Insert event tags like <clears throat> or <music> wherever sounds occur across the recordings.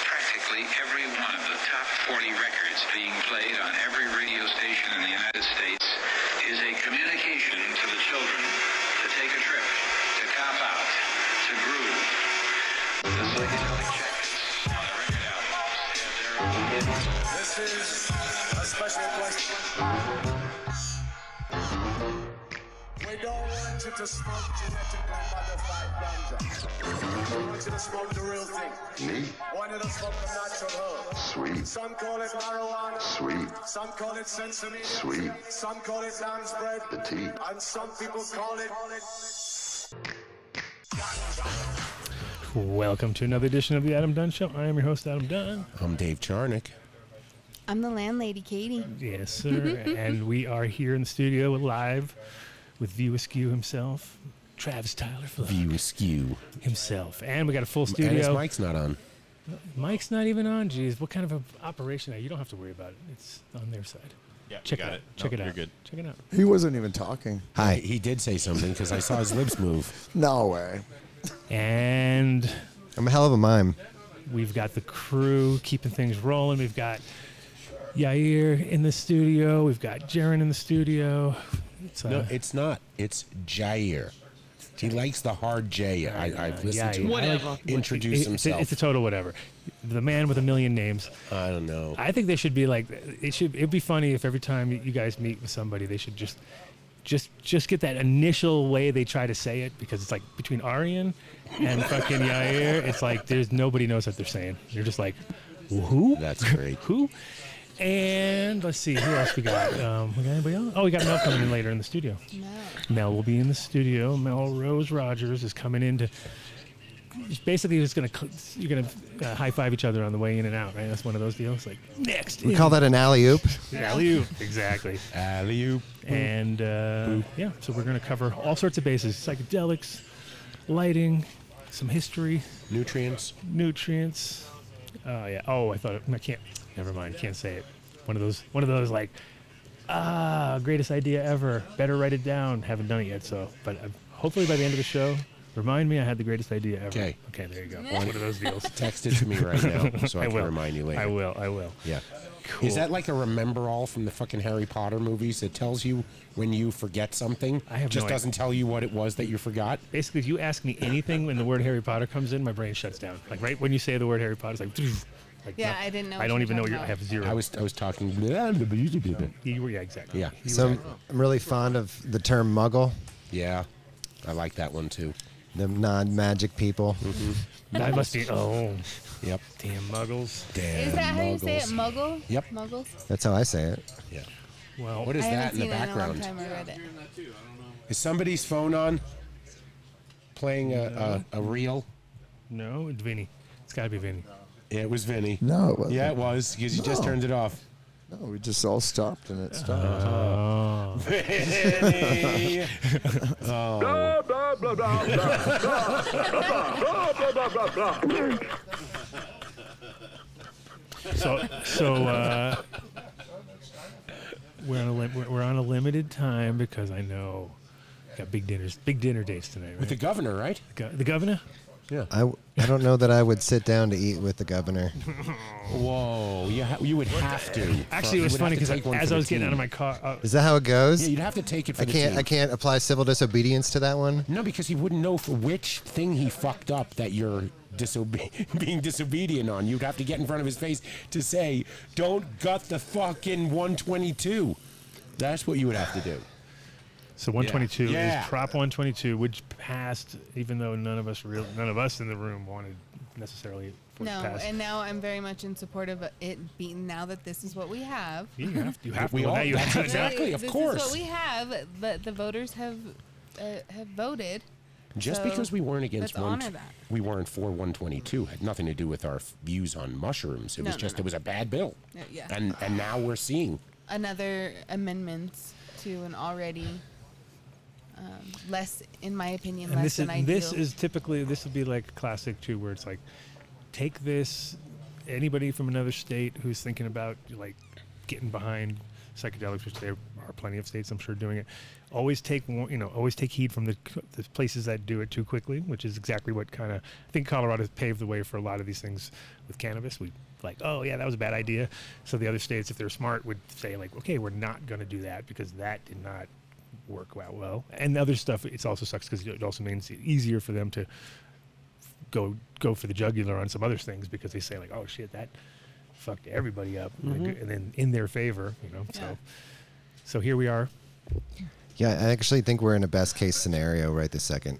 virtually every one of the top 40 records being played on every radio station in the United States is a communication to the children to take a trip, to cop out, to groove. The psychedelic checkers on the record albums have their own hidden This is a special question. We don't want you to smoke genetically modified ganja. We want you to smoke the real thing. Me? want you to smoke the natural herb. Sweet. Some call it marijuana. Sweet. Some call it sesame. Sweet. Some call it lamb's bread. The tea. And some people call it. Call it Welcome to another edition of the Adam Dunn Show. I am your host, Adam Dunn. I'm Dave Charnick. I'm the landlady, Katie. Yes, <laughs> sir. and we are here in the studio live with View Askew himself, Travis Tyler Flood View askew. himself. And we got a full And his studio. mic's not on. Mike's not even on. Jeez, what kind of an operation? are You You don't have to worry about it. It's on their side. Yeah, Check got it out. Check No, it out. You're good. Check it out. He wasn't even talking. Hi. He did say something because I saw his <laughs> lips move. No way. And I'm a hell of a mime. we've got the crew keeping things rolling. We've got Yair in the studio. We've got Jaron in the studio. It's, uh, No, it's not. It's Jair. He likes the hard J. I, I've listened to Yair. him Whatever. It- introduce it's, a, himself. it's a total whatever. The man with a million names. I don't know. I think they should be like it should. It'd be funny if every time you guys meet with somebody, they should just, just, just get that initial way they try to say it because it's like between Aryan and <laughs> fucking Yair, it's like there's nobody knows what they're saying. You're just like, who? <laughs> That's great. who? And let's see who else we got. Um, we got anybody else? Oh, we got Mel coming in later in the studio. No. Mel will be in the studio. Mel Rose Rogers is coming in to. Basically, just gonna cl- you're gonna uh, high five each other on the way in and out, right? That's one of those deals. Like next, We call that an alley oop. <laughs> alley exactly. Alley-oop. And uh, yeah, so we're gonna cover all sorts of bases: psychedelics, lighting, some history, Nutrients. nutrients. Oh yeah. Oh, I thought I can't. Never mind. Can't say it. One of those. One of those like, ah, greatest idea ever. Better write it down. Haven't done it yet. So, but uh, hopefully by the end of the show, remind me I had the greatest idea ever. 'Kay. Okay. There you go. <laughs> One of those <laughs> deals. Text it to me right <laughs> now so I, I can will remind you later. I will. I will. Yeah. Is that like a remember all from the fucking Harry Potter movies that tells you when you forget something? I have just no doesn't tell you what it was that you forgot? Basically, if you ask me anything when the word Harry Potter comes in, my brain shuts down. Like right when you say the word Harry Potter, it's like. like, Yeah, I didn't know I what don't you even know. were Your, I talking have zero. I was I was talking You were, yeah, exactly. Yeah. You So I'm, I'm really fond of the term muggle, Yeah. I like that one too. the non magic people. were- I must be. Oh, Yep. damn muggles. Damn. Is that how you say it? muggles. Muggle? Yep. Muggles? That's how I say it. Yeah. Well, What is I that haven't in the seen it in a long background? time or read it. Is somebody's phone on? Playing a, a, a reel? No, it's Vinny. It's got to be Vinny. Yeah, it was Vinny. No, it wasn't. Yeah, it was because you just No. turned it <laughs> off. No, we just all stopped and it stopped. Vinny! So, so uh, we're on a lim- we're- we're on a limited time because I know we got big dinners, big dinner dates tonight. Right? With the governor, right? Go- the governor? I, w- I don't know that I would sit down to eat with the governor. Whoa, you, ha- you would have to. Actually, it You was would funny have to because take one as I for the was getting out of team. my car, uh, Is that how it <laughs> goes? Yeah, you'd have to take it for I the can't team. I can't apply civil disobedience to that one. No, because he wouldn't know for which thing he fucked up that you're disobe- <laughs> being disobedient on. You'd have to get in front of his face to say, "Don't gut the fucking 122." That's what you would have to do. so 122 Yeah. is Prop 122, which passed, even though none of us real, none of us in the room wanted necessarily for No, it to pass. and now I'm very much in support of it being now that this is what we have. you have to. You have to. We Well, all- now you that's have to. exact- Exactly, Really, of this is course. what we have. But the voters have uh, have voted. Just So, because we weren't against let's one, honor that. we weren't for 122 had nothing to do with our f- views on mushrooms. It No, was no, just no. it was a bad bill. Yeah, yeah. And and now we're seeing Another amendments to an already um, less, in my opinion, and less this is than ideal. this is typically this would be like classic too, where it's like, take this, anybody from another state who's thinking about like getting behind psychedelics, which there are plenty of states, I'm sure, doing it. Always take warn- you know always take heed from the, c- the places that do it too quickly, which is exactly what kind of I think Colorado paved the way for a lot of these things with cannabis. We like, oh yeah, that was a bad idea. So the other states, if they're smart, would say like, okay, we're not going to do that because that did not work out well. And the other stuff, it also sucks because it also means it's easier for them to go go for the jugular on some other things because they say like, oh shit, that fucked everybody up, Mm-hmm. like, and then in their favor, you know. Yeah. So so here we are. Yeah, I actually think we're in a best case scenario right this second.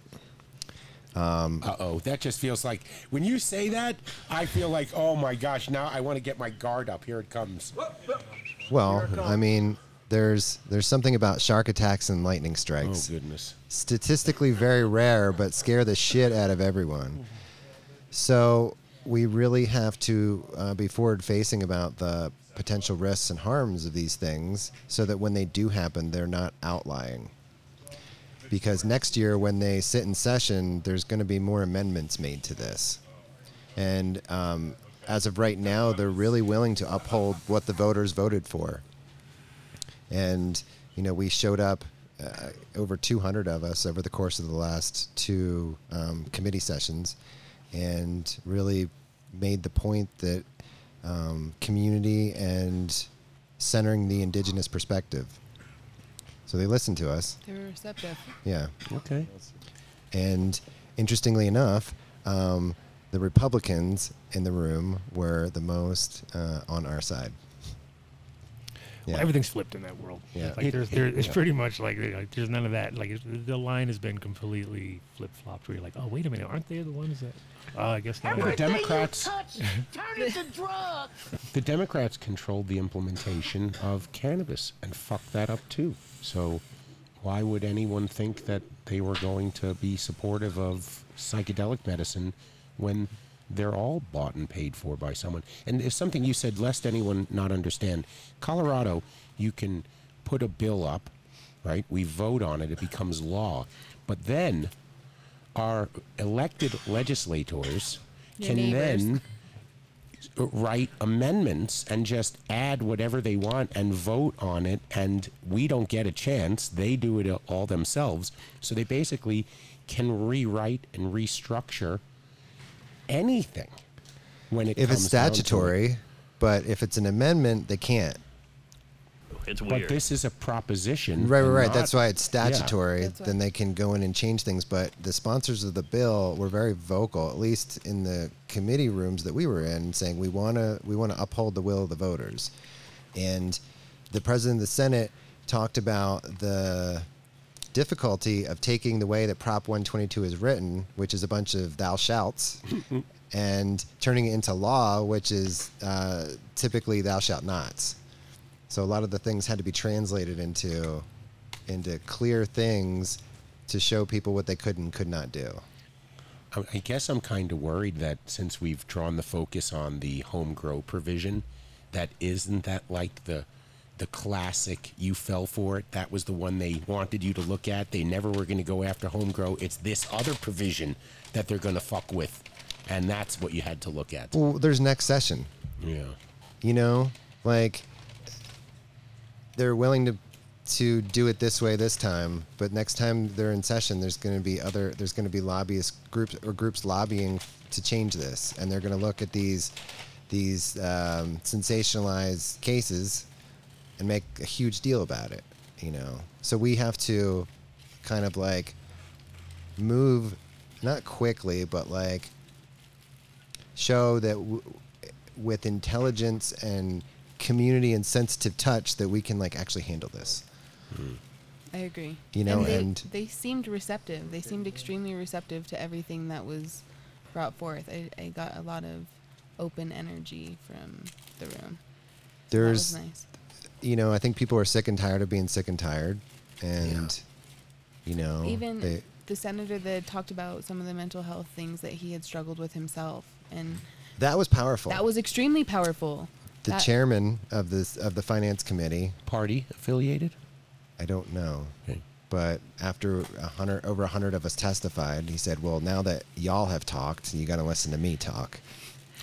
Uh oh, that just feels like when you say that, I feel like oh my gosh, now I want to get my guard up. Here it comes. Well, I mean, there's there's something about shark attacks and lightning Oh, strikes. goodness. statistically very rare, but scare the shit out of everyone. So we really have to uh, be forward facing about the potential risks and harms of these things so that when they do happen, they're not outlying. Because next year, when they sit in session, there's going to be more amendments made to this. And um, as of right now, they're really willing to uphold what the voters voted for and you know we showed up uh, over 200 of us over the course of the last two um, committee sessions and really made the point that um, community and centering the indigenous perspective so they listened to us They were receptive. yeah Okay. and interestingly enough um, the republicans in the room were the most uh, on our side Well, Yeah. everything's flipped in that world. Yeah. Like there's there, it's pretty much like, like, there's none of that. Like it's, the line has been completely flip flopped. Where you're like, oh wait a minute, aren't they the ones that? <laughs> Uh, I guess not. The Democrats, Turn into drugs. the Democrats controlled the implementation of cannabis and fucked that up too. So, why would anyone think that they were going to be supportive of psychedelic medicine when they're all bought and paid for by someone? And there's something you said, lest anyone not understand. Colorado, you can put a bill up, right? We vote on it; it becomes law. But then our elected legislators Your can neighbors. then write amendments and just add whatever they want and vote on it and we don't get a chance they do it all themselves so they basically can rewrite and restructure anything when it if comes it's down to it. statutory but if it's an amendment they can't It's but weird. this is a proposition Right, right, and right. not- That's why it's statutory. That's why- Then they can go in and change things. But the sponsors of the bill were very vocal, at least in the committee rooms that we were in, saying we want to we want to uphold the will of the voters. And the president of the Senate talked about the difficulty of taking the way that Prop 122 is written, which is a bunch of <laughs> thou shalts, and turning it into law, which is uh, typically thou shalt nots. So a lot of the things had to be translated into into clear things to show people what they could and could not do. I I guess I'm kind of worried that since we've drawn the focus on the home grow provision, that isn't that like the the classic you fell for it that was the one they wanted you to look at they never were going to go after home grow it's this other provision that they're going to fuck with and that's what you had to look at Well, there's next session, yeah you know, like they're willing to to do it this way this time, but next time they're in session, there's going to be other there's going to be lobbyist groups or groups lobbying to change this, and they're going to look at these these um, sensationalized cases and make a huge deal about it, you know. So we have to kind of like move not quickly, but like show that w- with intelligence and community and sensitive touch that we can like actually handle this. I agree. You know, they, and- they seemed receptive. They seemed extremely receptive to everything that was brought forth. I, I got a lot of open energy from the room. There's that was nice. you know, I think people are sick and tired of being sick and tired and you know, even Oh, they, the senator that talked about some of the mental health things that he had struggled with himself, and that was powerful. that was extremely powerful. the That- chairman of this of the finance committee. party affiliated I don't know. okay But after a hundred, over a hundred of us testified, he said, "Well, now that y'all have talked, you got to listen to me talk,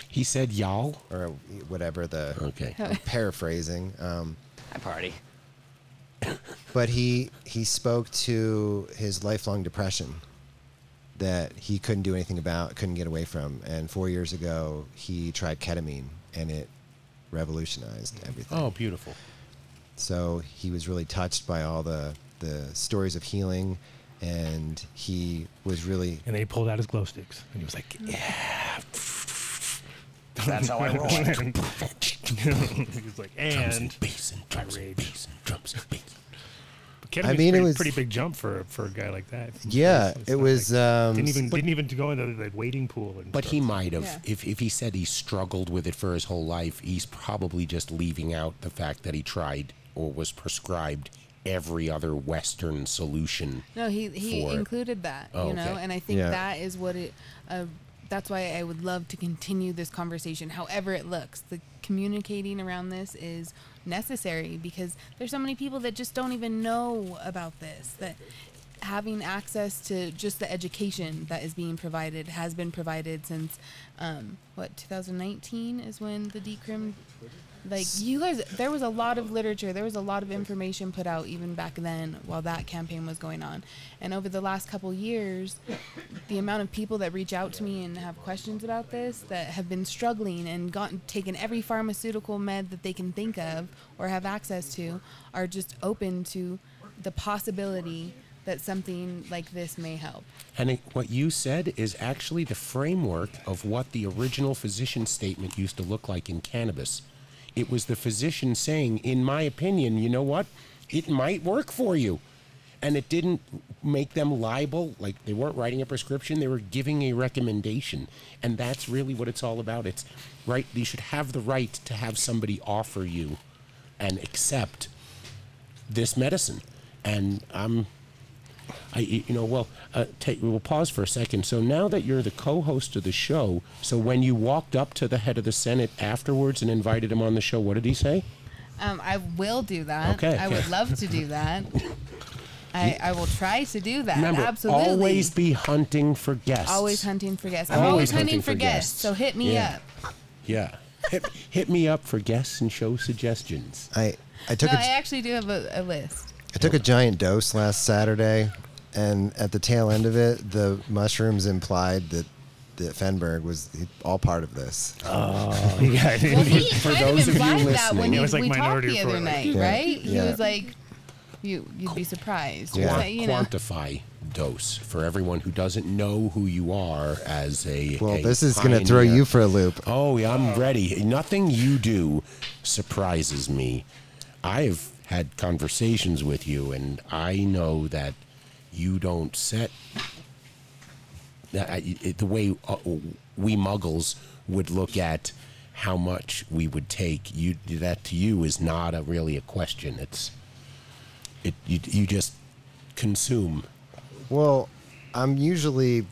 he said y'all or whatever the <laughs> okay I'm paraphrasing." Um, I party. but he he spoke to his lifelong depression that he couldn't do anything about, couldn't get away from. And four years ago, he tried ketamine, and it revolutionized everything. Oh, beautiful. So he was really touched by all the the stories of healing, and he was really And they pulled out his glow sticks, and he was like, "Yeah." That's how <laughs> I roll. he was like, drums "And." and bass and drums and rage. bass and drums and bass. But I I mean, it pretty, was- pretty big jump for for a guy like that. It's- yeah, it's it not was. like- Um, didn't even didn't even go into the waiting pool. And <laughs> But he might have. Yeah. If, if he said he struggled with it for his whole life, he's probably just leaving out the fact that he tried or was prescribed every other Western solution. No, he he for it. included that, Oh, you know, okay. and I think Yeah. that is what it. Uh, that's why I would love to continue this conversation, however it looks. The communicating around this is necessary because there's so many people that just don't even know about this. That having access to just the education that is being provided has been provided since um, what 2019 is when the decrim like you guys there was a lot of literature there was a lot of information put out even back then while that campaign was going on and over the last couple years the amount of people that reach out to me and have questions about this that have been struggling and gotten taken every pharmaceutical med that they can think of or have access to are just open to the possibility that something like this may help And it, what you said is actually the framework of what the original physician statement used to look like in cannabis. It was the physician saying, in my opinion, you know what? It might work for you. And it didn't make them liable. Like they weren't writing a prescription, they were giving a recommendation. And that's really what it's all about. It's right, you should have the right to have somebody offer you and accept this medicine. And I'm I, you know, well, uh, take, we'll pause for a second. So now that you're the co-host of the show, so when you walked up to the head of the Senate afterwards and invited him on the show, what did he say? Um, I will do that. Okay. I would love to do that. I, I will try to do that. Remember, Absolutely. always be hunting for guests. Always hunting for guests. I'm Always always, hunting, hunting for for guests. guests. So hit me Yeah. up. Yeah. hit, hit me up for guests and show suggestions. I I took no, a, I actually do have a, a list. I took a giant dose last Saturday, and at the tail end of it, the mushrooms implied that that Fenberg was all part of this. <laughs> Well, he kind those of of you implied that when listening- he, It was like we talked Minority the other Report, like- night, Yeah. right? Yeah. He was like, "You you'd be surprised." Yeah. So, Quan- you know, Quantify dose for everyone who doesn't know who you are as a. Well, a this is going to throw pioneer. you for a loop. Oh, yeah, I'm ready. Nothing you do surprises me. I've had conversations with you, and I know that you don't set that I- it- the way uh, we muggles would look at how much we would take. You that to you is not a really a question. It's it you, you just consume. Well, I'm usually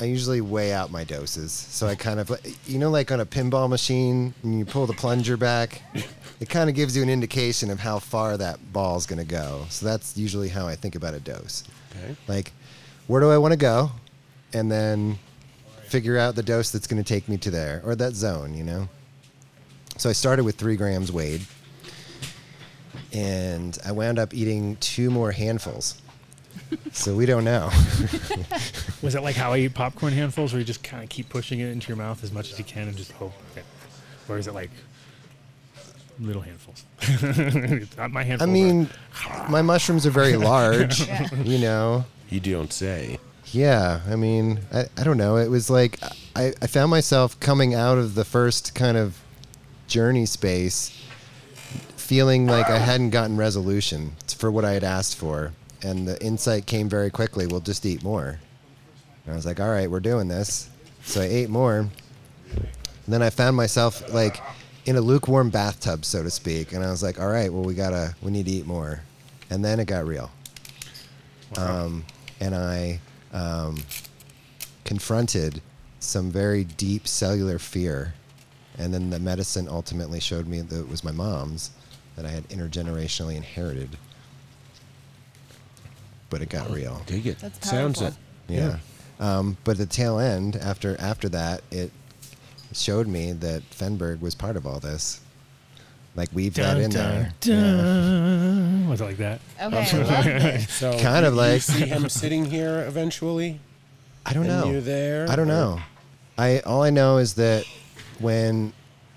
I usually weigh out my doses, so I kind of you know like on a pinball machine, when you pull the plunger back, it kind of gives you an indication of how far that ball's going to go. So that's usually how I think about a dose. Okay. Like where do I want to go? And then figure out the dose that's going to take me to there or that zone, you know. So I started with 3 grams weighed. And I wound up eating two more handfuls. So we don't know. <laughs> was it like how I eat popcorn handfuls, where you just kind of keep pushing it into your mouth as much as you can and just hope? Okay. Or is it like little handfuls? <laughs> My handfuls. I are- mean, my mushrooms are very large, Yeah. you know. You don't say. Yeah, I mean, I, I don't know. It was like I, I found myself coming out of the first kind of journey space feeling like I hadn't gotten resolution for what I had asked for. And the insight came very quickly we'll just eat more. And I was like, all right, we're doing this. So I ate more. And then I found myself like in a lukewarm bathtub, so to speak. And I was like, all right, well, we gotta, we need to eat more. And then it got real. Um, and I um, confronted some very deep cellular fear. And then the medicine ultimately showed me that it was my mom's that I had intergenerationally inherited. But it got real. Dig it. That's Sounds it. powerful. <laughs> Yeah. Um, but the tail end after after that, it showed me that Fenberg was part of all this. Like weave Dun, that in dun, there. Yeah. dun. Was it like that? Okay, I love this. So Kind of you- you like- see him sitting here eventually. I don't And know. you there, I don't or- know. I all I know is that when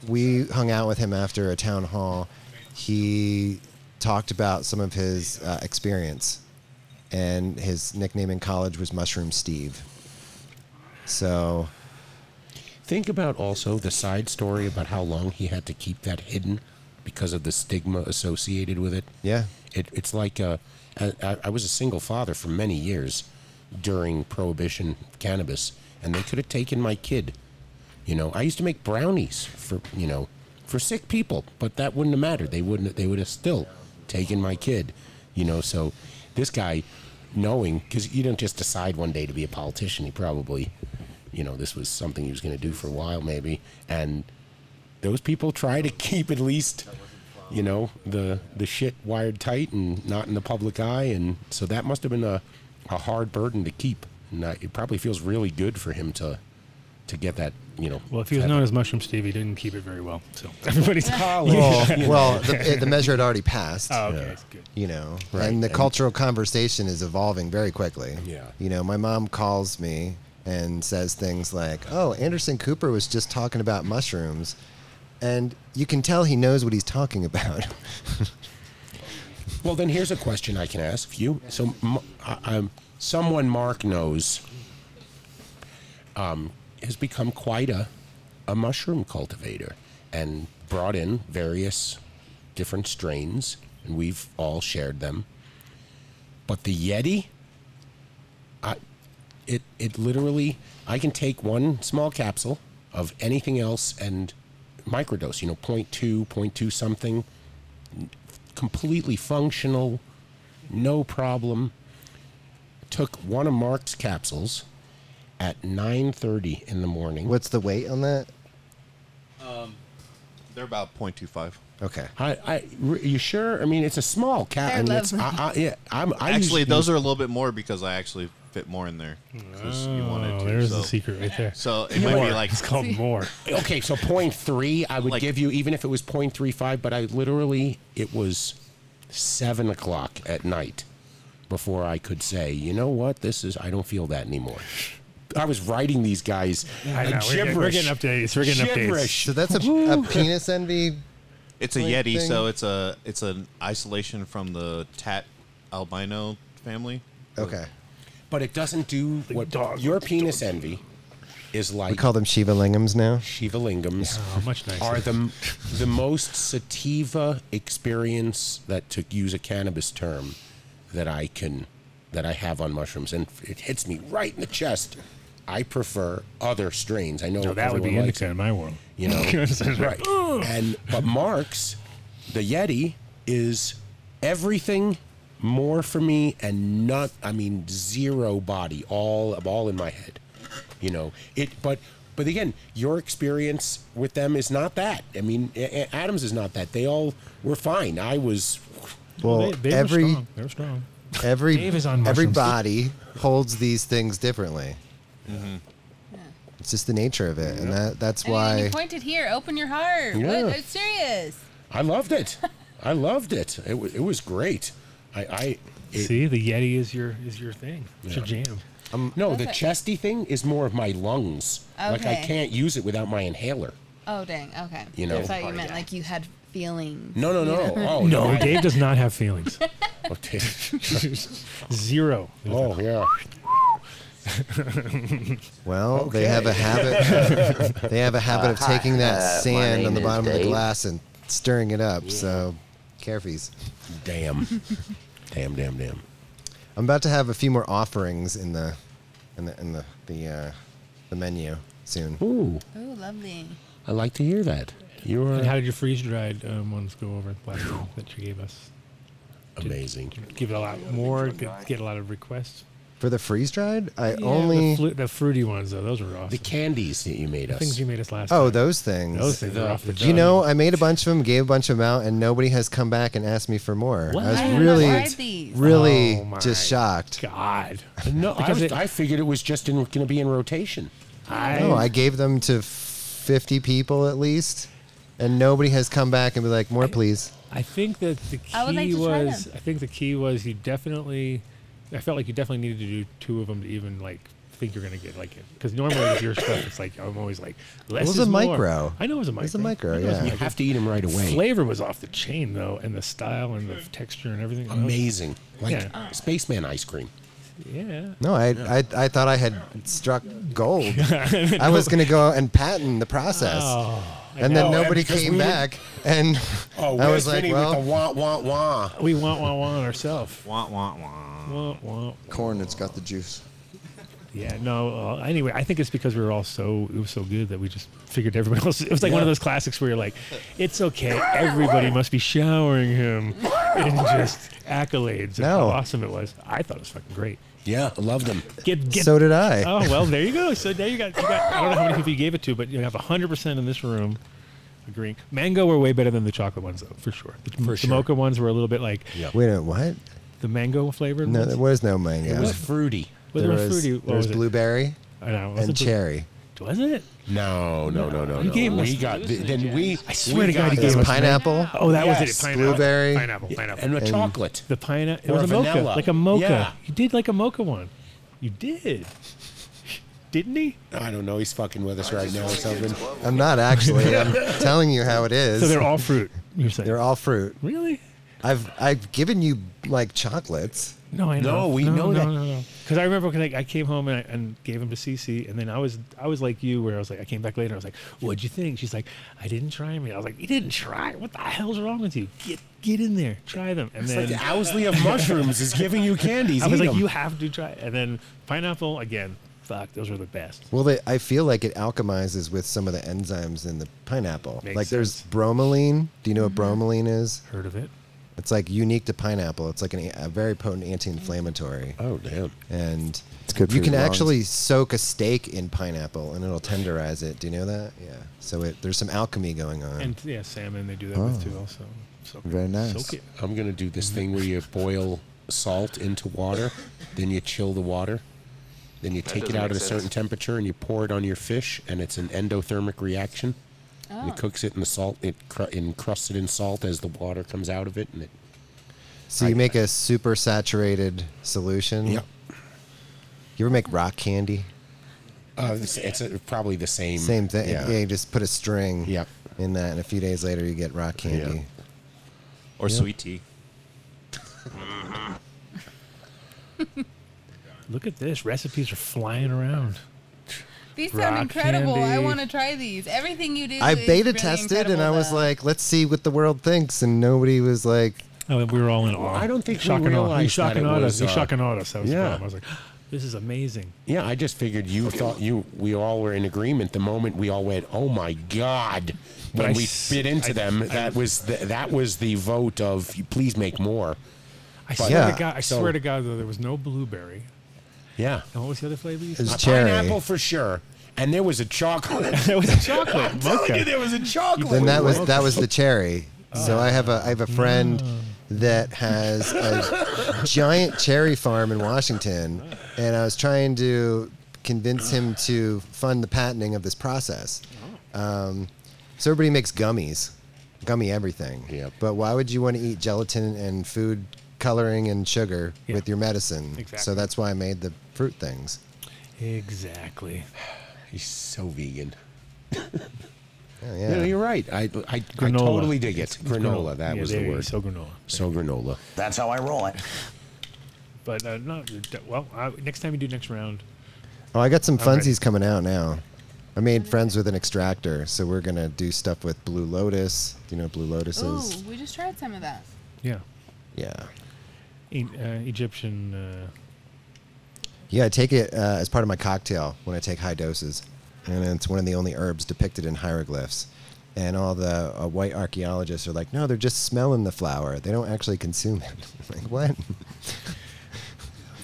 we hung out with him after a town hall, he talked about some of his uh, experience, and his nickname in college was Mushroom Steve. So Think about also the side story about how long he had to keep that hidden because of the stigma associated with it. <laughs> yeah, It, it's like uh, I I- I was a single father for many years during prohibition cannabis, and they could have taken my kid. You know, I used to make brownies for you know for sick people, but that wouldn't have mattered. They wouldn't. They would have still taken my kid. You know, so this guy, knowing because you don't just decide one day to be a politician. He probably, you know, this was something he was going to do for a while maybe, and those people try to keep at least you know the the shit wired tight and not in the public eye and so that must have been a, a hard burden to keep and I, it probably feels really good for him to to get that you know Well, if he was have known it. as Mushroom Steve, he didn't keep it very well. So <laughs> everybody's. oh, <laughs> well, <laughs> well, the, the measure had already passed. okay, it's good. you know Right, and the and- cultural conversation is evolving very quickly Yeah. you know my mom calls me and says things like oh anderson cooper was just talking about mushrooms and you can tell he knows what he's talking about <laughs> Well, then here's a question I can ask you. So, m- I, I'm, someone Mark knows um, has become quite a, a mushroom cultivator and brought in various different strains, and we've all shared them. But the Yeti, I, it, it literally, I can take one small capsule of anything else and microdose, you know, 0.2, 0.2 something completely functional, no problem. Took one of Mark's capsules at 9:30 in the morning. what's the weight on that They're about 0.25. okay I, I, r- you sure? I mean, it's a small They're capsule. I, lovely. I, yeah, I'm, I Actually, usually- those are a little bit more because I actually fit more in there. 'cause you wanted Oh, to, there's so. the secret right there. So it might be like <laughs> it's called more. okay. So 0.3, I would Like- give you, even if it was 0.35. But I literally, it was seven o'clock at night before I could say, you know what, this is. I don't feel that anymore. I was writing these guys. I uh, know. We're getting, we're gibberish. getting updates. We're getting Gibberish. so <laughs> that's a, a penis envy it's a like yeti, thing. so it's a it's an isolation from the tat albino family. okay but it doesn't do what dog your penis envy is like. we call them shiva lingams now Shiva Lingams Oh, much nicer. are the the most sativa experience that to use a cannabis term that I can that I have on mushrooms, and it hits me right in the chest. I prefer other strains. I know No, Oh, that would be everyone likes indica in my world. <laughs> you know right and but mark's the yeti is everything more for me and not i mean zero body all all in my head you know it but but again your experience with them is not that i mean A- A- adams is not that they all were fine i was well they, they were every strong. They were strong. every Dave is on mushrooms. everybody holds these things differently Mm-hmm. it's just the nature of it and that that's And why then you pointed here. Open your heart. Yeah. What? I'm serious. i loved it i loved it it, wa- it was great i i it, See, the Yeti is your is your thing. It's your jam. um, no the Okay. chesty thing is more of my lungs like i Okay. can't use it without my inhaler Oh dang. Okay. You know. I thought you meant like you had feelings. no no no oh No, I- Dave does not have feelings. <laughs> <laughs> Okay. Zero. Oh yeah. Well, they have a habit. <laughs> they have a habit Uh, of taking that sand on the bottom of the glass and stirring it up. So, carefies. Damn. damn. Damn. Damn. I'm about to have a few more offerings in the in the in the the, uh, the menu soon. Ooh, Oh, lovely. I like to hear that. You And how are did your freeze dried um, ones go over at last time that you gave us? amazing. Give it a lot more. Get, get a lot of requests. For the freeze dried, I Yeah, only the, flu- the fruity ones though. Those were awesome. The candies that you made The us. things you made us last. oh time. those things. those things are off the. you know, I made a bunch of them, gave a bunch of them out, and nobody has come back and asked me for more. What? I was I have really, tried these. really Oh my just shocked. God. no, I, Because was, it- I figured it was just in, going to be in rotation. I, No, I gave them to 50 people at least. and nobody has come back and be like, more please. I think that the key I would like to try was them. I think the key was you definitely I felt like you definitely needed to do two of them to even like think you're gonna get like it because normally with your stuff it's like I'm always like less was is a more. micro. I know it was a micro. was a micro, I know it was a yeah. You have to eat them right away. Flavor was off the chain though, and the style and the texture and everything. else. Amazing. Like Yeah. spaceman ice cream. Yeah. No, I, I, I thought I had struck gold. I was going to go and patent the process. Oh, and know. then And nobody because came we didn't- back. And Oh, <laughs> I where's was like, Vinny well, with the wah wah wah? We want want want ourselves. Wah, wah, wah. Want want. Corn that's got the juice. Yeah. No. Uh, anyway, I think it's because we were all so it was so good that we just figured everybody else. It was like one of those classics where you're like, it's okay. Everybody must be showering him in just accolades. And How No. awesome it was. I thought it was fucking great. Yeah, I love them. Get get. so did I. Oh well, there you go. So now you got, you got. I don't know how many people you gave it to, but you have hundred percent in this room agreeing. Mango were way better than the chocolate ones, though, for sure. The, the sure. mocha ones were a little bit like Yeah. Wait a minute, what? the mango flavored No, ones. there was no mango. It was fruity. Was there there was, fruity? there What was was it? blueberry I know, was and it blue- cherry. Was it? No, no, no, no. You no. gave us we got th- then we. I swear we to God, you got gave the- There's us pineapple. Oh, that was Yes. it. Pineapple. Blueberry. Pineapple. Pineapple. and a and- chocolate. the pineapple. It Or was a mocha, vanilla. like a mocha. Yeah. You did like a mocha one. You did. <laughs> Didn't he? I don't know. He's fucking with us right now or something. I'm not actually. I'm telling you how it is. So they're all fruit. You're saying They're all fruit. really? I've I've given you like chocolates. No, I know. No, we know that. Because I remember because I, I came home and, I, and gave him to Cece, and then I was I was like you, where I was like I came back later. I was like, "What'd you think?" She's like, "I didn't try them." yet." I was like, "You didn't try? What the hell's wrong with you? Get get in there, try them." And It's then like the Owsley of mushrooms is giving you candies. I was Eat like, 'em. "You have to try." it." And then pineapple again. Fuck, those were the best. Well, they, I feel like it alchemizes with some of the enzymes in the pineapple. Makes like there's sense. bromelain. Do you know what Mm-hmm. bromelain is? Heard of it? It's like unique to pineapple. It's like an, a very potent anti-inflammatory, Oh damn! and It's good for you your can lungs. actually soak a steak in pineapple, and it'll tenderize it. Do you know that? Yeah. So it, there's some alchemy going on. And yeah, salmon they do that with Oh. too. Also, soak it. Very nice. Soak it. I'm gonna do this thing where you boil salt into water, then you chill the water, then you take it doesn't out make at a sense. certain temperature and you pour it on your fish, and it's an endothermic reaction. And it cooks it in the salt. It cr- encrusts it in salt as the water comes out of it, and it. so you make a super saturated solution. You ever make rock candy? Mm-hmm. Uh, it's it's uh probably the same. Same thing. Yeah. Yeah. you just put a string Yep. in that, and a few days later you get rock candy. Or sweet tea. Look at this. Recipes are flying around. These Rock sound incredible. I candy. want to try these. Everything you do. I is beta really tested, and incredible, I was though. like, "Let's see what the world thinks," and nobody was like, Oh, we were all in awe. I don't think we shocking awe. You realized that shocking it awed us. was, You uh, shocking awed us. That was the yeah. problem. I was like, <gasps> this is amazing. Yeah, I just figured you thought you we all were in agreement the moment we all went, "Oh my god." But When I we s- bit into I- them, I- that was the, that was the vote of please make more. I swear yeah, to God. I so- swear to God, though, there was no blueberry. Yeah, And what was the other flavor? You <laughs> "It's said? cherry." pineapple for sure, and there was a chocolate. <laughs> There was chocolate. I'm telling you, mocha. there was a chocolate. Then that was that was the cherry. So I have a I have a friend Oh. that has a giant cherry farm in Washington, and I was trying to convince him to fund the patenting of this process. Um, so everybody makes gummies, gummy everything. Yep. But why would you want to eat gelatin and food coloring and sugar Yeah. with your medicine? So Exactly. that's why I made the fruit things. Exactly. He's so vegan. Oh, Yeah. yeah. you're right. I I, I Granola. totally dig it. It's Granola, that Yeah, was there the you go. word. So granola. so granola. That's how I roll it. But uh, no, well, I, next time you do next round, Oh, I got some right. funsies coming out now. I made friends with an extractor, so we're gonna do stuff with Blue Lotus. Do you know what Blue Lotus is? Ooh, we just tried some of that. yeah, Yeah. e- uh, Egyptian. Uh, Yeah, I take it uh, as part of my cocktail when I take high doses, and it's one of the only herbs depicted in hieroglyphs. And all the uh, white archaeologists are like, no, they're just smelling the flower. They don't actually consume it. <laughs> like what?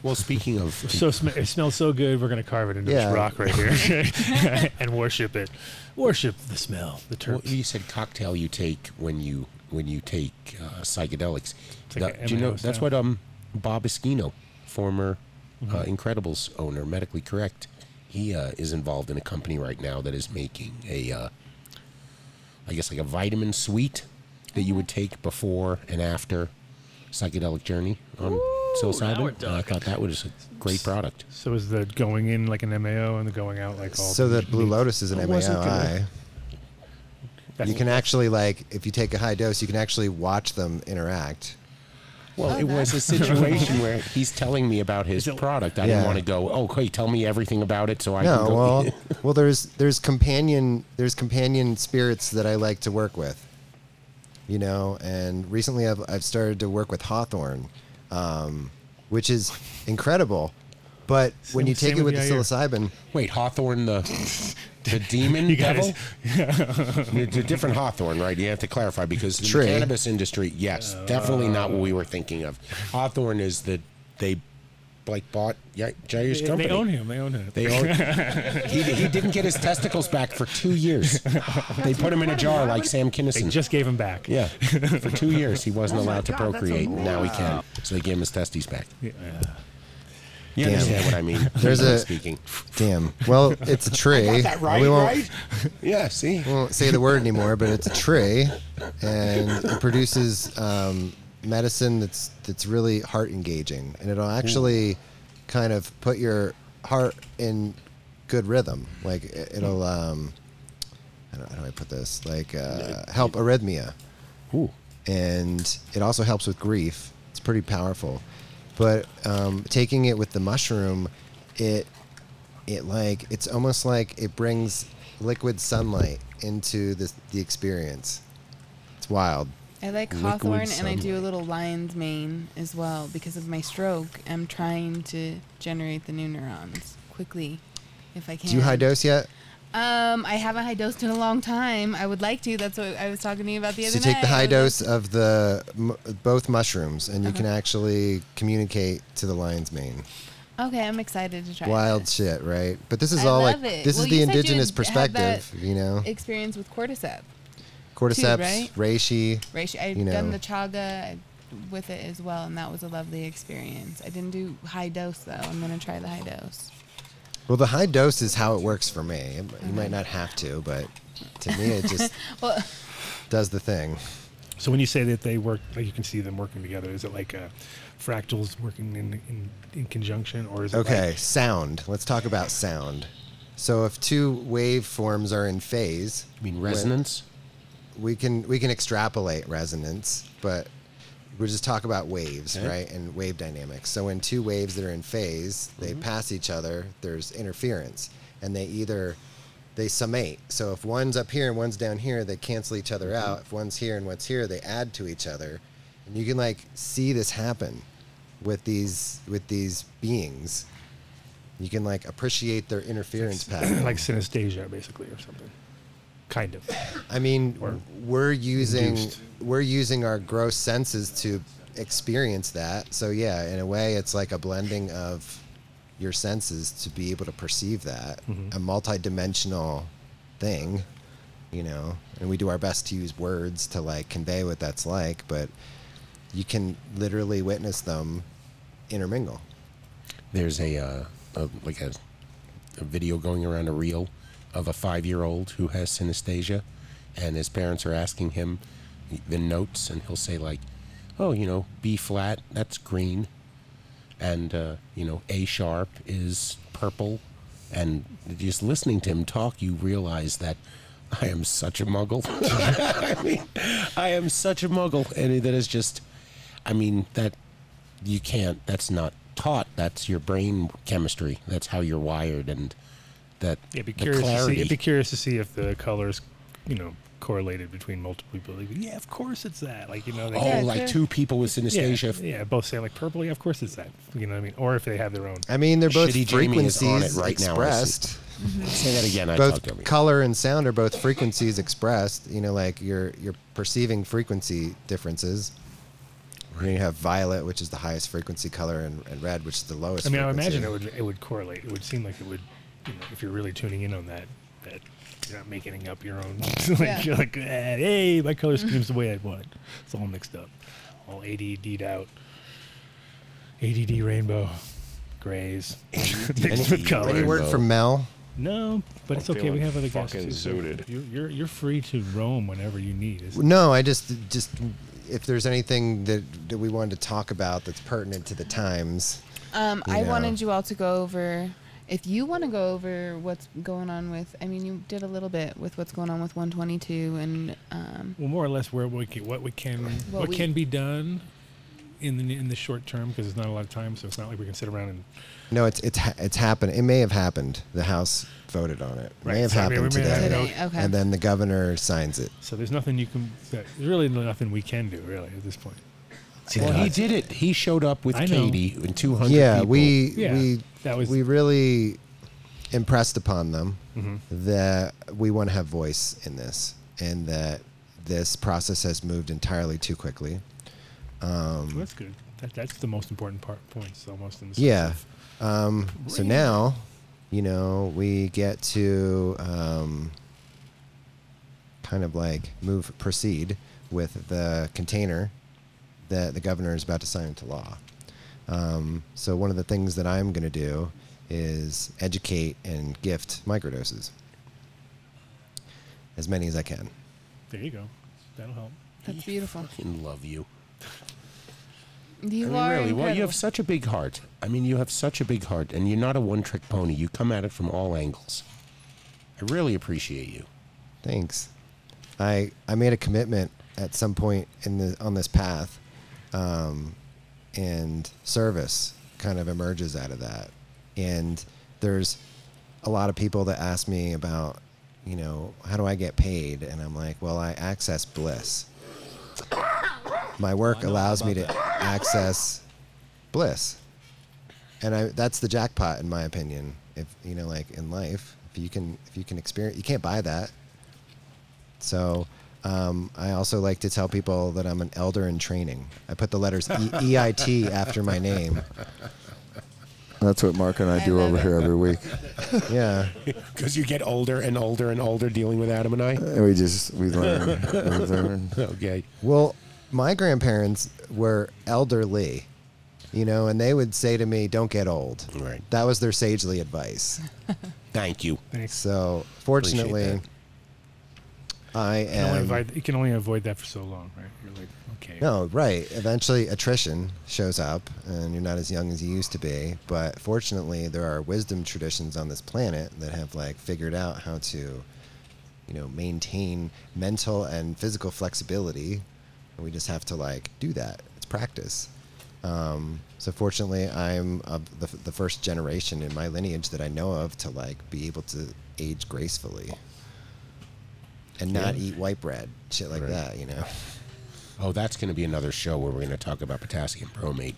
Well, speaking of so sm- it smells so good. We're gonna carve it into Yeah. this rock right <laughs> here <laughs> and worship it. Worship the smell, the Well, terps. you said cocktail you take when you when you take uh, psychedelics. It's like That- a do you know M&M's that's now. what um Bob Esquino, former uh, Mm-hmm. Incredibles owner, medically correct, he uh, is involved in a company right now that is making a uh, I guess like a vitamin suite that you would take before and after psychedelic journey on now we're psilocybin. And I talking. thought that was a great product. So is the going in like an MAO and the going out like all? So the Blue Lotus is an I wasn't MAOI. gonna- That's- You can actually like if you take a high dose, you can actually watch them interact. Well, it was a situation where he's telling me about his product. I didn't Yeah. want to go, oh, okay, tell me everything about it so I can No, go. <laughs> well, well, there's there's companion there's companion spirits that I like to work with, you know. And recently, I've I've started to work with hawthorn, um, which is incredible. But when Same- you take same it with with the Yair. psilocybin, Wait, Hawthorne the the demon devil? it's a different Hawthorne, right? You have to clarify because in Tree. the cannabis industry, yes, definitely not what we were thinking of. Hawthorne is the they like bought Jai- Jair's They, company. they own him. They own him. They own- he, he didn't get his testicles back for two years. They put him in a jar like Sam They Kinison. just gave him back. yeah, for two years he wasn't allowed to God, that's procreate. Now he can, so they gave him his testes back. You Damn. understand what I mean? There's a- speaking. damn. Well, it's a Got tree. that right, we won't, right? Yeah. <laughs> See. we won't say the word anymore, but it's a tree, and it produces um, medicine that's that's really heart engaging, and it'll actually kind of put your heart in good rhythm. Like it- it'll, um, I don't, how do I put this? Like uh, help arrhythmia, Ooh. and it also helps with grief. It's pretty powerful, but um, taking it with the mushroom, it it like it's almost like it brings liquid sunlight into the the experience. It's wild. I like Hawthorne and I do a little lion's mane as well because of my stroke. I'm trying to generate the new neurons quickly if I can. Do you high dose yet? Um, I haven't high dosed in a long time. I would like to. That's what I was talking to you about the other So you night. take the I high would love dose of the m- both mushrooms, and you Uh-huh. can actually communicate to the lion's mane. to- Okay, I'm excited to try. Wild that. shit, right? But this is I all love like it. this Well, is you the said you indigenous had had that perspective, you know. experience with cordyceps. Cordyceps, right? reishi. Reishi. I've You done know. the chaga with it as well, and that was a lovely experience. I didn't do high dose though. I'm gonna try the high dose. Well, the high dose is how it works for me. You might not have to, but to me, <laughs> it just Well, does the thing. So when you say that they work, like you can see them working together, is it like uh, fractals working in, in in conjunction, or is it Okay, sound. Let's talk about sound. So if two waveforms are in phase, I mean resonance. we can we can extrapolate resonance, but we just talk about waves, Okay. right? And wave dynamics. So when two waves that are in phase, they pass each other, there's interference and they either they summate. So if one's up here and one's down here, they cancel each other out. If one's here and one's here, they add to each other. And you can like see this happen with these with these beings. You can like appreciate their interference pattern. like, like synesthesia basically or something? Kind of. I mean, Or we're using induced. we're using our gross senses to experience that. So yeah, in a way, it's like a blending of your senses to be able to perceive that Mm-hmm. a multi-dimensional thing, you know. And we do our best to use words to like convey what that's like, but you can literally witness them intermingle. There's a, uh, a like a, a video going around a reel of a five-year-old who has synesthesia, and his parents are asking him the notes, and he'll say like, "Oh, you know, B flat, that's green, and uh, you know, A sharp is purple," and just listening to him talk, you realize that. I am such a muggle. <laughs> I mean, I am such a muggle, and that is just. I mean, that you can't that's not taught that's your brain chemistry that's how you're wired and that Yeah, be the curious. To see, clarity it'd be curious to see if the colors, you know, correlated between multiple people. Like, yeah, of course it's that. Like you know, they oh Yeah, like it's a- two people with synesthesia yeah, f- yeah, both say like purple. Yeah, of course it's that. You know what I mean? Or if they have their own. I mean, they're both Shitty Jamie is frequencies on it right now, I see. expressed. say that again i talked over both you. color and sound are both frequencies expressed. You know, like you're you're perceiving frequency differences. And You have violet, which is the highest frequency color, and, and red, which is the lowest. I mean, I would frequency. imagine it would it would correlate. It would seem like it would, you know, if you're really tuning in on that, that you're not making up your own. <laughs> like Yeah. you're like, "Eh, hey, my color scheme's the way I want. It's all mixed up, all ADD'd out. ADD rainbow, grays <laughs> mixed with ADD color. Any rainbow. word from Mel? No, but I'm it's okay. We feeling have other guests fucking too. so zooted. You're, you're you're free to roam whenever you need. It's- No, I just just if there's anything that, that we wanted to talk about that's pertinent to the times. Um, You I know. wanted you all to go over. If you want to go over what's going on with, I mean, you did a little bit with what's going on with 122 and um, Well, more or less where we can, what we can what, What we- can be done in the in the short term because there's not a lot of time, so it's not like we can sit around and No, it's it's ha- it's happened. It may have happened. The House voted on it. It Right, may have so, I mean, happened we may today. not know. today. Okay. And then the governor signs it. so there's nothing you can. There's really nothing we can do really at this point. Well, he did it. He showed up with I know. Katie and 200 Yeah, people. we Yeah, we that was- we really impressed upon them Mm-hmm. that we want to have voice in this, and that this process has moved entirely too quickly. Well, that's good. That, that's the most important part. Points almost in this. Yeah. Um, so now, you know, we get to um, kind of like move, proceed with the container that the governor is about to sign into law. Um, so one of the things that I'm going to do is educate and gift microdoses, as many as I can. There you go. That'll help. that's beautiful. Fucking love you. You I mean, are really. Well, incredible. you have such a big heart. I mean, you have such a big heart, and you're not a one-trick pony. You come at it from all angles. I really appreciate <laughs> you. Thanks. I I made a commitment at some point in the on this path, um, and service kind of emerges out of that. And there's a lot of people that ask me about, you know, how do I get paid? And I'm like, well, I access bliss. My work know allows me to about access bliss, and I that's the jackpot in my opinion. If you know, like in life, if you can if you can experience, you can't buy that. So um, I also like to tell people that I'm an elder in training. I put the letters e- EIT after my name. That's what Mark and I do love over it. here every week. Yeah. Because you get older and older and older dealing with Adam and I. And Uh, we just we learn, we learn. <laughs> Okay. Well, my grandparents were elderly, you know, and they would say to me, don't get old. Right. That was their sagely advice. Thank you. Thanks. So Appreciate fortunately, I You can, only am. avoid, you can only avoid that for so long, right? You're like, okay. No, right. Eventually, attrition shows up, and you're not as young as you used to be. But fortunately, there are wisdom traditions on this planet that have like figured out how to, you know, maintain mental and physical flexibility. And we just have to like do that. It's practice. Um, so fortunately, I'm of the, the first generation in my lineage that I know of to like be able to age gracefully and not eat white bread, shit like Right. that. You know. Oh, that's going to be another show where we're going to talk about potassium bromate.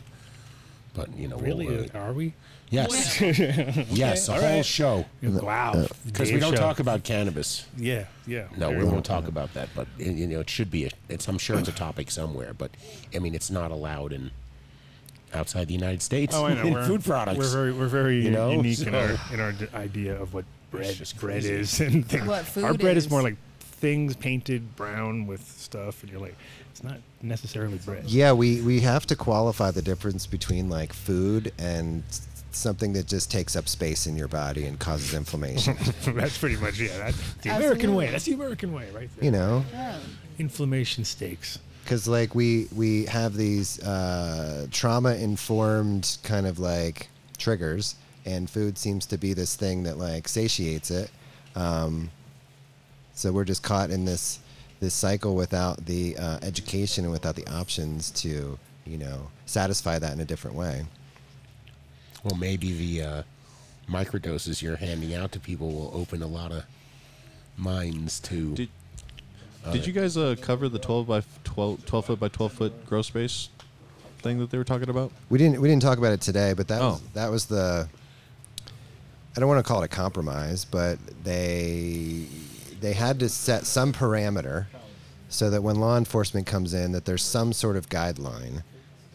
But you know, we'll, Really? uh, Are we? <laughs> yes, yes, a whole show wow. because we Dave don't show. talk about cannabis. Yeah. Yeah. No, Very we well. won't talk about that. But y- you know, it should be. A, it's I'm sure it's a topic somewhere. But I mean, it's not allowed in outside the United States. Oh, I <laughs> know. in we're, food products. We're very, we're very You know, unique in our so- in our d- idea of what bread just bread crazy. is <laughs> and things. What food our bread is. is. more like things painted brown with stuff, and you're like, it's not necessarily bread. Yeah, we, we have to qualify the difference between like food and s- something that just takes up space in your body and causes inflammation. <laughs> that's pretty much yeah. That's the American way. That's the American way, right? There. you know, Inflammation steaks. because like we we have these uh, trauma informed kind of like triggers, and food seems to be this thing that like satiates it. Um, so we're just caught in this this cycle without the uh, education and without the options to you know satisfy that in a different way. Well, maybe the uh, microdoses you're handing out to people will open a lot of minds <laughs> to. Did, did you guys uh, cover the 12 by f- 12, 12 foot by 12 foot grow space thing that they were talking about? We didn't we didn't talk about it today, but that Oh. was, that was the. I don't want to call it a compromise, but they they had to set some parameter so that when law enforcement comes in, that there's some sort of guideline.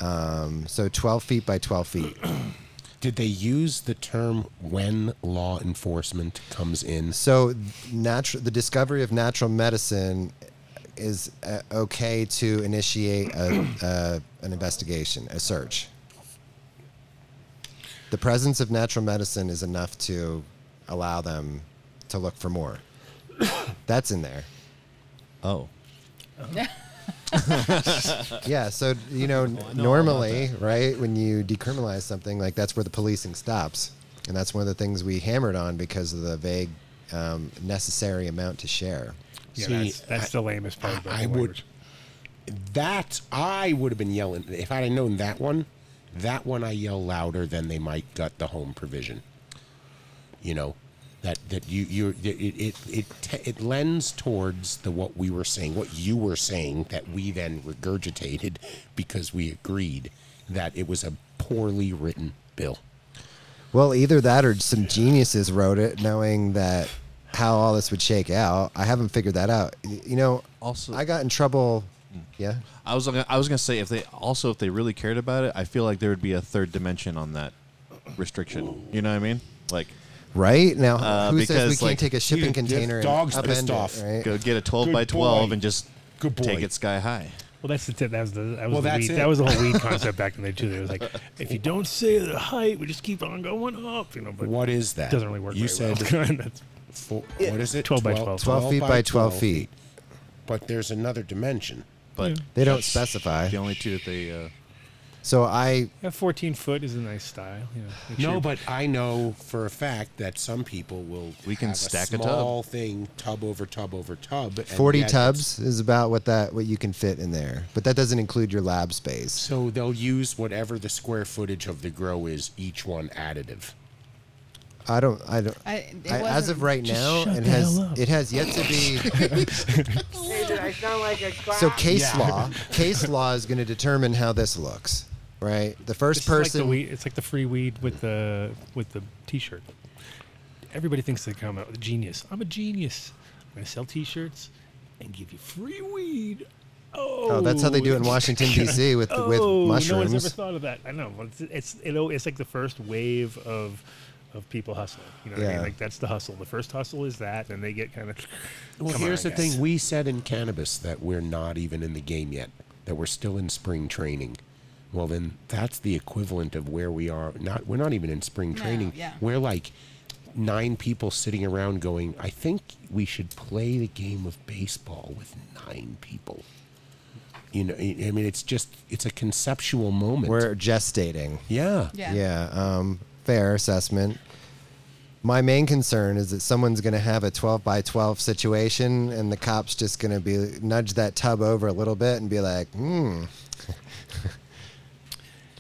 Um, so 12 feet by 12 feet. Did they use the term when law enforcement comes in? So natural the discovery of natural medicine is uh, okay to initiate a, uh, an investigation, a search. The presence of natural medicine is enough to allow them to look for more. <coughs> That's in there. Oh. Yeah, so you know, normally, right, when you decriminalize something, like that's where the policing stops, and that's one of the things we hammered on because of the vague, um, necessary amount to share. Yeah, See, that's, that's the lamest part about I the would. language. That I would have been yelling if I'd have known that one. That one I yell louder than they might gut the home provision. You know, that that you you that it it it, te- it lends towards the what we were saying, what you were saying that we then regurgitated because we agreed that it was a poorly written bill. Well, either that or some geniuses wrote it, knowing that how all this would shake out. I haven't figured that out. Y- You know, Also- I got in trouble. Yeah, I was gonna, I was gonna say if they also if they really cared about it, I feel like there would be a third dimension on that restriction. You know what I mean? Like right now, Uh, who says we because, can't like, take a shipping you- container and dog's upend pissed it, off. right? go get a twelve Good by twelve boy. and just Good boy. take it sky high. Well, that's the tip. That was the that was Well, the that's weed. it. That was the whole <laughs> weed concept back in the day too. It was like, if you don't say the height, we just keep on going up. You know, but What is it that? doesn't really work. You very said well. <laughs> That's- four, what is it? 12 by 12. 12 feet by 12 feet. But there's another dimension. But They don't that's specify. The only two that they uh, So I yeah, fourteen foot is a nice style. You know, makes No, your- but I know for a fact that some people will. We can have stack a a tub. small thing, tub over tub over tub. and 40 yet it's- tubs is about what that what you can fit in there but that doesn't include your lab space So they'll use whatever the square footage of the grow is, each one additive. i don't i don't I, it I, as wasn't- of <laughs> right Just now shut it the has hell up. it has yet to <laughs> be I sound like a <laughs> so case law <laughs> case law is going to determine how this looks right the first It's person Like the weed, it's like the free weed with the with the t-shirt. Everybody thinks they come out with a genius. I'm a genius. I'm gonna sell t-shirts and give you free weed. Oh, oh, that's how they do it in washington d.c with <laughs> Oh, with no one's ever mushrooms thought of that. I know. but It's it's, you know, it's like the first wave of of people hustling. You know what I Yeah. mean? Like that's the hustle. The first hustle is that, and they get kind of. Well, here's the thing: we said in cannabis that we're not even in the game yet; that we're still in spring training. Well, then that's the equivalent of where we are. Not we're not even in spring No, training. yeah. We're like nine people sitting around going, "I think we should play the game of baseball with nine people." You know, I I mean, it's just it's a conceptual moment. we're gestating yeah, Yeah. Yeah, um, fair assessment. My main concern is that someone's going to have a 12 by 12 situation, and the cop's just going to be nudge that tub over a little bit and be like, hmm,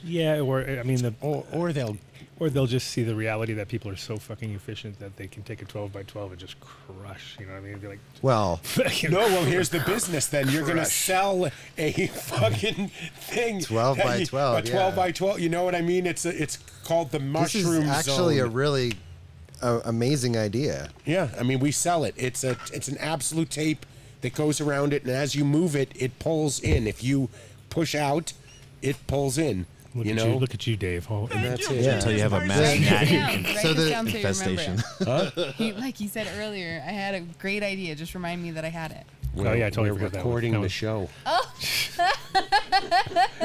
Yeah, or I mean the or or they'll Or they'll just see the reality that people are so fucking efficient that they can take a 12 by 12 and just crush. You know what I mean? Be like, <laughs> well, fucking- No, well, here's the business. Then you're going to Crush. sell a fucking thing. 12 that by you- 12, A twelve yeah. by twelve. You know what I mean? It's a, it's called the this mushroom is actually a zone. really uh, amazing idea. yeah, I mean we sell it. It's a it's an absolute tape that goes around it, and as you move it, it pulls in. If you push out, it pulls in. look you at know. you, look at you, Dave. Oh, and that's it. Yeah. until you have a mass Write gnat it down. Write So this the- down so you infestation. <laughs> remember it. He- like he said earlier, I had a great idea. Just remind me that I had it. Oh, yeah, I totally we're forgot that one. recording That the one. show.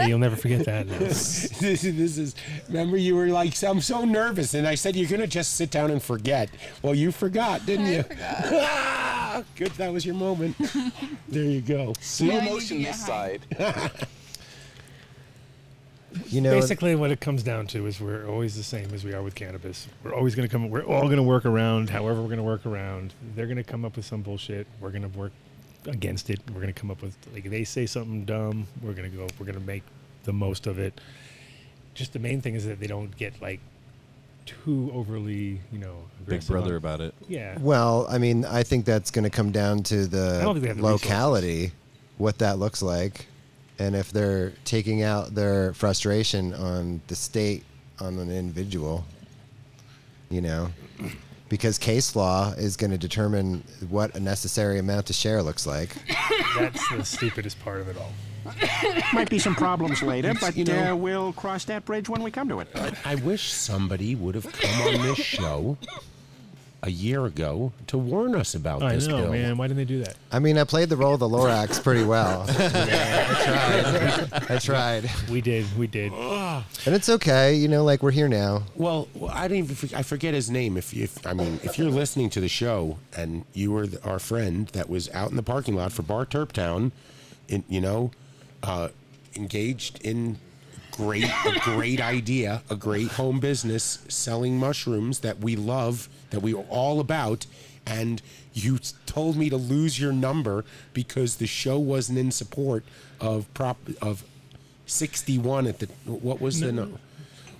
<laughs> you'll never forget that. now. this, is- this is. Remember, you were like, "I'm so nervous," and I said, "You're gonna just sit down and forget." Well, you forgot, didn't you? Ah, Good, that was your <laughs> moment. there you go. Now See, I need to get high. <laughs> You know, Basically, what it comes down to is we're always the same as we are with cannabis. We're always going to come. We're all going to work around. However, we're going to work around. They're going to come up with some bullshit. We're going to work against it. We're going to come up with like they say something dumb. We're going to go. We're going to make the most of it. Just the main thing is that they don't get like too overly, you know, Big aggressive on- Brother about it. Yeah. well, I mean, I think that's going to come down I to don't think they the have the locality, what that looks like, and if they're taking out their frustration on the state, on an individual. you know, because case law is going to determine what a necessary amount to share looks like. That's the stupidest part of it all. Might be some problems later, but you know- uh, we'll cross that bridge when we come to it. <laughs> I wish somebody would have come on this show a year ago to warn us about I this know, bill. man. Why didn't they do that? I mean, I played the role of the Lorax <laughs> pretty well. <laughs> I tried. We did. We did. And it's okay, you know, like we're here now. Well, well, I didn't even. for- I forget his name. If, if I mean, if you're listening to the show and you were the, our friend that was out in the parking lot for Bar Terp Town, in you know, uh, engaged in great a great idea, a great home business selling mushrooms that we love, that we are all about, and you s- told me to lose your number because the show wasn't in support of prop of sixty one at the what was the number.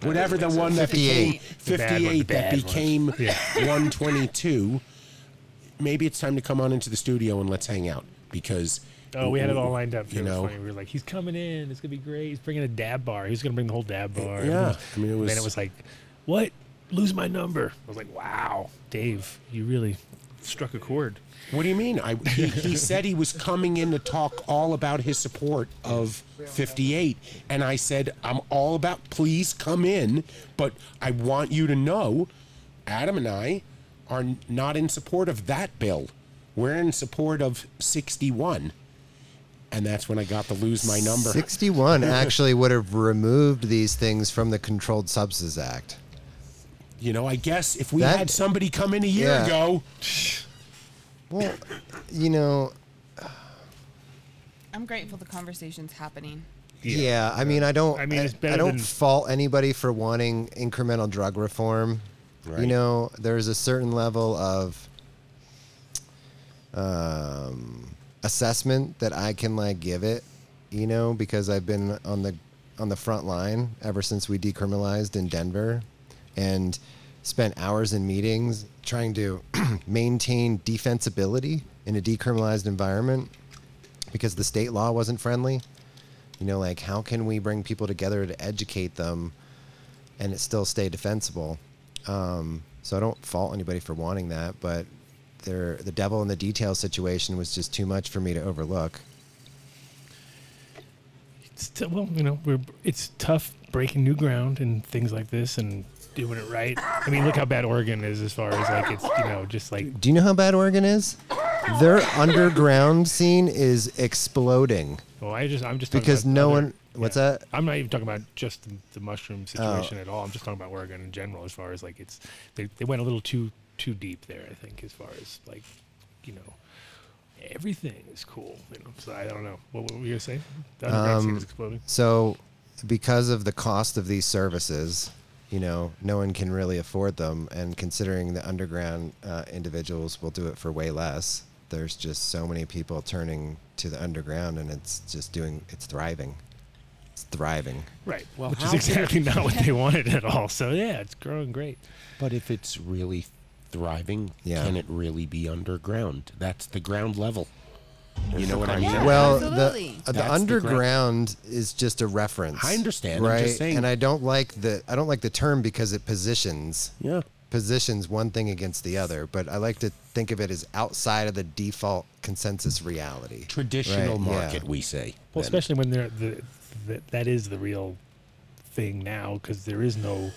Whatever the one that 58. The became bad one, the 58 that bad one. became Yeah. 122, maybe it's time to come on into the studio and let's hang out because. Oh, we had it all lined up. You it was know, funny. we were like, "He's coming in. It's gonna be great. He's bringing a dab bar. He's gonna bring the whole dab bar." Eh, yeah. I mean, it then was- it was like, "What? Lose my number?" I was like, "Wow, Dave, you really struck a chord." what do you mean? I, he, he said he was coming in to talk all about his support of 58. And I said, I'm all about, please come in, but I want you to know Adam and I are n- not in support of that bill. We're in support of 61. And that's when I got to lose my number. <laughs> 61 actually would have removed these things from the Controlled Substances Act. You know, I guess if we That- had somebody come in a year Yeah. ago, Well, you know, I'm grateful the conversation's happening. yeah, I mean, I don't, I, I mean, it's better I don't than- fault anybody for wanting incremental drug reform. You Right. know, there's a certain level of um, assessment that I can like give it, you know, because I've been on the on the front line ever since we decriminalized in Denver, and spent hours in meetings trying to <clears throat> maintain defensibility in a decriminalized environment because the state law wasn't friendly. You know, like how can we bring people together to educate them and it still stay defensible? Um, so I don't fault anybody for wanting that, but there, the devil in the details situation was just too much for me to overlook. It's t- well, you know, we're it's tough breaking new ground and things like this and doing it right. I mean, look how bad Oregon is as far as like it's you know just like Do you know how bad Oregon is? Their <laughs> underground scene is exploding well, I just I'm just talking because about no other- one. What's that? Oh. I'm not even talking about just the, the mushroom situation at all. I'm just talking about Oregon in general, as far as like it's they, they went a little too too deep there. I think as far as like you know everything is cool. You know, so I don't know what, what were you gonna say? The underground Um, scene is exploding. So, because of the cost of these services, you know, no one can really afford them. And considering the underground uh, individuals will do it for way less, there's just so many people turning to the underground, and it's just doing, it's thriving. It's thriving. Right. Well, which is how can- exactly not what they wanted at all. So yeah, it's growing great. But if it's really thriving, Yeah. can it really be underground? That's the ground level. You know what I mean? Yeah. Well, absolutely. the uh, That's the the gra- underground is just a reference. I understand. I'm right? just saying- And I don't like the I don't like the term because it positions Yeah. positions one thing against the other. But I like to think of it as outside of the default consensus reality. Traditional Right, yeah. market, we say. Well, then. especially when they're the, the that is the real thing now because there is no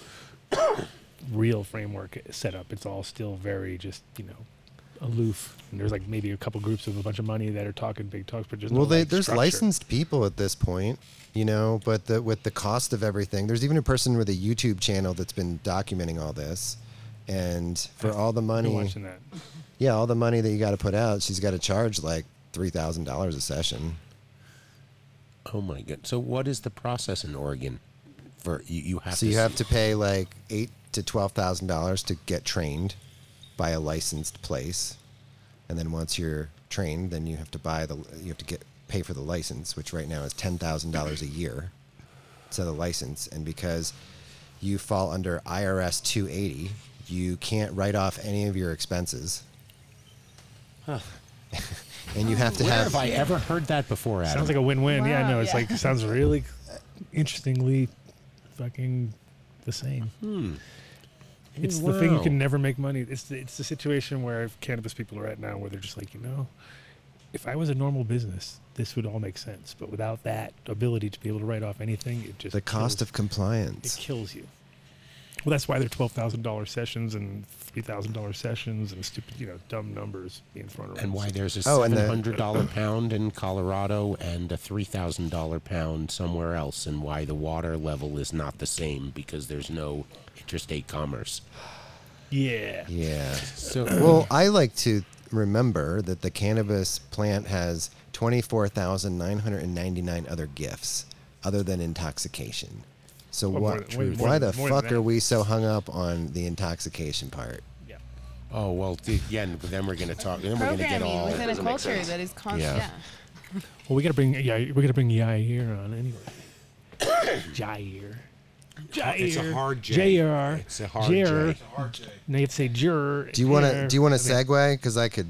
real framework set up. It's all still very just you know aloof. And there's like maybe a couple groups of a bunch of money that are talking big talks, but just Well, no, they, like, there's structure. licensed people at this point, you know, but the, with the cost of everything, there's even a person with a YouTube channel that's been documenting all this. And for all the You're money, watching that. yeah, all the money that you got to put out, she's got to charge like three thousand dollars a session. oh my god. So what is the process in Oregon? For you, you have to So you have see- to pay like eight to twelve thousand dollars to get trained by a licensed place, and then once you're trained, then you have to buy the you have to get pay for the license, which right now is ten thousand dollars a year to the license, and because you fall under IRS 280, you can't write off any of your expenses. <laughs> and you have to Where have have I ever heard that before, Adam? Sounds like a win-win. Yeah, I Wow, know. It's yeah. like sounds really interestingly fucking the same. It's the thing you Wow. can never make money. It's the, it's the situation where cannabis people are at now, where they're just like, you know, if I was a normal business, this would all make sense. But without that ability to be able to write off anything, it just the cost kills- of compliance. it kills you. Well, that's why they're twelve thousand dollar sessions and three thousand dollar sessions and stupid, you know, dumb numbers being thrown around. and why there's a Oh, and the- seven hundred dollar pound in Colorado and a three thousand dollar pound somewhere else, and why the water level is not the same because there's no interstate commerce. Yeah. Yeah. So <clears throat> Well, I like to remember that the cannabis plant has 24,999 other gifts other than intoxication. So Well, what, Oh, more than- way more why than- the more than fuck are that. we so hung up on the intoxication part? Yeah. oh well, d- again, then we're gonna talk. Then we're gonna get Programming all. within a Well, culture that is constant. Yeah. Yeah. Well, we gotta bring yeah, we're gonna bring Yair on <coughs> anyway. Jair. Jair. It's a hard J. J-R. It's a hard J-R. J. Now you have to say juror. Do you want to J-R. do you want to I mean- segue cuz I could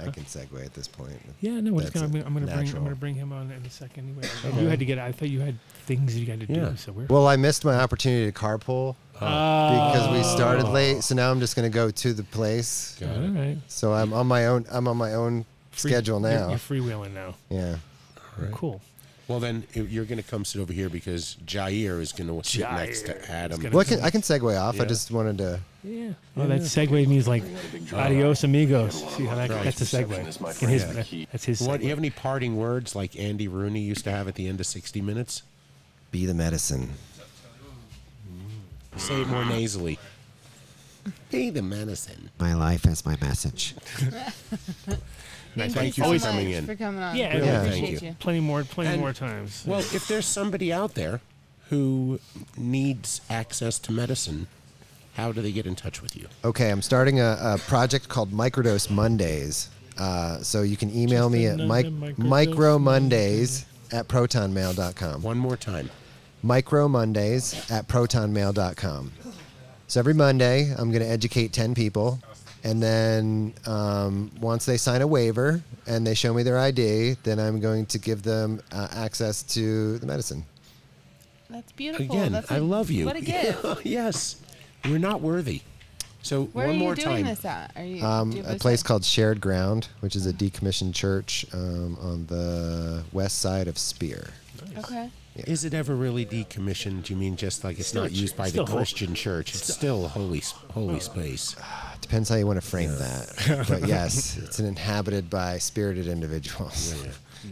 I can segue at this point. Yeah, no, we're just That's gonna, I'm gonna, I'm gonna a bring I'm natural. gonna bring him on in a second anyway. You had to get I thought you had things you had to do, Yeah. so we're Well, I missed my opportunity to carpool Oh. because we started late, so now I'm just going to go to the place. all right. So I'm on my own I'm on my own Free- schedule you're- now. You're, freewheeling now. yeah. Cool. Well, then i- you're gonna come sit over here because Jair is gonna sit next to Adam. gonna- Well, I can I can segue off. Yeah. I just wanted to. Yeah. Oh, that segue means like adios amigos. See how that, that's a segue. In his, that's his What? You segue. have any parting words like Andy Rooney used to have at the end of 60 Minutes? Be the medicine. Say it more nasally. Be the medicine. My life is my message. Thank, Thank you so for coming much in. For coming on. Yeah, We yeah, thank appreciate you. you. Plenty more, plenty And- more times. Well, if there's somebody out there who needs access to medicine, how do they get in touch with you? Okay, I'm starting a, a project called Microdose Mondays. Uh, so you can email Just me at another mic- microdose micro Mondays at protonmail.com. One more time. Micro Mondays at protonmail.com. So every Monday, I'm going to educate 10 people. And then um, once they sign a waiver and they show me their ID, then I'm going to give them uh, access to the medicine. That's beautiful. Again, That's a- I love you. <laughs> What a gift. yes. We're not worthy. So Where one are you more doing time. this at? Are you do Um, you have a place website? called Shared Ground, which is a decommissioned church um, on the west side of Spear. Okay. Is it ever really decommissioned? Do you mean just like it's Still not a used church. by Still the hol- Christian church? It's still holy, s- holy space. It depends how you want to frame that. <laughs> But yes, it's an inhabited by spirited individuals.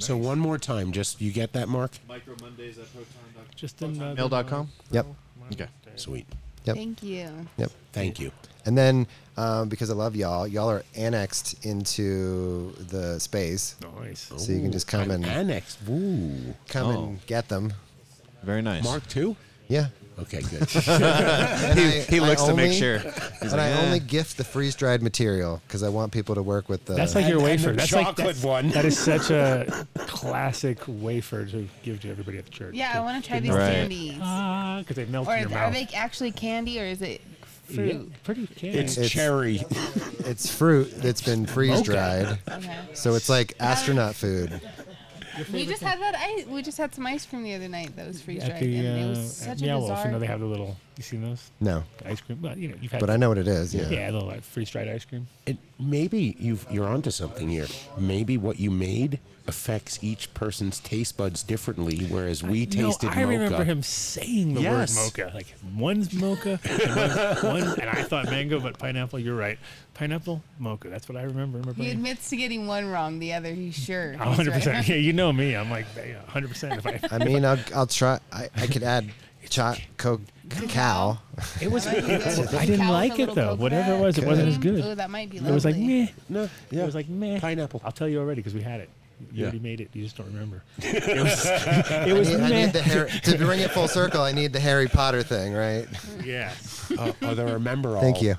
So one more time, just you get that, Mark? Micro Mondays at proton.com. Just another. Mail.com? <laughs> Yep. Okay. Sweet. Yep. Thank you. Yep. Thank you. And then um, because I love y'all, y'all are annexed into the space, Nice. Oh. so you can just come I'm and annexed. Ooh. come Oh. and get them. Very nice. Mark too? Yeah. Okay, good. <laughs> And I- he I looks to make only- sure. He's And like, I "Eh." only gift the freeze dried material because I want people to work with the. uh, That's like your and the wafer. That's like chocolate that's- one. That is such <laughs> a classic wafer to give to everybody at the church. Yeah, I want to try these Right. candies. Ah, because they melt Or in your is, are mouth. they actually candy or is it Yeah, fruit? pretty candy. it's, It's- cherry. it's fruit that's been freeze dried, Okay. so it's like astronaut food. We just had that ice. We just had some ice cream the other night that was freeze dried, at the and it uh, was at such a Meow Wolf, you know bizarre. they have the little. You seen those No, ice cream? Well, you know you've had. but I know what it is. Yeah. Yeah, the like, freeze dried ice cream. It, maybe you've, you're onto something here. Maybe what you made affects each person's taste buds differently, whereas we tasted no, I mocha. remember him saying the Yes. word mocha. Like one's mocha, and, <laughs> one's, one, and I thought mango, but pineapple. You're right, pineapple mocha. That's what I remember. in my He brain. admits to getting one wrong. The other, he's sure. <laughs> A he's hundred right. percent. Yeah, you know me. I'm like a hundred percent. <laughs> If I I mean, I'll, I'll try. I, I could add cho- co- cacao. <laughs> It was. I didn't Cow with like a it, little though. Whatever it coconut was, it wasn't as cream. good. Ooh, that might be lovely. it was like meh. no, yeah. It was like meh. Pineapple. I'll tell you already because we had it. You Yeah. already made it. You just don't remember. <laughs> It was. it was I meh. need the Harry, to bring it full circle. I need the Harry Potter thing, right? <laughs> yeah. Uh, oh, the remember all. Thank you.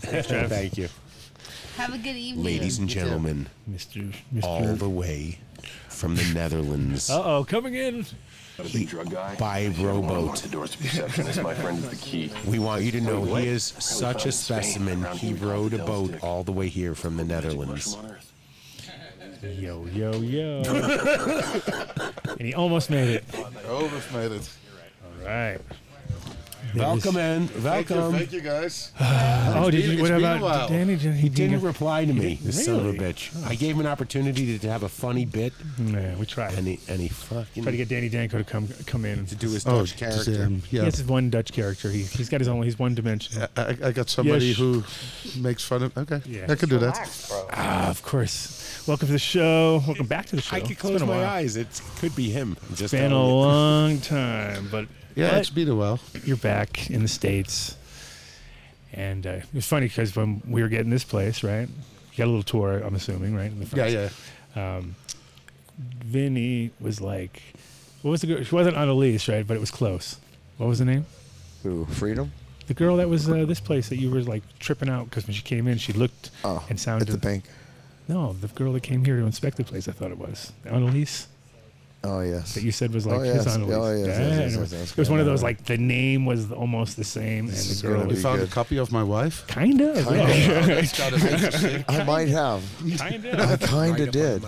Thank you, Have a good evening, ladies and gentlemen, Mr. all Mr. the way from the Netherlands Uh oh, coming in. Big drug guy. by rowboat. The door's perceptionist, my friend, is the key. We want you to know he is such a specimen. He rowed a boat all the way here from the Netherlands. Yo, yo, yo. <laughs> and he almost made it. Almost made it. All right. Welcome in. Thank you, Welcome. thank you guys. oh, It's did been- you? it's What been a about while. Danny? Did he didn't reply to He me. didn't- This son of a Really? bitch. Oh. I gave him an opportunity to have a funny bit. Yeah, we tried. And he and he fucking Try to get Danny Danko to come come in to do his Oh, Dutch just, character. um, He has his one Dutch character. He he's got his only he's one dimension. I, I got somebody Yes. who makes fun of. Okay, Yeah. I can do that. Ah, of course. Welcome to the show. Welcome back to the show. I could It's been close a my while. eyes. It could be him. It's Just been a telling you. long time, but Yeah, but it's been a while. You're back in the states, and uh, it was funny because when we were getting this place, right? You got a little tour, I'm assuming, right? In the front. Yeah, yeah. Um, Vinny was like, "What was the girl? She wasn't on a lease, right? But it was close. What was the name? Who? Freedom. The girl that was uh, this place that you were like tripping out because when she came in, she looked and sounded at the Oh, bank. No, the girl that came here to inspect the place. I thought it was Annalise. Oh yes. That you said was Oh, like his yes. Annalise. Oh, yes, yes, Yeah, yes, and yes, it was, yes, it was one of those yeah. like the name was almost the same This and is the girl. gonna be You found a good. copy of my wife? Kind of. Kind yeah. of. Wow, that's gotta be interesting. I might have. <laughs> Kind of. I kind of Right up on did.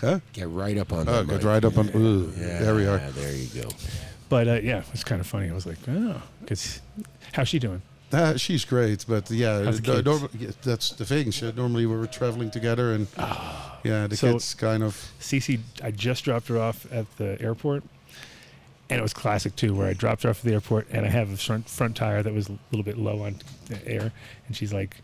Huh? Get right up on. Oh, that good. mic. Right up on. Ooh, Yeah, there we are. There you go. But uh, yeah, it was kind of funny. I was like, oh, because how's she doing? Uh, she's great, but yeah, How's the the- kids? norm- yeah, that's the thing. So normally we were traveling together, and yeah, the So- kids kind of. Cece, I just dropped her off at the airport, and it was classic too, where I dropped her off at the airport, and I have a front front tire that was a little bit low on air, and she's like.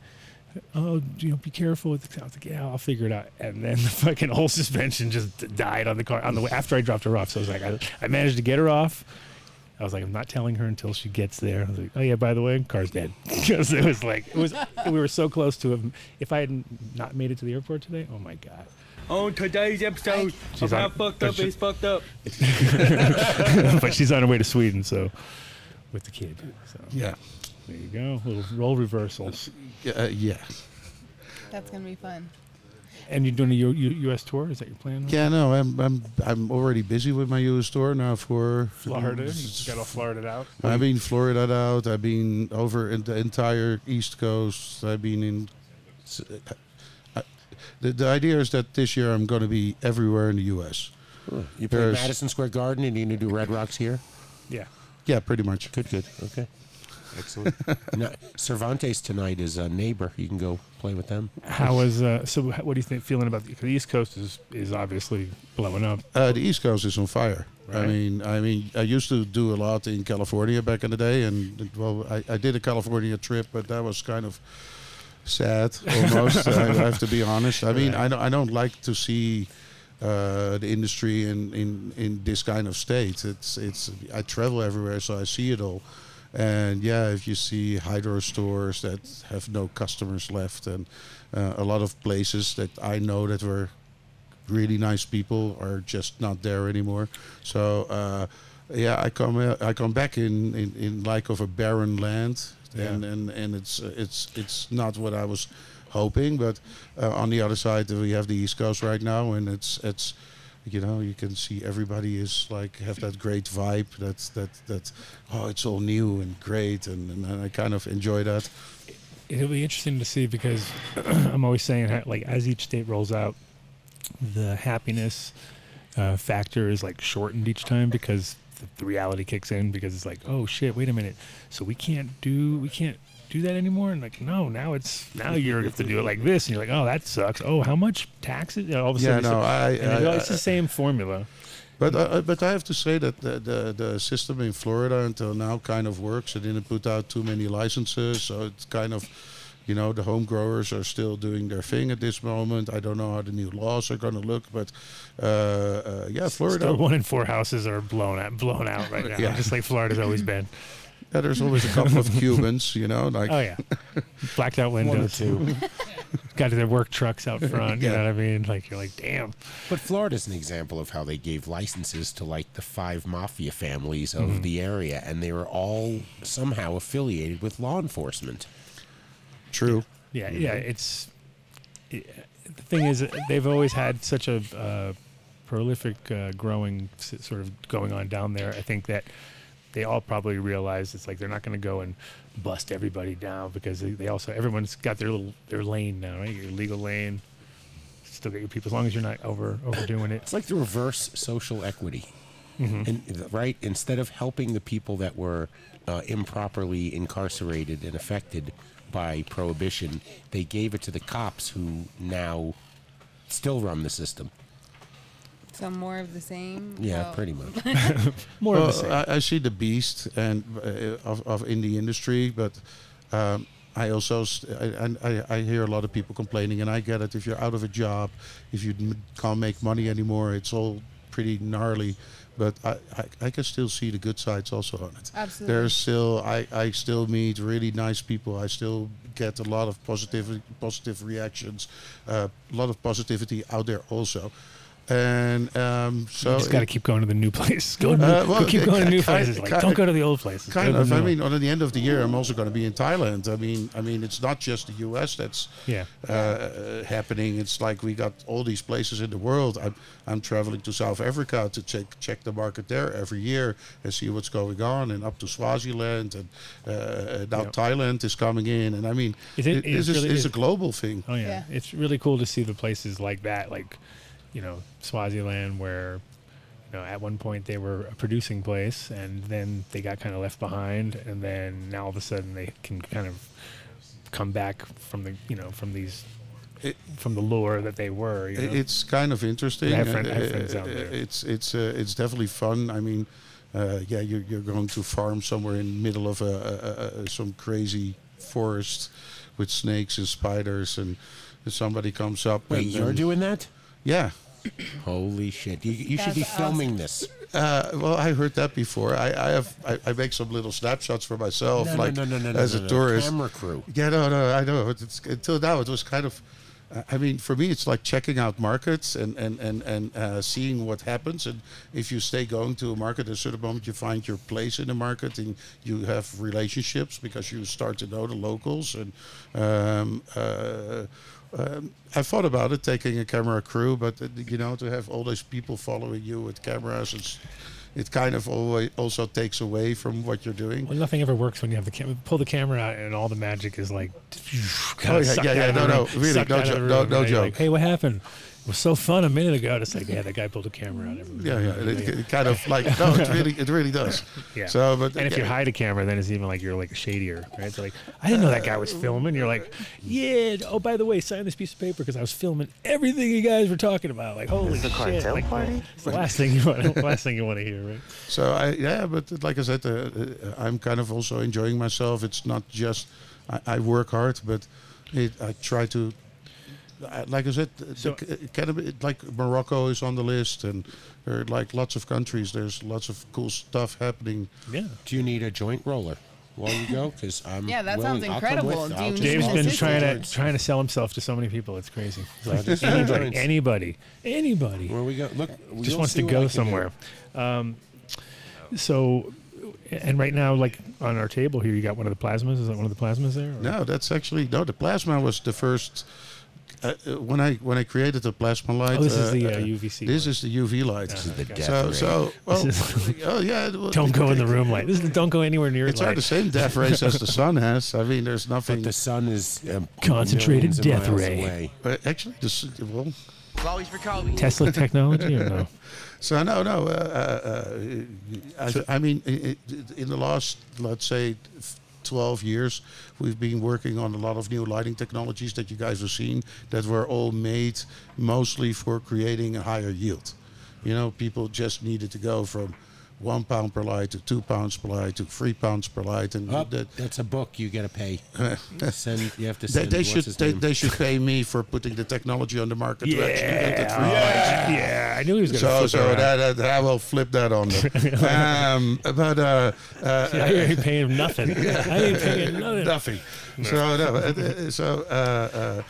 Oh, you know, be careful with the. I was like, yeah, I'll figure it out. And then the fucking whole suspension just died on the car on the way after I dropped her off. So I was like, I, I managed to get her off. I was like, I'm not telling her until she gets there. I was like, oh yeah, by the way, car's dead. <laughs> Because it was like, it was, we were so close to him. If I had not made it to the airport today, oh my god. On today's episode She's of on- How Fucked but Up she- Is Fucked Up. <laughs> but she's on her way to Sweden, so with the kid. So yeah, there you go. Little role reversals. Yeah, uh, yeah. That's gonna be fun. And you're doing a U- U- U.S. tour? Is that your plan? Yeah, no, I'm I'm I'm already busy with my US tour now for Florida. You got all Florida out. I've been Florida out. I've been over in the entire East Coast. I've been in. I- The, the idea is that this year I'm going to be everywhere in the U.S. You play There's- Madison Square Garden, and you need to do Red Rocks here. Yeah. Yeah, pretty much. Good, good. Okay. Excellent. <laughs> No, Cervantes tonight is a neighbor. You can go play with them. How was uh, so? h- What do you think? Feeling about the, 'cause the East Coast is is obviously blowing up. Uh, the East Coast is on fire. I Right. mean, I mean, I used to do a lot in California back in the day, and well, I, I did a California trip, but that was kind of sad almost. I I have to be honest. I mean, I don't, I don't like to see uh, the industry in, in in this kind of state. It's it's I travel everywhere, so I see it all. And yeah, if you see hydro stores that have no customers left, and uh, a lot of places that I know that were really nice people are just not there anymore. So uh, yeah, I come uh, I come back in, in, in like of a barren land, and, and and it's uh, it's it's not what I was hoping. But uh, on the other side, we have the East Coast right now, and it's it's you know you can see everybody is like have that great vibe that's that that oh it's all new and great and, and I kind of enjoy that It'll be interesting to see because <clears throat> I'm always saying how, like as each state rolls out, the happiness uh, factor is like shortened each time because the, the reality kicks in because it's like oh shit wait a minute so we can't do we can't do that anymore and like no now it's now you have to do it like this and you're like oh that sucks oh how much taxes You know, all of a Yeah, sudden it's no, like- I- and it's I- it's the I- same formula But I I- but I have to say that the, the the system in Florida until now kind of works. It didn't put out too many licenses, so it's kind of, you know, the home growers are still doing their thing at this moment. I don't know how the new laws are going to look, but uh, uh, yeah, Florida. Still one in four houses are blown out blown out right now Yeah. just like Florida's always been Yeah, there's always a couple of Cubans, you know, like oh yeah blacked out <laughs> One or windows two. got their work trucks out front you Yeah. know what I mean like you're like damn But Florida's an example of how they gave licenses to like the five mafia families Mm-hmm. of Mhm. the area, and they were all somehow affiliated with law enforcement. True. Yeah, yeah. It's it, the thing is that they've always had such a uh, prolific uh, growing s- sort of going on down there. I think that they all probably realize it's like they're not going to go and bust everybody down because they, they also everyone's got their little their lane now, right? Your legal lane. Still get your people as long as you're not over overdoing it. It's like the reverse social equity. Mm-hmm. and, right? Instead of helping the people that were uh, improperly incarcerated and affected by prohibition, they gave it to the cops who now still run the system. So more of the same. Yeah, Oh. pretty much. <laughs> well, uh, I, I see the beast and uh, of, of in the industry, but um, I also st- I, and I, I hear a lot of people complaining, and I get it. If you're out of a job, if you m- can't make money anymore, it's all pretty gnarly. But I, I, I can still see the good sides also on it. Absolutely. There's still I, I still meet really nice people. I still get a lot of positive positive reactions, uh, a lot of positivity out there also. And um, so just gotta it- Uh, keep going to the new <laughs> place. Go to- go keep going to new places. Like, don't go to the old places. Go Kind to the of. new I one. mean, on the end of the year, I'm also going to be in Thailand. I mean, I mean, it's not just the U.S. that's Yeah. uh, happening. It's like we got all these places in the world. I'm I'm traveling to South Africa to check check the market there every year and see what's going on, and up to Swaziland, and uh, now Yeah. Thailand is coming in. And I mean, Is it- it it's, just- really is. it's a global thing. Oh yeah. it's really cool to see the places like that, like you know Swaziland, where you know at one point they were a producing place, and then they got kind of left behind, and then now all of a sudden they can kind of come back from the you know from these from the lore that they were. You know? I- It's kind of interesting. I have friend- I have Uh, friends out uh, there. It's it's uh, it's definitely fun. I mean, uh, yeah, you're, you're going to farm somewhere in the middle of a, a, a, a some crazy forest with snakes and spiders, and somebody comes up. Wait, and, you're and- doing that? Yeah. Holy shit! You, you should be filming this. Uh, well, I heard that before. I, I have I, I make some little snapshots for myself, No, no, like no, no, no, no, as no, a no. tourist. Camera crew. Yeah, no, no, I know. It's, until now, it was kind of. I- I mean, for me, it's like checking out markets and and and and uh, seeing what happens. And if you stay going to a market, at a certain moment you find your place in the market, and you have relationships because you start to know the locals. And um, uh, um, I thought about it taking a camera crew, but uh, you know, to have all those people following you with cameras, it's, it kind of always also takes away from what you're doing. Well, nothing ever works when you have the camera. Pull the camera out, and all the magic is like, Oh, yeah, yeah, yeah, no, no, really, no joke, joke, no- no Like, joke. hey, what happened? It was so fun a minute ago. And It's like, yeah, that guy pulled the camera out. Everybody. Yeah, yeah, it, it kind of like no, it really, it really does. <laughs> Yeah. So, but and if you yeah. hide a camera, then it's even like you're like shadier, right? So like, I didn't know that guy Uh, was filming. You're like, yeah. Oh, by the way, sign this piece of paper because I was filming everything you guys were talking about. Like, holy This is a shit! cartel like, party? It's the last thing you want. <laughs> last thing you want to hear, right? So I yeah, but like I said, uh, uh, I'm kind of also enjoying myself. It's not just I, I work hard, but it, I try to. I- Like I said, the c- cannabis, like Morocco is on the list, and there are like lots of countries. There's lots of cool stuff happening. Yeah. Do you need a joint roller while you go? Because I'm. Yeah, that sounds willing. I'll come with. incredible. Do I'll you just- Dave's I'll been just- trying to trying to sell himself to so many people. It's <laughs> crazy. It's like, Just anybody, joints. anybody, anybody. Where we go? Look, just you'll wants see to what I go can do. somewhere. Um, so, and right now, like on our table here, you got one of the plasmas. Is that one of the plasmas there? or- No, that's actually no. The plasma was the first. Uh, uh, when I when I created the plasma light, Oh, this is the, uh, UVC This is the UV light. This is the Okay. death so ray. so <laughs> well, This is- oh yeah. <laughs> well, Don't go in the room light. This is don't go anywhere near It's light. not the same death rays as the sun has. I mean, there's nothing. the sun is um, Concentrated millions of death miles ray. away. But actually, the s- well, Tesla technology or <laughs> no? so no, no. Uh, uh, uh, I, I mean, i- i- in the last, let's say, f- twelve years, we've been working on a lot of new lighting technologies that you guys have seen that were all made mostly for creating a higher yield. You know, people just needed to go from one pound per light to two pounds per light to three pounds per light, and Oh, that, that's a book you gotta <laughs> pay. send, you have to they, send. they what's should his they, name? they should pay me for putting the technology on the market. to actually get that free yeah, price. yeah. I knew he was so going to. so that, that, I will flip that on them. um, but uh, uh, <laughs> I ain't paying him <laughs> nothing. I ain't paying nothing. Nothing. So no, uh, uh, so. Uh, uh,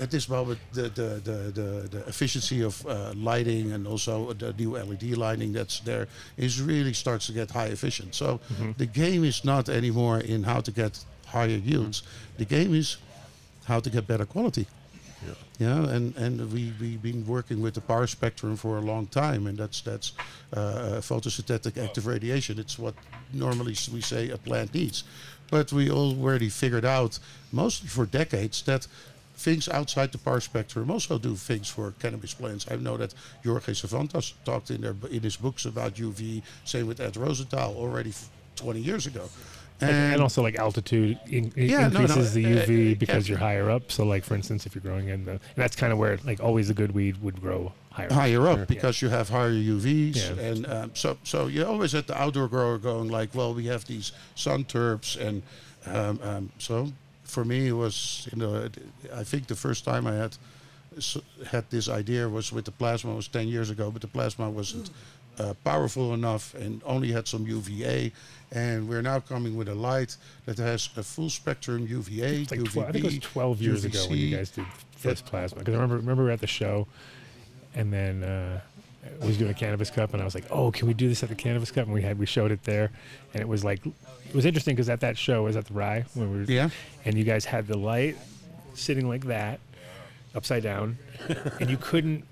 at this moment, the, the, the, the, the efficiency of uh, lighting and also the new LED lighting that's there is really starts to get high efficient. So Mhm. the game is not anymore in how to get higher yields. The game is how to get better quality. Yeah. Yeah, and, and we, we've been working with the power spectrum for a long time, and that's that's uh, photosynthetic active radiation. It's what normally s- we say a plant needs. But we already figured out, mostly for decades, that things outside the par spectrum also do things for cannabis plants. I know that Jorge Cervantes talked in their in his books about UV, same with Ed Rosenthal already f- 20 years ago. And, and also like altitude in, in- Yeah, no, no, increases uh, the UV uh, because yeah. you're higher up. So like for instance, if you're growing in the and that's kind of where like always the good weed would grow higher. higher up Sure. because you have higher UVs, Yeah. and um, so so you always at the outdoor grower going like, well, we have these sun turps, and um, um, so for me it was you know it- I think the first time I had s- had this idea was with the plasma was ten years ago, but the plasma wasn't. Uh, powerful enough and only had some UVA, and we're now coming with a light that has a full spectrum UVA, It's like UVB, tw- I think it was 12 years ago when you UVC. guys did first plasma. Because I remember, remember we were at the show, and then uh, I was doing a cannabis cup, and I was like, "Oh, can we do this at the cannabis cup?" And we had we showed it there, and it was like it was interesting because at that show it was at the Rye when we were Yeah. and you guys had the light sitting like that, upside down, and you couldn't.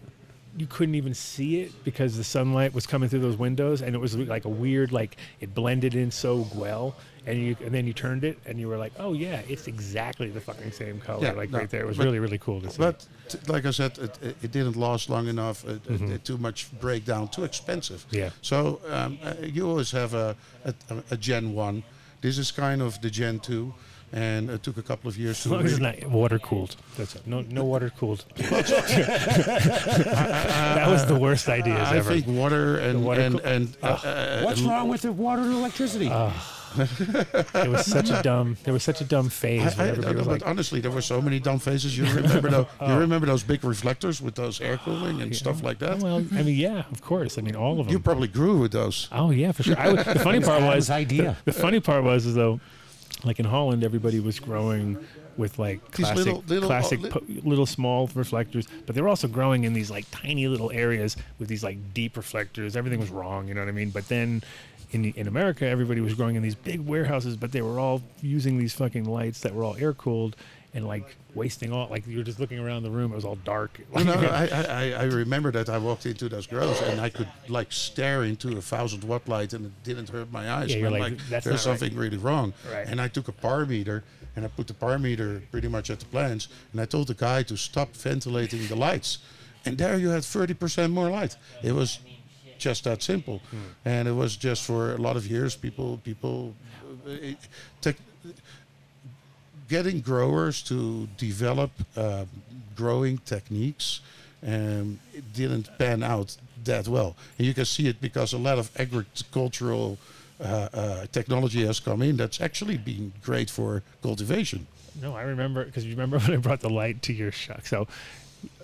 You couldn't even see it because the sunlight was coming through those windows, and it was like a weird, like it blended in so well. And you, and then you turned it, and you were like, "Oh yeah, it's exactly the fucking same color." Yeah, like no, right there. It was but- really, really cool to see. But t- like I said, it, it, it didn't last long enough. It, it- Mhm. it- too much breakdown, too expensive. Yeah. So um, uh, you always have a, a, a Gen One. This is kind of the Gen Two, and it took a couple of years as to. long as it's really- not water cooled. That's it. No, no water <laughs> cooled. I- that was the worst idea I ever. think water The and water and, cool- and uh, uh, What's and- wrong with the water and electricity? Uh, it was such a dumb. There was such a dumb phase. I, where I, everybody no, was but like, honestly, there were so many dumb faces. You remember those? <laughs> You Oh. remember those big reflectors with those air cooling and stuff like that? "Oh, Well, I mean, yeah, of course. I mean, all of them. You probably grew with those. Oh yeah, for sure. I was, the <laughs> funny part was Adam's idea. The, the funny part was is though, like in Holland, everybody was growing with like These classic, little- little- uh, classic, li- po- little small reflectors, but they were also growing in these like tiny little areas with these like deep reflectors. Everything was wrong, you know what I mean? But then. In, in America, everybody was growing in these big warehouses, but they were all using these fucking lights that were all air cooled and like wasting all. Like you were just looking around the room, it was all dark. <laughs> No, no, I, I, I- I remember that I walked into those grows and I could like stare into a thousand watt light and it didn't hurt my eyes. Yeah, you're And I'm like, "That's there's not right." something really wrong. Right. And I took a par meter and I put the par meter pretty much at the plants and I told the guy to stop ventilating the lights. And there you had 30% more light. It was just that simple. Hmm. And it was just for a lot of years, people, people, uh, it- tech, getting growers to develop um, growing techniques um, it didn't pan out that well. And you can see it because a lot of agricultural uh, uh, technology has come in that's actually been great for cultivation. No, I remember because you remember <laughs> when I brought the light to your shop. So,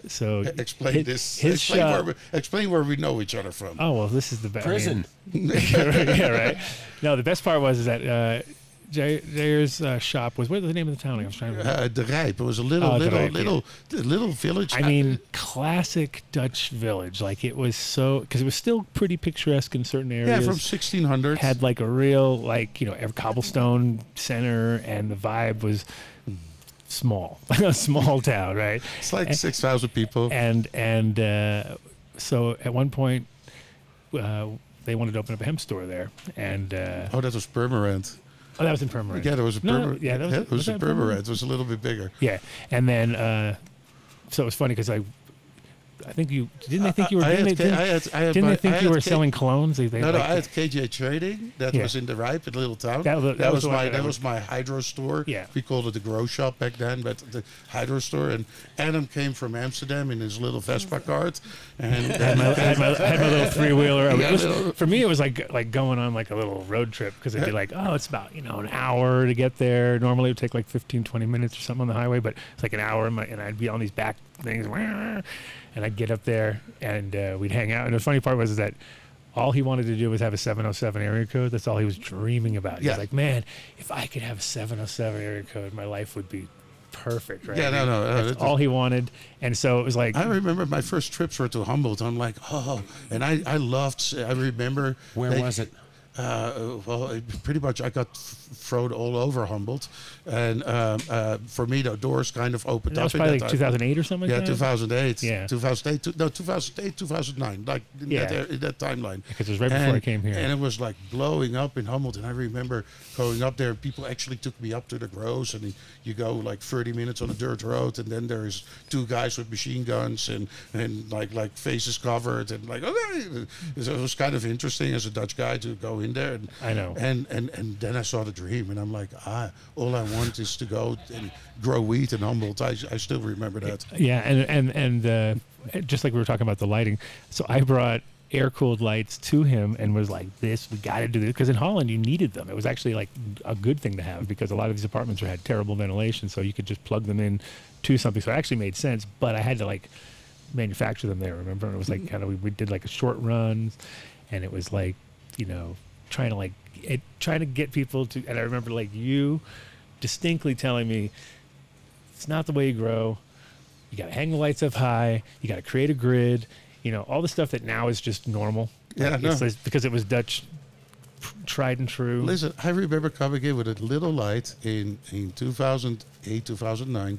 so E-, Explain his- this. His explain, shop. Where we, explain where we know each other from. oh well, this is the best Prison. <laughs> yeah, right. No, the best part was is that uh, Jay- Jair's uh, shop was what was the name of the town? I was trying to. Remember. Uh, De Rijp. It was a little, Oh, De little, Rijp, yeah. little, little village. I mean, classic Dutch village. Like it was so because it was still pretty picturesque in certain areas. yeah, from 1600s. had like a real like you know every cobblestone center, and the vibe was small, <laughs> a small town, right? It's like And- six thousand people. and and uh, so at one point uh, they wanted to open up a hemp store there, and uh, oh, that was Permanent. oh, that was in Permanent. Yeah, there was a No, no, Permanent. yeah, that was, it was a that Permanent. It was a little bit bigger. Yeah, and then uh, so it was funny because I. I think you didn't. They think you were. I Didn't they, had K- didn't, I had- I had didn't my- they think I you had were K- selling clones? They, they no, no, liked I it. had KJ Trading. That Yeah. was in the Ripe, in little town. That That, was- that was was, the one my that I that was- was my hydro store. Yeah. we called it the grow shop back then, but the hydro store. And Adam came from Amsterdam in his little Vespa cart, and <laughs> I had my, I had my, I had my little three wheeler. Yeah, little- For me, it was like like going on like a little road trip because it'd be like, oh, it's about you know an hour to get there. Normally it would take like 15, 20 minutes or something on the highway, but it's like an hour, and, my, and I'd be on these back things, and I'd get up there and uh, we'd hang out. And the funny part was is that. All he wanted to do was have a 707 area code. That's all he was dreaming about. He's Yeah. like, man, if I could have a 707 area code, my life would be perfect, right? <laughs> Yeah, no, no, no, That's that- all he wanted. And so it was like, I remember my first trips were to Humboldt. I'm like, oh, and I, I loved. I remember. Where was it? uh, well, it- pretty much I got f- throwed all over Humboldt, and um, uh, for me the doors kind of opened That up. was in probably that like time. 2008 or something like Yeah, that? 2008. Yeah. 2008. two- No, 2008, 2009. Like in Yeah. that, er- in that timeline. Because it was right before I And- came here. And it was like blowing up in Humboldt, and I remember going up there. People actually took me up to the groves, and you go like 30 minutes on a dirt road, and then there's two guys with machine guns and and like like faces covered, and like okay. So it was kind of interesting as a Dutch guy to go in there. And, I know. And and and then I saw the dream, and I'm like, ah, all I want is to go and grow wheat in Humboldt. I, I still remember that. Yeah, and and and uh, just like we were talking about the lighting, so I brought air cooled lights to him and was like, "This we got to do this," because in Holland you needed them. It was actually like a good thing to have because a lot of these apartments had terrible ventilation, so you could just plug them in to something. So it actually made sense, but I had to like manufacture them there. Remember, and it was like kind of we, we did like a short run, and it was like you know trying to like it, trying to get people to. And I remember like you distinctly telling me it's not the way you grow. You got to hang the lights up high. You got to create a grid. You know all the stuff that now is just normal. Yeah, Like, no. it's- it's because it was Dutch, pr- tried and true. Listen, I remember coming in with a little light in in 2008, 2009,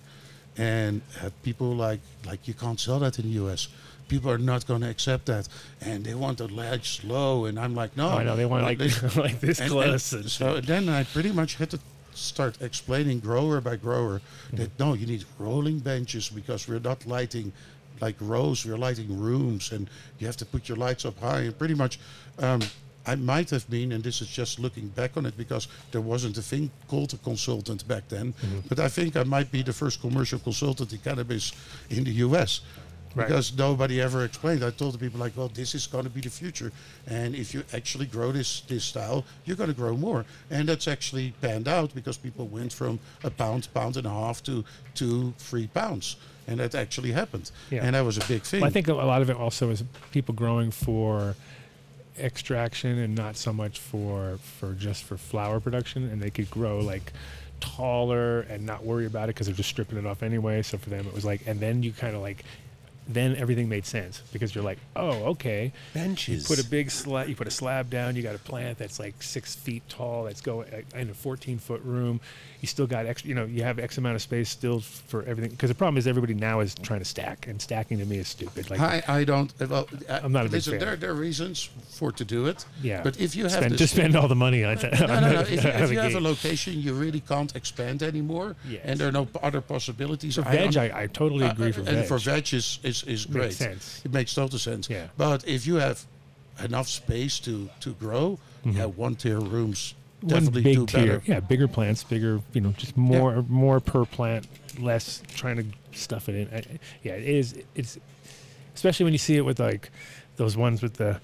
and uh, people like like you can't sell that in the U.S. People are not going to accept that, and they want the light slow. And I'm like, no, Oh, I know, they want Like it like- <laughs> like this close and so then I pretty much had to start explaining grower by grower Mm-hmm. that no, you need rolling benches because we're not lighting like rows, we're lighting rooms, and you have to put your lights up high. And pretty much, um, I might have been, and this is just looking back on it because there wasn't a thing called a consultant back then, Mm-hmm. but I think I might be the first commercial consultant in cannabis in the US. Right. Because nobody ever explained. I told the people like, well, this is going to be the future, and if you actually grow this this style, you're going to grow more, and that's actually panned out because people went from a pound, pound and a half to two, three pounds, and that actually happened, Yeah. and that was a big thing. Well, I think a lot of it also is people growing for extraction and not so much for for just for flower production, and they could grow like taller and not worry about it because they're just stripping it off anyway. So for them, it was like, and then you kind of like. Then everything made sense because you're like, oh, okay. Benches. You put a big slab. You put a slab down. You got a plant that's like six feet tall. That's going in a 14 foot room. You still got extra. You know, you have X amount of space still for everything. Because the problem is everybody now is trying to stack, and stacking to me is stupid. Like I, I don't. uh, Well, I, I'm not a big listen, fan. There, there are reasons for to do it. Yeah. But if you have Spend- this- just spend all the money on <laughs> No, that- <laughs> No, on no, the- no. If, you- out of if the you have a gate. location, you really can't expand anymore, Yes. and there are no p- other possibilities. For don't- veg, I- I totally agree for uh, and veg. for veg is is, is Makes great. sense. It makes total sense. Yeah. But if you have enough space to to grow, yeah, one tier rooms Mm-hmm. one definitely do big better. tier, yeah, bigger plants, bigger, you know, just more more per plant, less trying to stuff it in. I, I- yeah, it is. It's especially when you see it with like those ones with the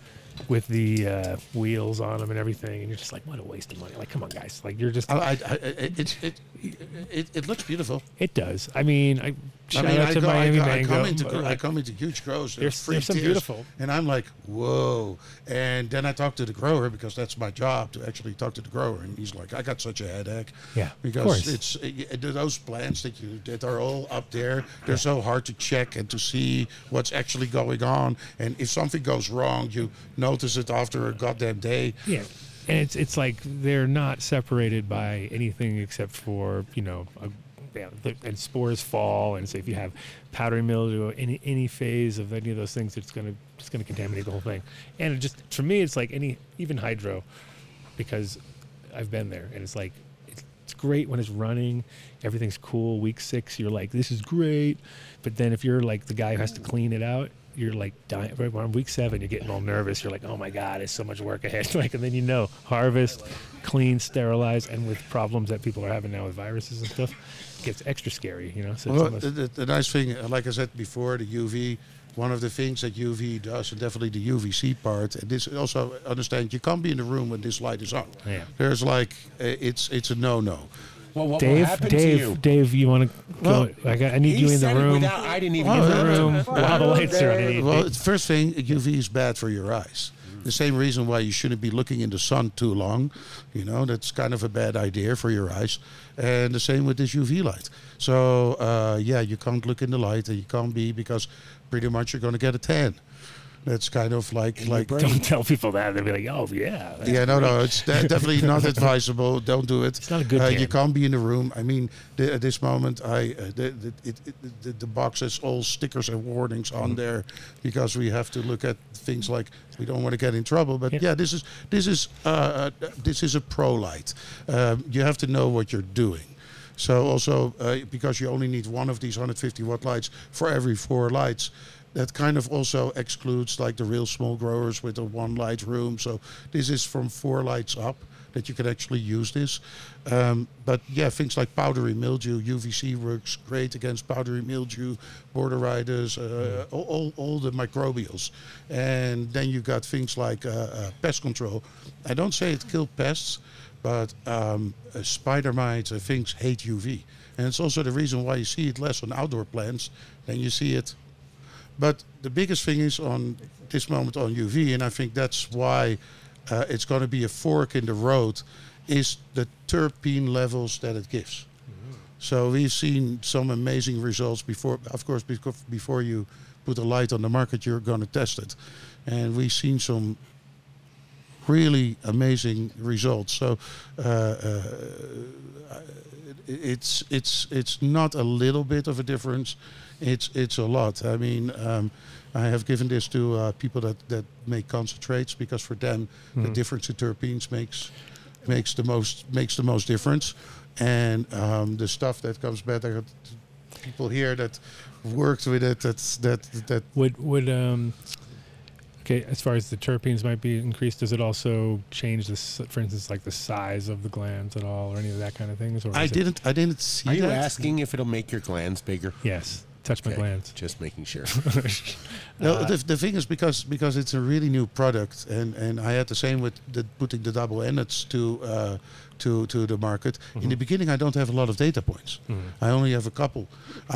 with the uh, wheels on them and everything, and you're just like, what a waste of money. Like, come on, guys, like you're just. I, I, I, it, it, it, it, it looks beautiful. it does. I mean, I shout I mean, out I, to go, Miami I, go, Mango. I come into but, gr- I like, come into huge grows. and There's- free there's some tiers, beautiful. and I'm like, whoa! And then I talk to the grower because that's my job to actually talk to the grower, and he's like, I got such a headache. Yeah, of because course. it's it, it- those plants that you that are all up there. They're so hard to check and to see what's actually going on, and if something goes wrong, you notice it after a goddamn day. Yeah. And it's it's like they're not separated by anything except for you know, a, yeah, the- and spores fall, and so if you have powdery mildew, any any phase of any of those things, it's gonna it's gonna contaminate the whole thing. And it just for me, it's like any even hydro, because I've been there, and it's like it's, it's great when it's running, everything's cool. Week six, you're like this is great, but then if you're like the guy who has to clean it out, you're like dying. Right on week seven, you're getting all nervous. You're like, oh my god, it's so much work ahead. <laughs> Like, and then you know, harvest, clean, sterilize, and with problems that people are having now with viruses and stuff, it gets extra scary. You know, so it's well, almost, the, the, the nice thing, uh, like I said before, the UV. One of the things that UV does, and definitely the UVC part, and this also understand you can't be in the room when this light is on. Yeah. There's like uh, it's it's a no no. Well, what Dave, happened to Dave, you? Dave, you want to? Well, Well, I, got, I need he you in the said it room. Oh, without- I didn't even in get the to it. room while the lights are on. I need- Well, it's first thing, UV is bad for your eyes. The same reason why you shouldn't be looking in the sun too long. You know, that's kind of a bad idea for your eyes. And the same with this UV light. So, uh, yeah, you can't look in the light and you can't be because pretty much you're going to get a tan. That's kind of like like Don't tell people that. They'll be like, oh, yeah. that's yeah, no, no, great. it's de- definitely not advisable. Don't do it. It's not a good uh, game. You can't be in the room. I mean, the, at this moment, I uh, the, the, it, it, the, the box has all stickers and warnings on Mhm. there because we have to look at things like we don't want to get in trouble. But yeah, this is this is uh, uh, this is a pro light. Um, you have to know what you're doing. So also uh, because you only need one of these 150 watt lights for every four lights, that kind of also excludes like the real small growers with a one light room. So this is from four lights up that you can actually use this. Um, but yeah, things like powdery mildew, UVC works great against powdery mildew, border riders, uh, all, all, all the microbials. And then you got things like uh, uh, pest control. I don't say it killed pests, but um, uh, spider mites and things hate UV. And it's also the reason why you see it less on outdoor plants than you see it but the biggest thing is on this moment on UV, and I think that's why uh, it's going to be a fork in the road, is the terpene levels that it gives. So we've seen some amazing results before. Of course, beco- before you put a light on the market, you're going to test it, and we've seen some really amazing results. So uh, uh, it's it's it's not a little bit of a difference. It's it's a lot. I mean, um, I have given this to uh, people that that make concentrates because for them the Mhm. difference in terpenes makes makes the most makes the most difference, and um, the stuff that comes back. I got people here that worked with it. That's that that Would would um okay as far as the terpenes might be increased, does it also change this? For instance, like the size of the glands at all, or any of that kind of things? Or I is it- didn't I didn't see. Are you that. asking if it'll make your glands bigger? Yes. Touch my glands. Just <laughs> making sure. No, Uh, the, the thing is because because it's a really new product, and, and I had the same with the, putting the double endeds to uh, to to the market. In the beginning, I don't have a lot of data points. Mhm. I only have a couple.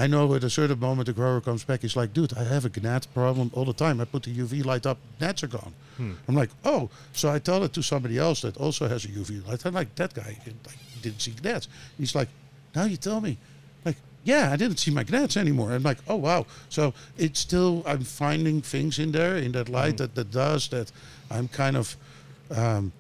I know at a certain moment the grower comes back. He's like, "Dude, I have a gnat problem all the time. I put the UV light up, gnats are gone." Hmm. I'm like, "Oh!" So I tell it to somebody else that also has a UV light. I'm like, "That guy like, didn't see gnats." He's like, "Now you tell me." like yeah i didn't see my gnats anymore i'm like oh wow so it's still i'm finding things in there in that light that that does that i'm kind of um,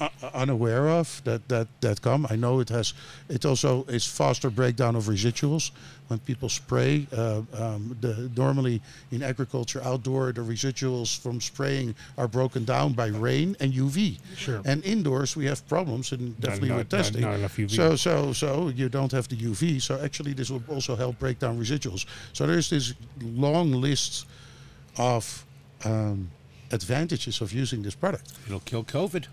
u- unaware of that that that come i know it has it also is faster breakdown of residuals when people spray uh, um, the normally in agriculture outdoor the residuals from spraying are broken down by rain and uv Sure. and indoors we have problems and definitely not- with not- testing not enough UV. so so so you don't have the UV. So actually, this will also help break down residuals. So there's this long list of um, advantages of using this product. It'll kill COVID.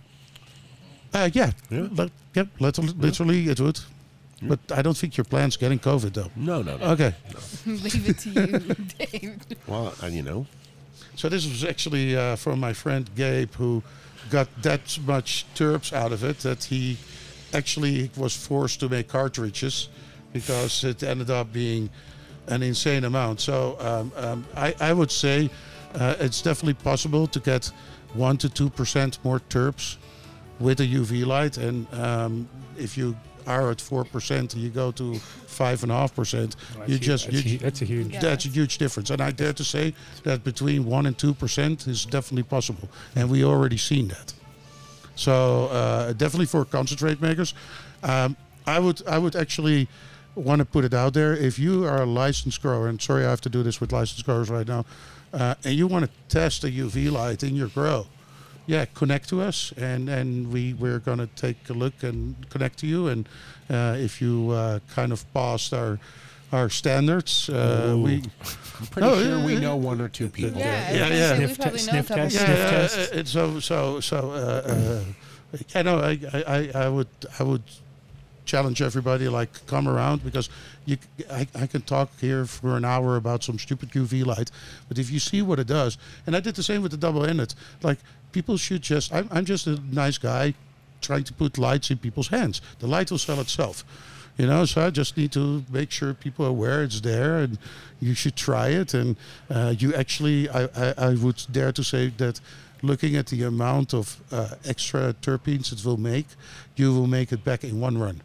Uh, yeah, yeah, yep, literally, literally it would. But I don't think your plant's getting COVID though. No, no, no. Okay. <laughs> Leave it to you, Dave. well, uh, you know. So this was actually uh, from my friend Gabe, who got that much terps out of it that he actually was forced to make cartridges because it ended up being an insane amount. So um, um, I, I would say uh, it's definitely possible to get one to two percent more terps with a UV light, and um, if you are at four percent, you go to five and a half percent. that's You huge. just That's you, hu- that's a huge- Yeah, that's a huge difference. And I dare to say that between one and two percent is definitely possible, and we already seen that. So uh, definitely for concentrate makers, um, I would I would actually want to put it out there. If you are a licensed grower, and sorry I have to do this with licensed growers right now, uh, and you want to test a UV light in your grow, yeah, connect to us, and and we we're gonna take a look and connect to you. And uh, if you uh, kind of passed our our standards, uh, Ooh. we I'm pretty sure we know one or two people. Oh, Yeah, yeah, yeah. Sniff te- sniff test. Yeah, yeah, uh, uh, so so so. Uh, uh, yeah, no, I, I- I, I would I would challenge everybody like come around because you c- I, I can talk here for an hour about some stupid UV light, but if you see what it does, and I did the same with the double ended, like people should just I'm I'm just a nice guy trying to put lights in people's hands. The light will sell itself. You know, so I just need to make sure people are aware it's there, and you should try it. And uh, you actually, I, I, I would dare to say that, looking at the amount of uh, extra terpenes it will make, you will make it back in one run.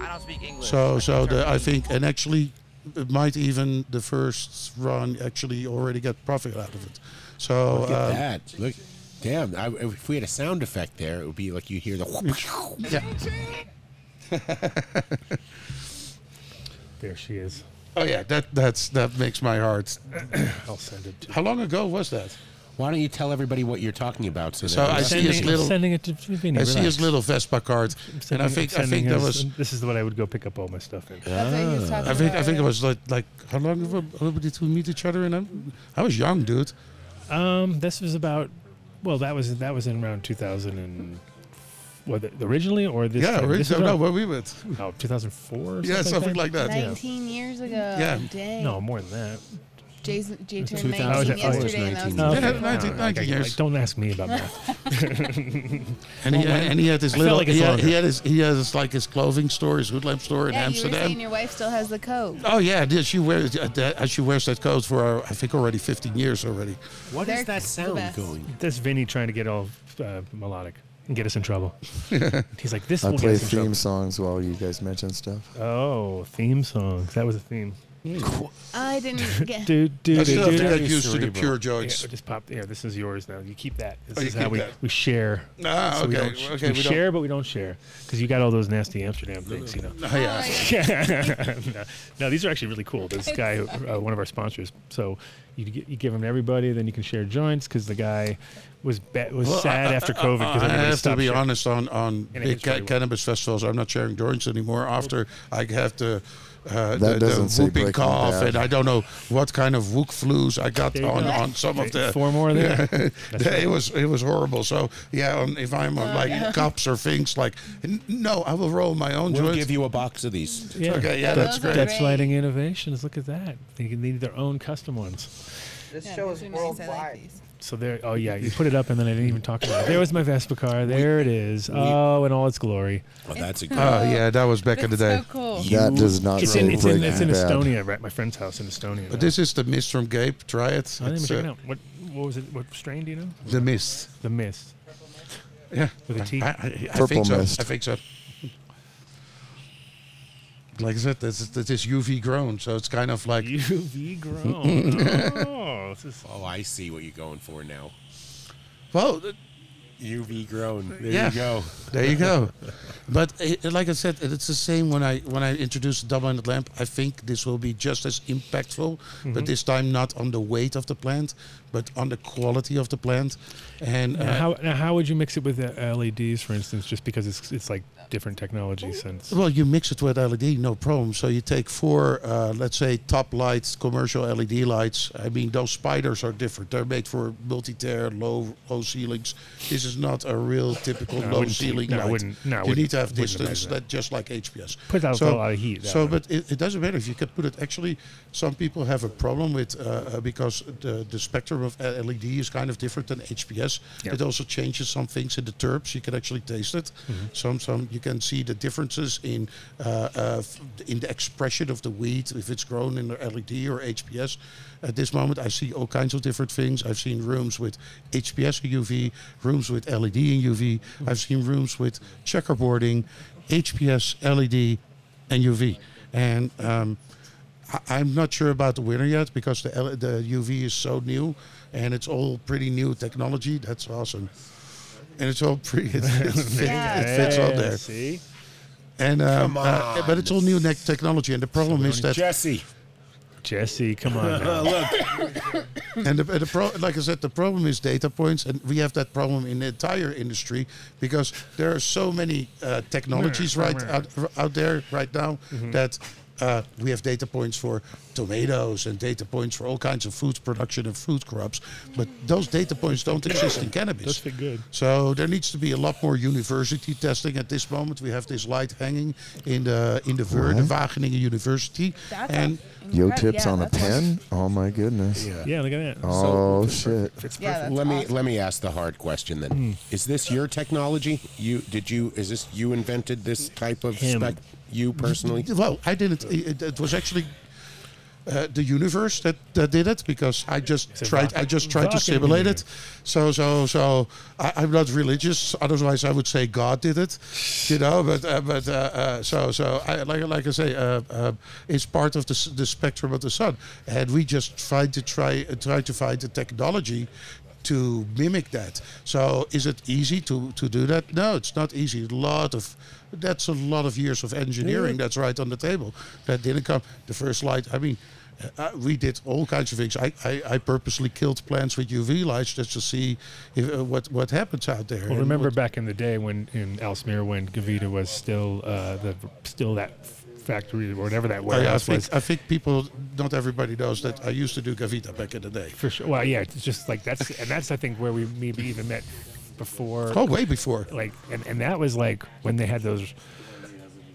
I don't speak English. So, so the, I think, and actually, it might even the first run actually already get profit out of it. So Look uh, at that. Look, damn. I, if we had a sound effect there, it would be like you hear the. There she is. Oh yeah, that that's that makes my heart. I'll send it. How long ago was that? Why don't you tell everybody what you're talking about? So, So that- I see his little. I see his little Vespa card, and I think I think that was. This is what I would go pick up all my stuff in. Ah. I think I think it was like like how long ago did we meet each other? And I'm, I was young, dude. Um, this was about. Well, that was that was in around 2000 and. What, the- originally or this? Yeah, time? This origi- is no, around- when <laughs> we went. Oh, 2004 or something Yeah, something like that, yeah. 19 years ago. Dang. No, more than that. Jay's, Jay turned I was 19 at- oh, it was yesterday. and that 19. was two Okay. years ago. All right, okay, years. like, don't ask me about math. <laughs> And he, and he had I his felt little. like it's he, had, longer. he had his he had his like his clothing store, his hoodlum store in yeah, you were Amsterdam. saying your wife still has the coat. Oh yeah, yeah, she wears uh, that- uh, she wears that coat for uh, I think already 15 years already. What is They're that the sound best. going? That's Vinny trying to get all uh, melodic and get us in <laughs> trouble. He's like, this I will get play us in theme trouble. songs while you guys mention stuff. Oh, theme songs. That was a theme. Cool. I <laughs> didn't get. Do, do, do, I still do, have to do. get used to the Very pure cerebral. jokes. Yeah, just pop. Yeah, this is yours now. You keep that. This Oh, you is how keep we, that. we share. Ah, So we okay, don't sh- okay, We, we don't- share, but we don't share because you got all those nasty Amsterdam things, you know. <laughs> Oh, yeah. yeah. no, no, these are actually really cool. This guy, uh, one of our sponsors. So you gi- you give them to everybody, then you can share joints because the guy was ba- was Well, sad I- I- <laughs> after COVID I, because I have to stopped be sharing. honest on on And it big hits really ca- cannabis festivals. I'm not sharing joints anymore after I have the. Uh, That the, doesn't the say whooping Breaking cough, Bad. and I don't know what kind of wook flus I got There you on, go. on some of Okay, the four more there. <laughs> Yeah. That's it was it was horrible. So yeah, on, if I'm on like cups or things like, n- no, I will roll my own We'll joints. give you a box of these. Yeah. Okay, yeah, that's great. Dutch Lighting Innovations. Look at that. They can need their own custom ones. This Yeah, show these is are nice. I like worldwide. So there. Oh yeah, you put it up and then I didn't even talk about it. There was my Vespa car. There it is. Oh, in all its glory. Oh, that's a Oh yeah, that was back in the day. That does not It's say in it's in, Breaking it's in Bad. Estonia, right? My friend's house in Estonia. But this is the mist from Gape. Try it. I didn't even It's, Oh, check uh, it out. What what was it? What strain do you know? the mist. The <laughs> mist. Yeah, With a T. I, I, I Purple think so. mist. I think so. Like I said, this is, this is UV grown, so it's kind of like UV <laughs> grown. oh, this is Oh, I see what you're going for now. well, th- UV grown. There yeah. you go. There <laughs> you go. but it, like I said, it's the same when I when I introduced the double-ended lamp. I think this will be just as impactful, but Mhm. this time not on the weight of the plant, but on the quality of the plant. And Now uh, how now how would you mix it with uh, the LEDs, for instance? Just because it's it's like different technology since. Well, you mix it with LED, no problem. So you take four, uh, let's say, top lights, commercial LED lights. I mean, those spiders are different. They're made for multi-tier, low, low ceilings. This is not a real typical No, I low wouldn't- ceiling no, I light. wouldn't- no, I you wouldn't- need to have wouldn't distance, imagine that just like HPS. Puts out a lot of heat, that So, one. but it, it doesn't matter if you could put it. Actually, some people have a problem with uh, uh, because the the spectrum of uh, LED is kind of different than HPS. Yeah. It also changes some things in the terps. You can actually taste it. Some some you can see the differences in uh, uh, f- in the expression of the wheat if it's grown in the LED or HPS. At this moment, I see all kinds of different things. I've seen rooms with HPS and UV, rooms with E LED and UV. I've seen rooms with checkerboarding, HPS, LED, and UV. And um, I- I'm not sure about the winner yet because the L- the UV is so new, and it's all pretty new technology. That's awesome, and it's all pretty. <laughs> It, it, fit, it fits all there. See. And um, Come uh, but it's all new ne- technology, and the problem is that Jesse. Jesse, come on. <laughs> now. and the, and the pro, like I said, the problem is data points, and we have that problem in the entire industry because there are so many uh, technologies Meh, meh, right meh. out, out there right now that uh, we have data points for tomatoes and data points for all kinds of food production and food crops, but those data points don't exist in cannabis. That's been good. So there needs to be a lot more university testing at this moment. We have this light hanging in the in the Ver, the Wageningen University, That's and Yo incredible. tips Yeah, on a that's pen? Oh my goodness. Yeah, look at that. Oh shit. Yeah, that's let me awesome. let me ask the hard question then. Hmm. Is this your technology? You did you is this you invented this type of Him. spec? You personally? Well, I didn't. It, it was actually uh, the universe that, that did it because I just a tried rocket- I just tried to rocket simulate it. So so so I, I'm not religious. Otherwise, I would say God did it, you know. But uh, but uh, uh, so so I, like like I say, uh, uh, it's part of the, s- the spectrum of the sun, and we just try to try uh, try to find the technology to mimic that. So is it easy to to do that? No, it's not easy. A lot of that's a lot of years of engineering Yeah. that's right on the table that didn't come. The first light, I mean. Uh, we did all kinds of things. I, I, I purposely killed plants with UV lights just to see if, uh, what what happens out there. Well, And remember back in the day when in Elsmere when Gavita was still uh, the still that f- factory or whatever that what- I, Oh, I warehouse think was. I think people not everybody knows that I used to do Gavita back in the day. For sure. Well, yeah, it's just like that's and that's I think where we maybe even met before. Oh, way before. Like and, and that was like when they had those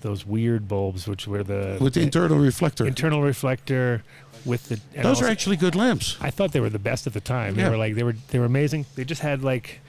those weird bulbs, which were the With the internal reflector. Internal reflector with the. and Those are also- actually good lamps. I thought they were the best at the time. They Yeah. were like they were they were amazing. They just had like.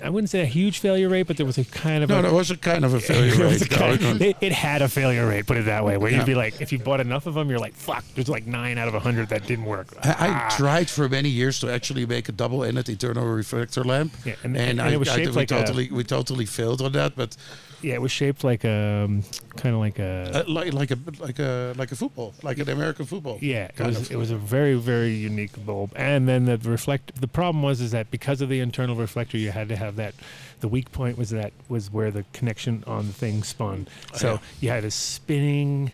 I wouldn't say a huge failure rate, but there was a kind of No, a, <laughs> no, it was a kind of a failure It was rate. a No, kind- it- it, it had a failure rate, put it that way, where Yeah. you'd be like, if you bought enough of them, you're like, fuck, there's like nine out of a hundred that didn't work. I, Ah. I tried for many years to actually make a double-ended internal reflector lamp, Yeah, and- and it was I, shaped we like a- totally we totally failed on that. But Yeah, it was shaped like a, kind of like a, uh, like like a like a like a football, like an American football. Yeah, it kind was of. it was a very very unique bulb. And then the reflect the problem was is that because of the internal reflector, you had to have that. The weak point was that was where the connection on the thing spun. So Oh, Yeah. you had a spinning.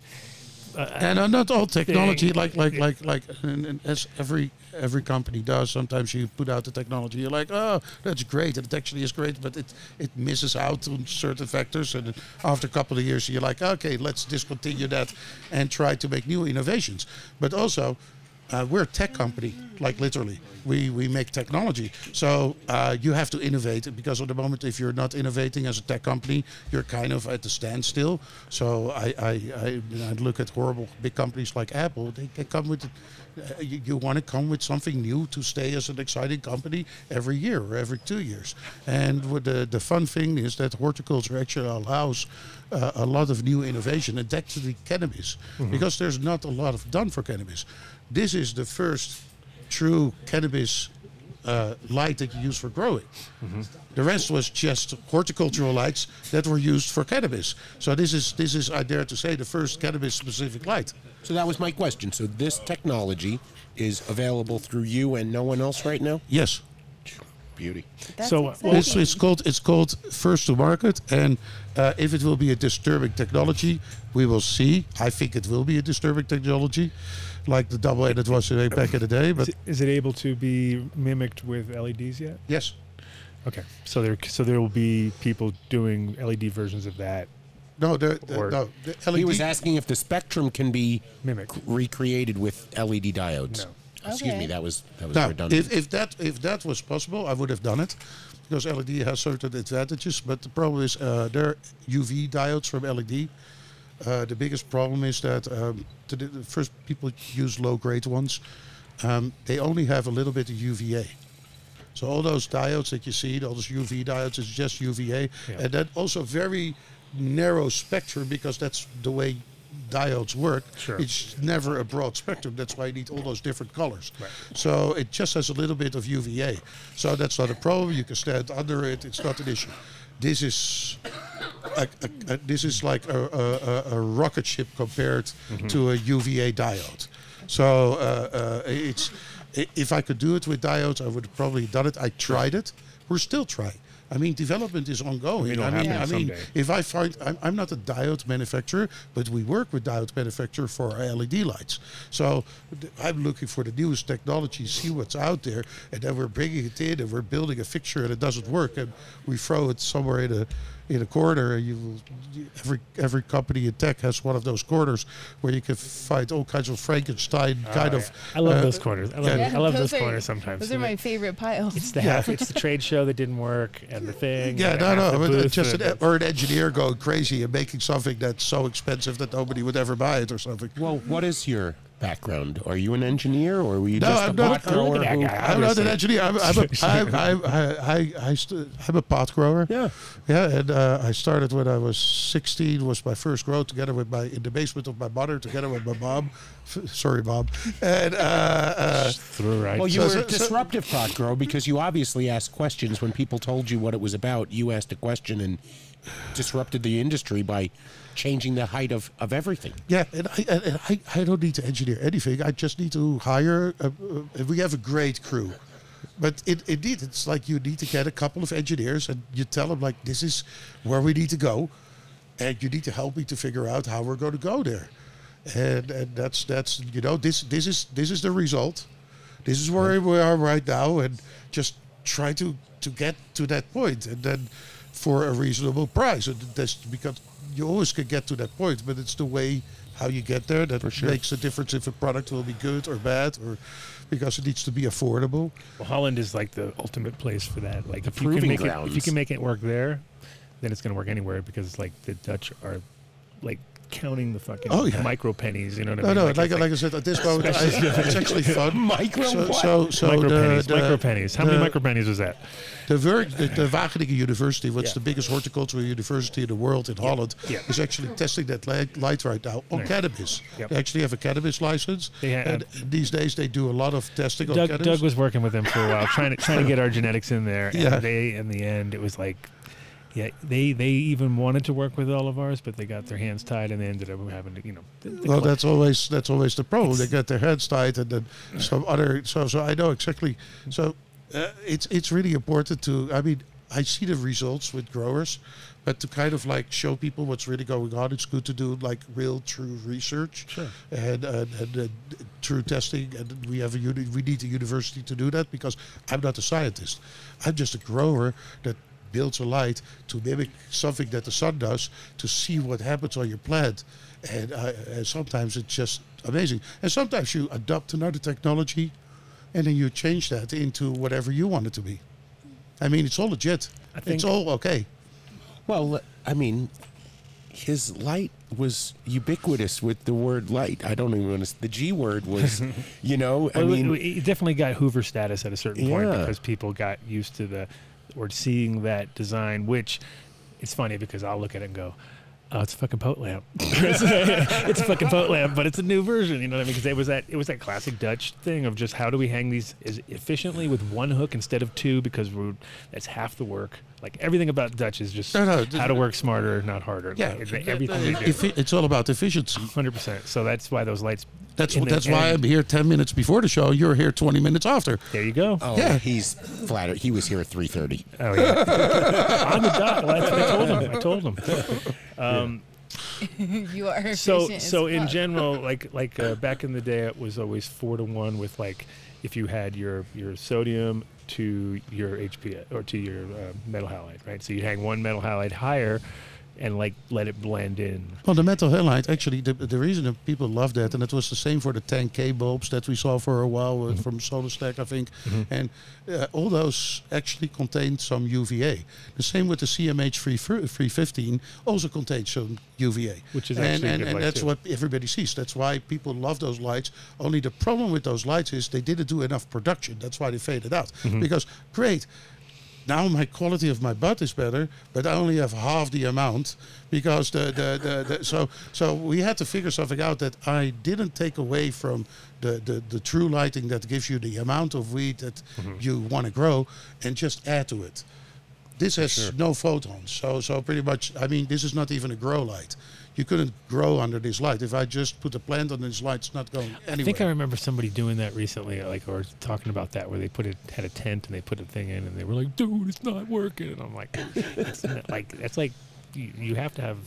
Uh, and uh, not all technology thing. like <laughs> like like like and, and as every every company does sometimes you put out the technology you're like oh that's great and it actually is great but it it misses out on certain factors and after a couple of years you're like okay let's discontinue that and try to make new innovations but also uh, we're a tech company like literally we we make technology so uh, you have to innovate because at the moment if you're not innovating as a tech company you're kind of at a standstill so i i, I, when I look at horrible big companies like apple they, they come with uh, you, you want to come with something new to stay as an exciting company every year or every two years and what the the fun thing is that horticulture actually allows uh, a lot of new innovation and actually cannabis Mhm. because there's not a lot of done for cannabis this is the first true cannabis uh, light that you use for growing. The rest was just horticultural lights that were used for cannabis. So this is this is I dare to say the first cannabis specific light. So that was my question. So this technology is available through you and no one else right now. Yes. Beauty. That's So, uh, well- it's- it's called it's called first to market, and uh, if it will be a disturbing technology, we will see. I think it will be a disturbing technology, like the double A that was today back in the day. But Is it- is it able to be mimicked with LEDs yet? Yes. Okay, so there so there will be people doing E LED versions of that. No, the, Or- no. The E LED he was asking if the spectrum can be mimicked, recreated with LED diodes. No. Excuse me, Okay. that was that was Now, redundant. if, if that if that was possible, I would have done it, because LED has certain advantages. But the problem is, uh, there are UV diodes from LED. Uh, the biggest problem is that um, the, the first people use low grade ones. Um, they only have a little bit of UVA. So all those diodes that you see, all those UV diodes, is just UVA, Yeah. and that also very narrow spectrum because that's the way diodes work. Sure. It's never a broad spectrum. That's why you need all those different colors. Right. So it just has a little bit of UVA. So that's not a problem. You can stand under it. It's not an issue. This is a, a, a- this is like a, a, a- a rocket ship compared Mhm. to a UVA diode. So uh, uh, it's i- if I could do it with diodes, I would have probably done it. I tried it. We're still trying. I mean, development is ongoing. it'll I mean, I happen mean, someday. if I find I'm, I'm not a diode manufacturer, but we work with diode manufacturer for our LED lights. So th- I'm looking for the newest technology, see what's out there, and then we're bringing it in and we're building a fixture and it doesn't work, and we throw it somewhere in a in a corner. And you will- every every company in tech has one of those corners where you can find all kinds of Frankenstein Oh, kind yeah. of. I love uh, those corners. I love, yeah. I love Those those, are- corners sometimes. Those are my favorite piles. It's <laughs> the half, it's the trade show that didn't work and the thing. Yeah, and no, half the no, but booth just and an, e, the- or an engineer going crazy and making something that's so expensive that nobody would ever buy it or something. Well, what is your background? Are you an engineer or were you No, just a I'm not. pot grower? I'm, who- I'm not an engineer. I'm, I'm, a, <laughs> I'm, I'm, I, I, I st- I'm a pot grower. Yeah, yeah. And uh, I started when I was 16. Was my first grow together with my in the basement of my mother, together with my mom. Sorry, mom. And uh, uh, through right. Well, you were a disruptive pot grower because you obviously asked questions when people told you what it was about. You asked a question and disrupted the industry by changing the height of, of everything. Yeah, and I, and and I, I don't need to engineer anything. I just need to hire. A, a, we have a great crew, but it, indeed, it's like you need to get a couple of engineers, and you tell them like, this is where we need to go, and you need to help me to figure out how we're going to go there, and and that's that's you know this this is this is the result, this is where we are right now, and just try to to get to that point, and then for a reasonable price, and that's because you always can get to that point, but it's the way how you get there that makes the difference if a product will be good or bad, or because it needs to be affordable. Well, Holland is like the ultimate place for that. Like The if you can proving make it, if you grounds. can make it work there, then it's going to work anywhere because like the Dutch are like counting the fucking Oh, yeah. micro pennies. You know what No, I mean? no, it's like- like I said, at this moment, I- <laughs> special- it's <laughs> actually fun. Micro So- what? so- so micro the- pennies. the- micro pennies. How many the- micro pennies was that? The, Ver- the, the Wageningen University, which is Yeah. the biggest horticultural university in the world in Holland, Yeah. is actually testing that light, light right now on Nice. cannabis. Yep. They actually have a cannabis license, They ha- and these days they do a lot of testing on Doug, cannabis. Doug was working with them for a while, trying to trying to get our genetics in there. And Yeah. they in the end it was like yeah, they, they even wanted to work with all of ours, but they got their hands tied and they ended up having to, you know. the- the well, collect- that's always that's always the problem. They get their heads tied, and then some other. So, so I know exactly. So, uh, it's it's really important to. I mean, I see the results with growers, but to kind of like show people what's really going on, it's good to do like real, true research Sure. and and, and, and true testing. And we have a uni- we need a university to do that because I'm not a scientist. I'm just a grower that builds a light to mimic something that the sun does to see what happens on your plant. And, I, and sometimes it's just amazing. And sometimes you adopt another technology and then you change that into whatever you want it to be. I mean, it's all legit. It's all okay. Well, I mean, his light was ubiquitous with the word light. I don't even want to. The G word was, you know, I Well, it- mean, it definitely got Hoover status at a certain point Yeah. because people got used to the or seeing that design. Which it's funny because I'll look at it and go, "Oh, it's a fucking boat lamp. <laughs> it's a fucking boat lamp, but it's a new version." You know what I mean? Because it was that it was that classic Dutch thing of just how do we hang these as efficiently with one hook instead of two because we're, that's half the work. Like everything about Dutch is just No, no, how to work smarter, not harder. Yeah, Like, it's everything they do. Effi- it's all about efficiency. Hundred percent. So that's why those lights. That's in the that's why end- I'm here ten minutes before the show. You're here twenty minutes after. There you go. oh, yeah, he's flattered. He was here at three thirty. Oh yeah, <laughs> on the dot. Well, that's what I told him. I told him. Um, <laughs> you are efficient so as so in fuck. general, like like uh, back in the day, it was always four to one with like if you had your your sodium to your HPA or to your uh, metal halide, right? So you hang one metal halide higher, and like let it blend in. Well, the metal halide actually the, the reason that people love that, and it was the same for the 10k bulbs that we saw for a while Mm-hmm. uh, from SolarStack, I think, Mhm. and uh, all those actually contained some UVA. The same with the CMH 315 also contains some UVA, Which is and actually a and, good and light, that's too. what everybody sees. That's why people love those lights. Only the problem with those lights is they didn't do enough production. That's why they faded out. Mm-hmm. Mhm. Because great, now my quality of my butt is better, but I only have half the amount because the, the, the, the so so we had to figure something out that I didn't take away from the, the, the true lighting that gives you the amount of weed that you want to grow and just add to it. This has no photons, so so pretty much. I mean, this is not even a grow light. You couldn't grow under this light. If I just put a plant under this light, it's not going anywhere. I think I remember somebody doing that recently, like or talking about that, where they put it had a tent and they put a thing in, and they were like, "Dude, it's not working," and I'm like, "That's not, <laughs> like that's like you, you have to have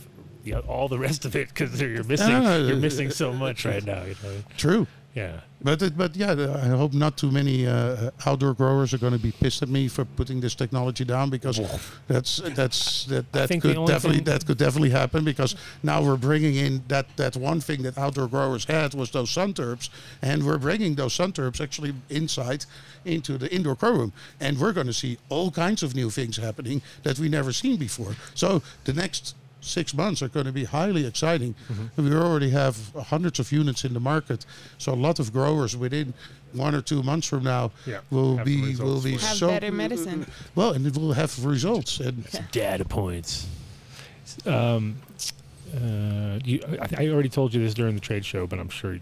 you know, all the rest of it because you're missing No, no, no, you're uh, missing so much right now." You know? True. Yeah. But it, but yeah, the- I hope not too many uh, outdoor growers are going to be pissed at me for putting this technology down because that's that's that that think the could only definitely thing- that could definitely happen because now we're bringing in that that one thing that outdoor growers had was those sun turps and we're bringing those sun turps actually inside into the indoor grow room and we're going to see all kinds of new things happening that we never seen before. So the next six months are going to be highly exciting. Mm-hmm. And we already have hundreds of units in the market, so a lot of growers within one or two months from now Yeah, will have the be will results be for it. Have so better medicine. Well, and it will have results and data points. Um, uh, you, I, I already told you this during the trade show, but I'm sure,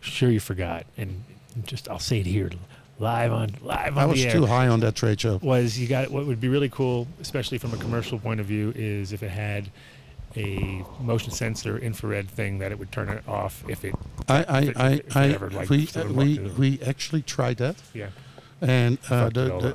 sure you forgot. And just I'll say it here, live on live on I was the air. too high on that trade show. Was you got what would be really cool, especially from a commercial point of view, is if it had a motion sensor infrared thing that it would turn it off if it. I, if it- I, I, if it I ever, like, we, sort of we, walked it over. we actually tried that. Yeah. And uh, Fucked the, it all the, up.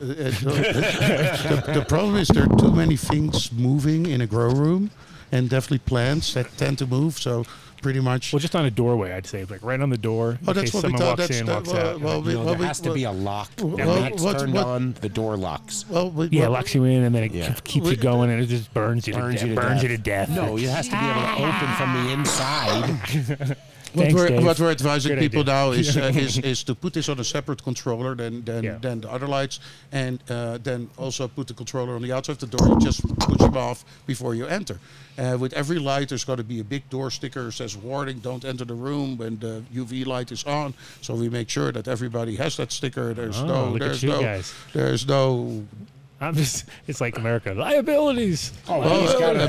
<laughs> uh, the, the problem is there are too many things moving in a grow room and definitely plants that tend to move. So pretty much. Well, just on a doorway, I'd say, like right on the door. Oh, in that's case what we someone thought. walks That's in, that- walks well, out. well, we- No, well, there we- has to well- be a lock. Well, The well, light's what- turned what- on, the door locks. Well, we- yeah, well- locks you in and then it Yeah. keep- keeps you going and it just burns you Burns to, you death. to burns death. you to death. No, it has to be able to open from <laughs> the inside. What, Thanks, we're, Dave. what we're advising Good people idea. now is, uh, is is to put this on a separate controller than than, than the other lights, and uh, then also put the controller on the outside of the door. You just push them off before you enter. Uh, with every light, there's got to be a big door sticker that says "Warning: Don't enter the room when the UV light is on." So we make sure that everybody has that sticker. There's Oh, no, look at there's you no, guys. there's no. <laughs> I'm just, it's like America. Liabilities. Oh, uh,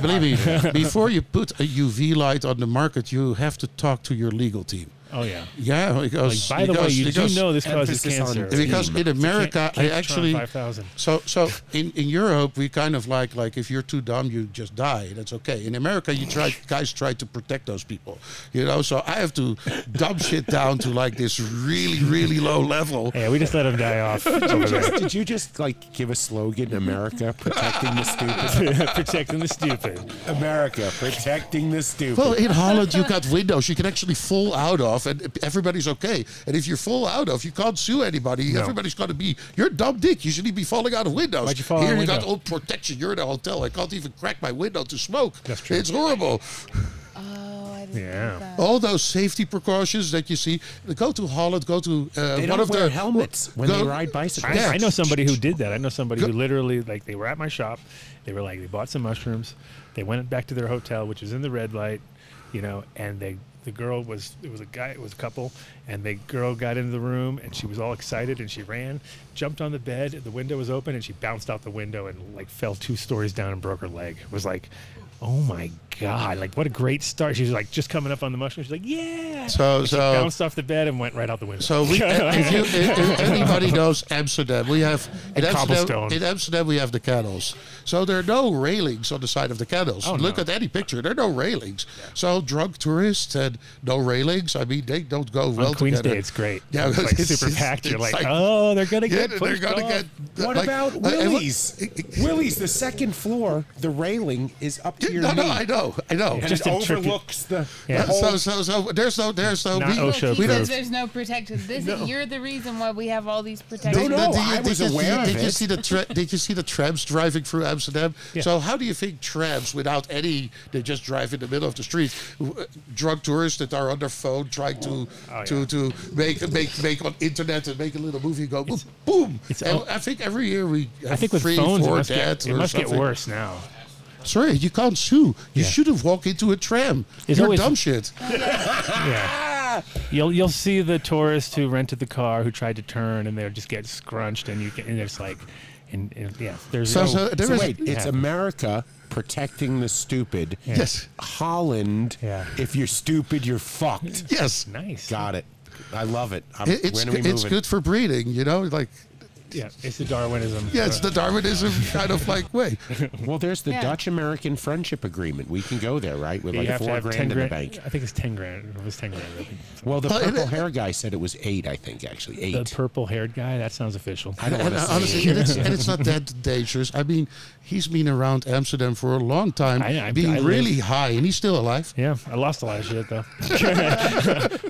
<laughs> believe me, before you put a UV light on the market, you have to talk to your legal team. Oh, yeah. Yeah, because Like, by the way, because, you do because- know this causes Emphasis on cancer. team. Because in So can't- America, can't I turn actually 5,000. so so in, in Europe we kind of like like if you're too dumb you just die. That's okay. In America, you try guys try to protect those people, you know. So I have to dumb shit down to like this really really low level. Yeah, we just let him die off. Did you just, did you just like give a slogan, America protecting the stupid? <laughs> <laughs> protecting the stupid. America protecting the stupid. Well, in Holland, you got windows you can actually fall out of, and everybody's okay. And if you fall out of, you can't sue anybody. No. Everybody's got to be, you're a dumb dick. You shouldn't be falling out of windows. Why'd you fall out Here of you got window? all protection. You're in a hotel. I can't even crack my window to smoke. That's true. It's horrible. Oh, Oh, Yeah. All those safety precautions that you see. Go to Holland. Go to uh, They one don't of wear their helmets when they go- ride bicycles. Yeah. I, I know somebody who did that. I know somebody who literally, like, they were at my shop. They were like, they bought some mushrooms. They went back to their hotel, which is in the red light, you know, and they, the girl was, it was a guy, it was a couple, and the girl got into the room and she was all excited and she ran, jumped on the bed, the window was open, and she bounced out the window and, like, fell two stories down and broke her leg. It was like, oh my God, like, what a great start. She was like, just coming up on the mushrooms. She's like, yeah. So- And she so- bounced off the bed and went right out the window. So <laughs> we, uh, if, you, if, if anybody knows Amsterdam, we have in And Amsterdam, cobblestone. in Amsterdam we have the kennels. So there are no railings on the side of the kennels. Oh, Look at any picture; there are no railings. So drunk tourists and no railings. I mean, they don't go well on Queen's together. Day, it's great. Yeah, it's like super packed. You're it's like, oh, they're gonna yeah, get they're pushed gonna off." get. What like- about I- I- Willie's? Willie's, the second floor, the railing is up to your No, knee. no, I know, I know. And Just it in tricky- overlooks the, the Yeah. whole So, so, so there's no, there's no. Not <laughs> we- OSHA we He don't- says there's no protection. This you're the reason why we have all these Did- protections. did- did you- did you see- Did you see the tra- did you see the trams driving through Amsterdam? Yeah. So how do you think trams without any they just drive in the middle of the street? W- Drunk tourists that are on their phone trying Oh, to to to make make make on internet and make a little movie go boom boom. And I think every year we have I think with three, phones, it four must, get, dead it or must get something. worse <laughs> now. Sorry, you can't sue. You Yeah. shouldn't walk into a tram. It's You're always- <laughs> dumb shit. Yeah. You'll you'll see the tourist who rented the car who tried to turn and they'll just get scrunched and you can, and it's like and, and yeah there's So, no, so, wait, Yeah. it's America protecting the stupid. Yeah. Yes. Holland, if you're stupid, you're fucked. Yes. Nice. Got it. I love it. I'm, It- it's when are we g- it's moving? good for breeding. You know, like yeah it's the Darwinism yeah, it's the Darwinism kind of like way. Well, there's the Yeah. Dutch American Friendship Agreement. We can go there, right? With you like have to four have grand 10 in the grand bank. I think it's ten grand it was ten grand I think. Well, the But it- purple hair guy said it was eight. I think actually eight. the purple haired guy that sounds official I don't And, wanna uh, say honestly, it. and it's, and it's not that dangerous. I mean, he's been around Amsterdam for a long time, I- I- being I live- really high, and he's still alive. yeah I lost a lot of shit <laughs> though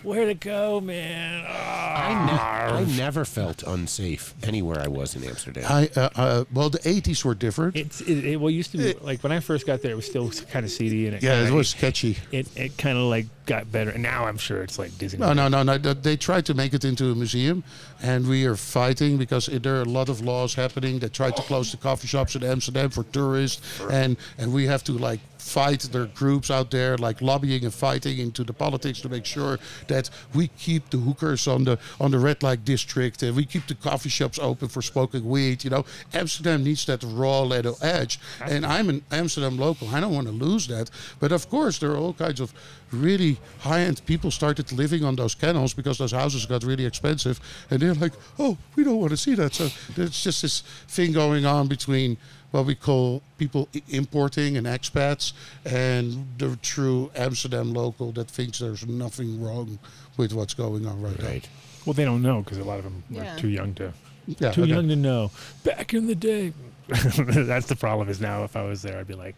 where'd it go man I, ne- I never felt unsafe anywhere I was in Amsterdam. I, uh, uh, well, the '80s were different. It's it, it well it used to be like when I first got there, it was still kind of seedy and it yeah, it kinda- was sketchy. It it kind of like got better, and now I'm sure it's like Disney. No, no, no, no. th- They tried to make it into a museum, and we are fighting because it- there are a lot of laws happening. They tried to close the coffee shops in Amsterdam for tourists, and and we have to like fight their groups out there, like lobbying and fighting into the politics to make sure that we keep the hookers on the on the red light district and we keep the coffee shops open for smoking weed. You know, Amsterdam needs that raw little edge, and I'm an Amsterdam local. I don't want to lose that, but of course there are all kinds of really high-end people started living on those kennels because those houses got really expensive, and they're like, oh, we don't want to see that. So there's just this thing going on between what we call people i- importing and expats and the true Amsterdam local that thinks there's nothing wrong with what's going on right, now. Well, they don't know because a lot of them Yeah. are too young to. Yeah, too okay. young to know. Back in the day, <laughs> that's the problem. Is now if I was there, I'd be like,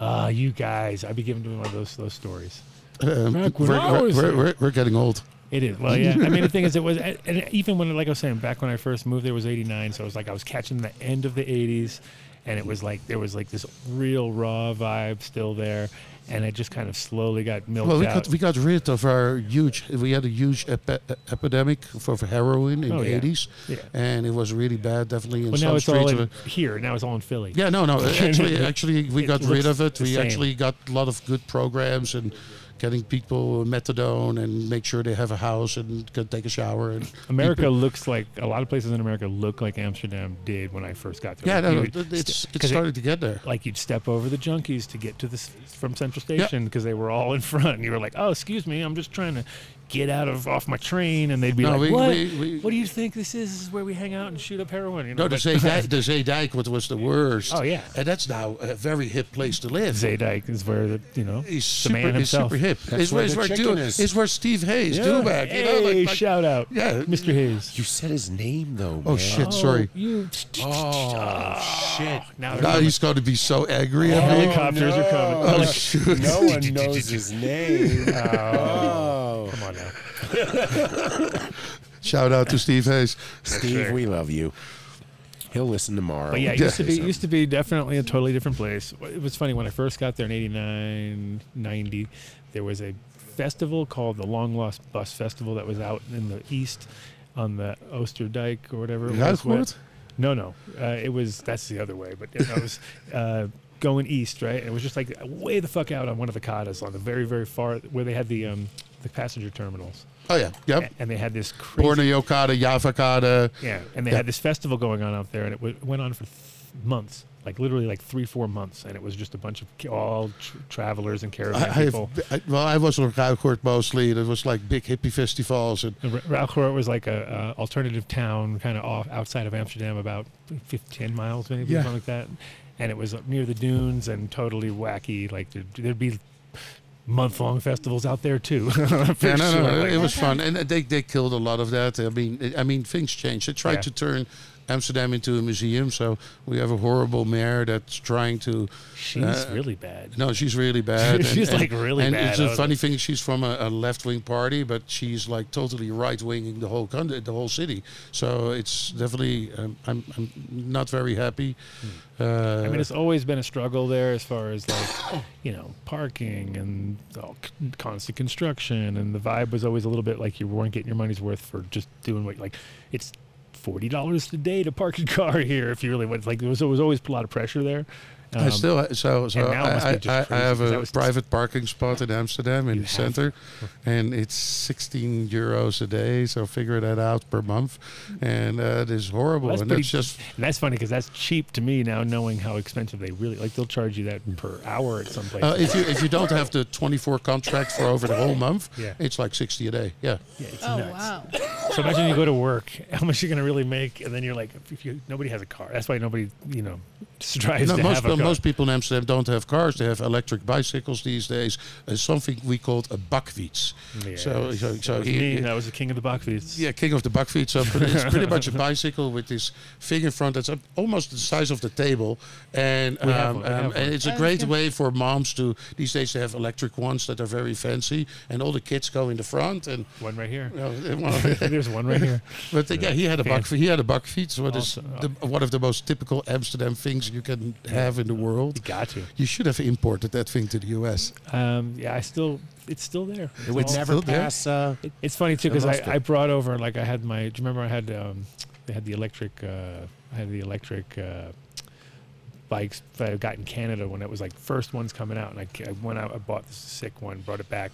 "Ah, you guys!" I'd be giving them one of those those stories. Um, Back we're, when I we're, was we're, there. we're- we're getting old. It is. Well, yeah. I mean, the thing is, it was, and even when, like I was saying, back when I first moved, there was '89, so it was like I was catching the end of the '80s, and it was like there was like this real raw vibe still there, and it just kind of slowly got milked well, we out. got, we got rid of our huge, we had a huge epi- epidemic for heroin in Oh, the yeah. 80s. Yeah. And it was really bad, definitely in well, some now it's streets. all of in, it. here. Now it's all in Philly. Yeah, no, <laughs> no. Actually, actually, we It got rid looks of it. the We same. actually got a lot of good programs and getting people methadone and make sure they have a house and can take a shower. And America people- looks like a lot of places in America look like Amsterdam did when I first got there. Yeah, Like, no, you no, would th- it's- st- it 'cause started to get there. Like you'd step over the junkies to get to this from Central Yeah. Station because they were all in front. And you were like, "Oh, excuse me, I'm just trying to get out of off my train," and they'd be No, like, we- "What? we- we- what do you think this is? This is where we hang out and shoot up heroin?" You know, No, the but- <laughs> Zeedijk, the Zeedijk was, was the worst. Oh, yeah. And that's now a very hip place to live. Zeedijk is where the you know He's the super, man he's himself. super hip. It's where, it's where Du- It's where Steve Hayes, Yeah. Dubak. You know, Hey, like, like- shout out, Yeah. Mr. Hayes. You said his name though. Oh, man. shit, sorry. You. Oh shit. Now Now he's going to be so angry at Oh, me. Helicopters are coming. no. Oh, shoot. No <laughs> one knows his name. Oh. Come on now. Shout out to Steve Hayes. Steve, we love you. He'll listen tomorrow. But yeah, it used to be used to be definitely a totally different place. It was funny when I first got there in 89, 90, there was a festival called the Long Lost Bus Festival that was out in the east on the Oosterdijk or whatever. it was. Ruighoord? No, no. Uh, it was that's the other way, but it was <laughs> uh, going east, right? And it was just like way the fuck out on one of the katas on the very very far where they had the um, the passenger terminals. Oh, yeah. Yep. A- And they had this crazy Borneo Kade, Java Kade. yeah, and they Yeah. had this festival going on out there, and it w- went on for th- months, like literally like three, four months, and it was just a bunch of ca- all tr- travelers and caravan I, I've, people. I, well, I was on Ruighoord mostly. It was like big hippie festivals. And, And Ra- Rauchhort was like a uh, alternative town, kind of off outside of Amsterdam, about 15 miles maybe, Yeah. something like that. And it was up near the dunes and totally wacky. Like there'd, there'd be month-long festivals out there too. <laughs> For yeah, no, no, sure, it like- was fun, and they they killed a lot of that. I mean, I mean, things changed. They tried Yeah. to turn Amsterdam into a museum, so we have a horrible mayor that's trying to. She's uh, really bad. No, she's really bad. <laughs> She's, like, really and bad. it's I a was funny thing. She's from a, a left wing party, but she's like totally right winging the whole country, the whole city. So it's definitely um, I'm I'm not very happy. Uh, Hmm. I mean, it's always been a struggle there as far as like, <coughs> you know, parking and all c- constant construction, and the vibe was always a little bit like you weren't getting your money's worth for just doing what like it's forty dollars a day to park your <laughs> car here if you really went. Like there was, there was always a lot of pressure there. I still so so um, and now it must I, be just I, I crazy have 'cause that a was- private parking spot in Amsterdam in the <laughs> center, and it's 16 euros a day. So figure that out per month, and uh, it is horrible. Well, and pretty- that's just and that's funny because that's cheap to me now, knowing how expensive they really like. They'll charge you that per hour at some place. uh, if you if you don't have the 24 contract for over the whole month, <laughs> Yeah. it's like 60 a day. Yeah, Yeah, it's Oh, nuts. wow. So imagine you go to work, <laughs> how much you're gonna really make, and then you're like, if you, nobody has a car. That's why nobody, you know, strives No, to most, have a car. most people in Amsterdam don't have cars. They have electric bicycles these days. Uh, something we called a bakfiets. So, Yes. so, so That was here- me. That was the king of the bakfiets. Yeah, king of the bakfiets. So pre- it's pretty much <laughs> a bicycle with this thing in front that's up- almost the size of the table, and We have um, one, we um, have and one. it's a Oh, great okay. way for moms to these days they have electric ones that are very fancy, and all the kids go in the front and one right here. There's <laughs> There's one right here. <laughs> But uh, yeah, he had a Yeah. bak he had a bakfiets. What is Also, the, one of the most typical Amsterdam things you can have in the world? You got to. You should have imported that thing to the U.S. Um, yeah, I still, it's still there. It would It's never still there. pass, uh, It- it's funny too because I I, lost it. I brought over like I had my. Do you remember I had um, they had the electric? Uh, I had the electric uh, bikes that I got in Canada when it was like first ones coming out. And I, ca- I went out, I bought this sick one, brought it back,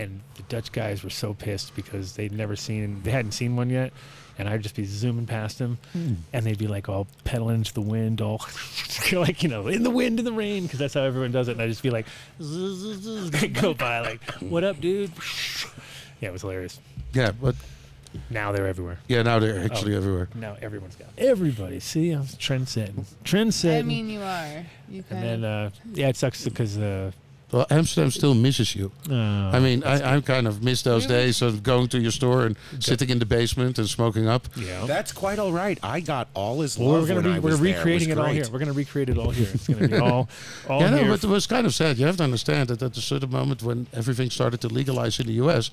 and the Dutch guys were so pissed because they'd never seen, they hadn't seen one yet. And I'd just be zooming past them, Hmm. and they'd be like all pedaling into the wind, all <laughs> like you know, in the wind, in the rain, because that's how everyone does it. And I'd just be like, <laughs> go by, like, "What up, dude?" Yeah, it was hilarious. Yeah, but Now they're everywhere. yeah, now they're actually Oh, everywhere. Now everyone's got everybody. See, I'm trendsetting. Trendsetting. I mean, you are. You and kind then of. uh, yeah, it sucks because uh, Well, Amsterdam still misses you. I mean, that's I, I kind of miss those days of going to your store and sitting in the basement and smoking up. That's quite all right. I got all his well, love we're gonna when I re- we're was there. It was recreating it all great. here. We're gonna recreate it all here. It's gonna <laughs> be all all yeah, no, here. but it was kind of sad. You have to understand that at a certain moment when everything started to legalize in the U.S.,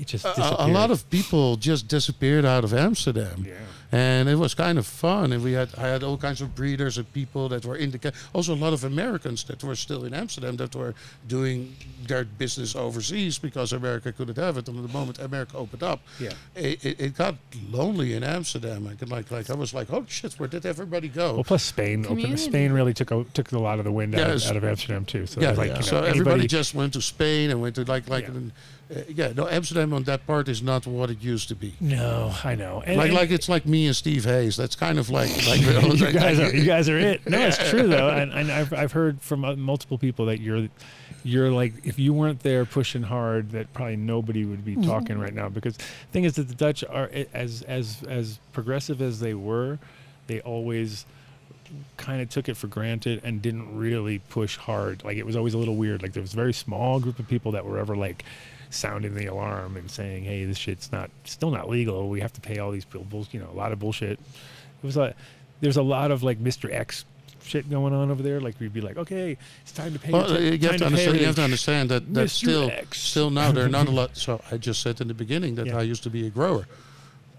It just a- a, disappeared. lot of people just disappeared out of Amsterdam. Yeah. And it was kind of fun, and we had I had all kinds of breeders and people that were in the ca- also a lot of Americans that were still in Amsterdam that were doing their business overseas because America couldn't have it. And the moment America opened up, Yeah. it, it, it got lonely in Amsterdam. I could like like I was like, oh shit, where did everybody go? well, plus Spain opened. Community. Spain really took a, took a lot of the wind out, Yes. of, out of Amsterdam too. So yeah, it was like yeah. you know, so anybody- everybody just went to Spain and went to like like and, uh, yeah. No, Amsterdam on that part is not what it used to be. No, I know. And- like and- like it's like me and Steve Hayes. That's kind of like <laughs> like you guys are you guys are it. No, it's true though, and, and I've I've heard from uh, multiple people that you're you're like if you weren't there pushing hard, that probably nobody would be Mm-hmm. talking right now. Because thing is that the Dutch are a- as as as progressive as they were, they always kind of took it for granted and didn't really push hard. Like it was always a little weird. Like there was a very small group of people that were ever like sounding the alarm and saying, "Hey, this shit's not still not legal. We have to pay all these people, bulls- you know, a lot of bullshit." It was like there's a lot of like Mr. X shit going on over there. Like we'd be like, "Okay, it's time to pay." your Well, ta- you have time to pay understand. You your- have to understand that that Mr. still X." still now there are not a <laughs> lot. So I just said in the beginning that I used to be a grower.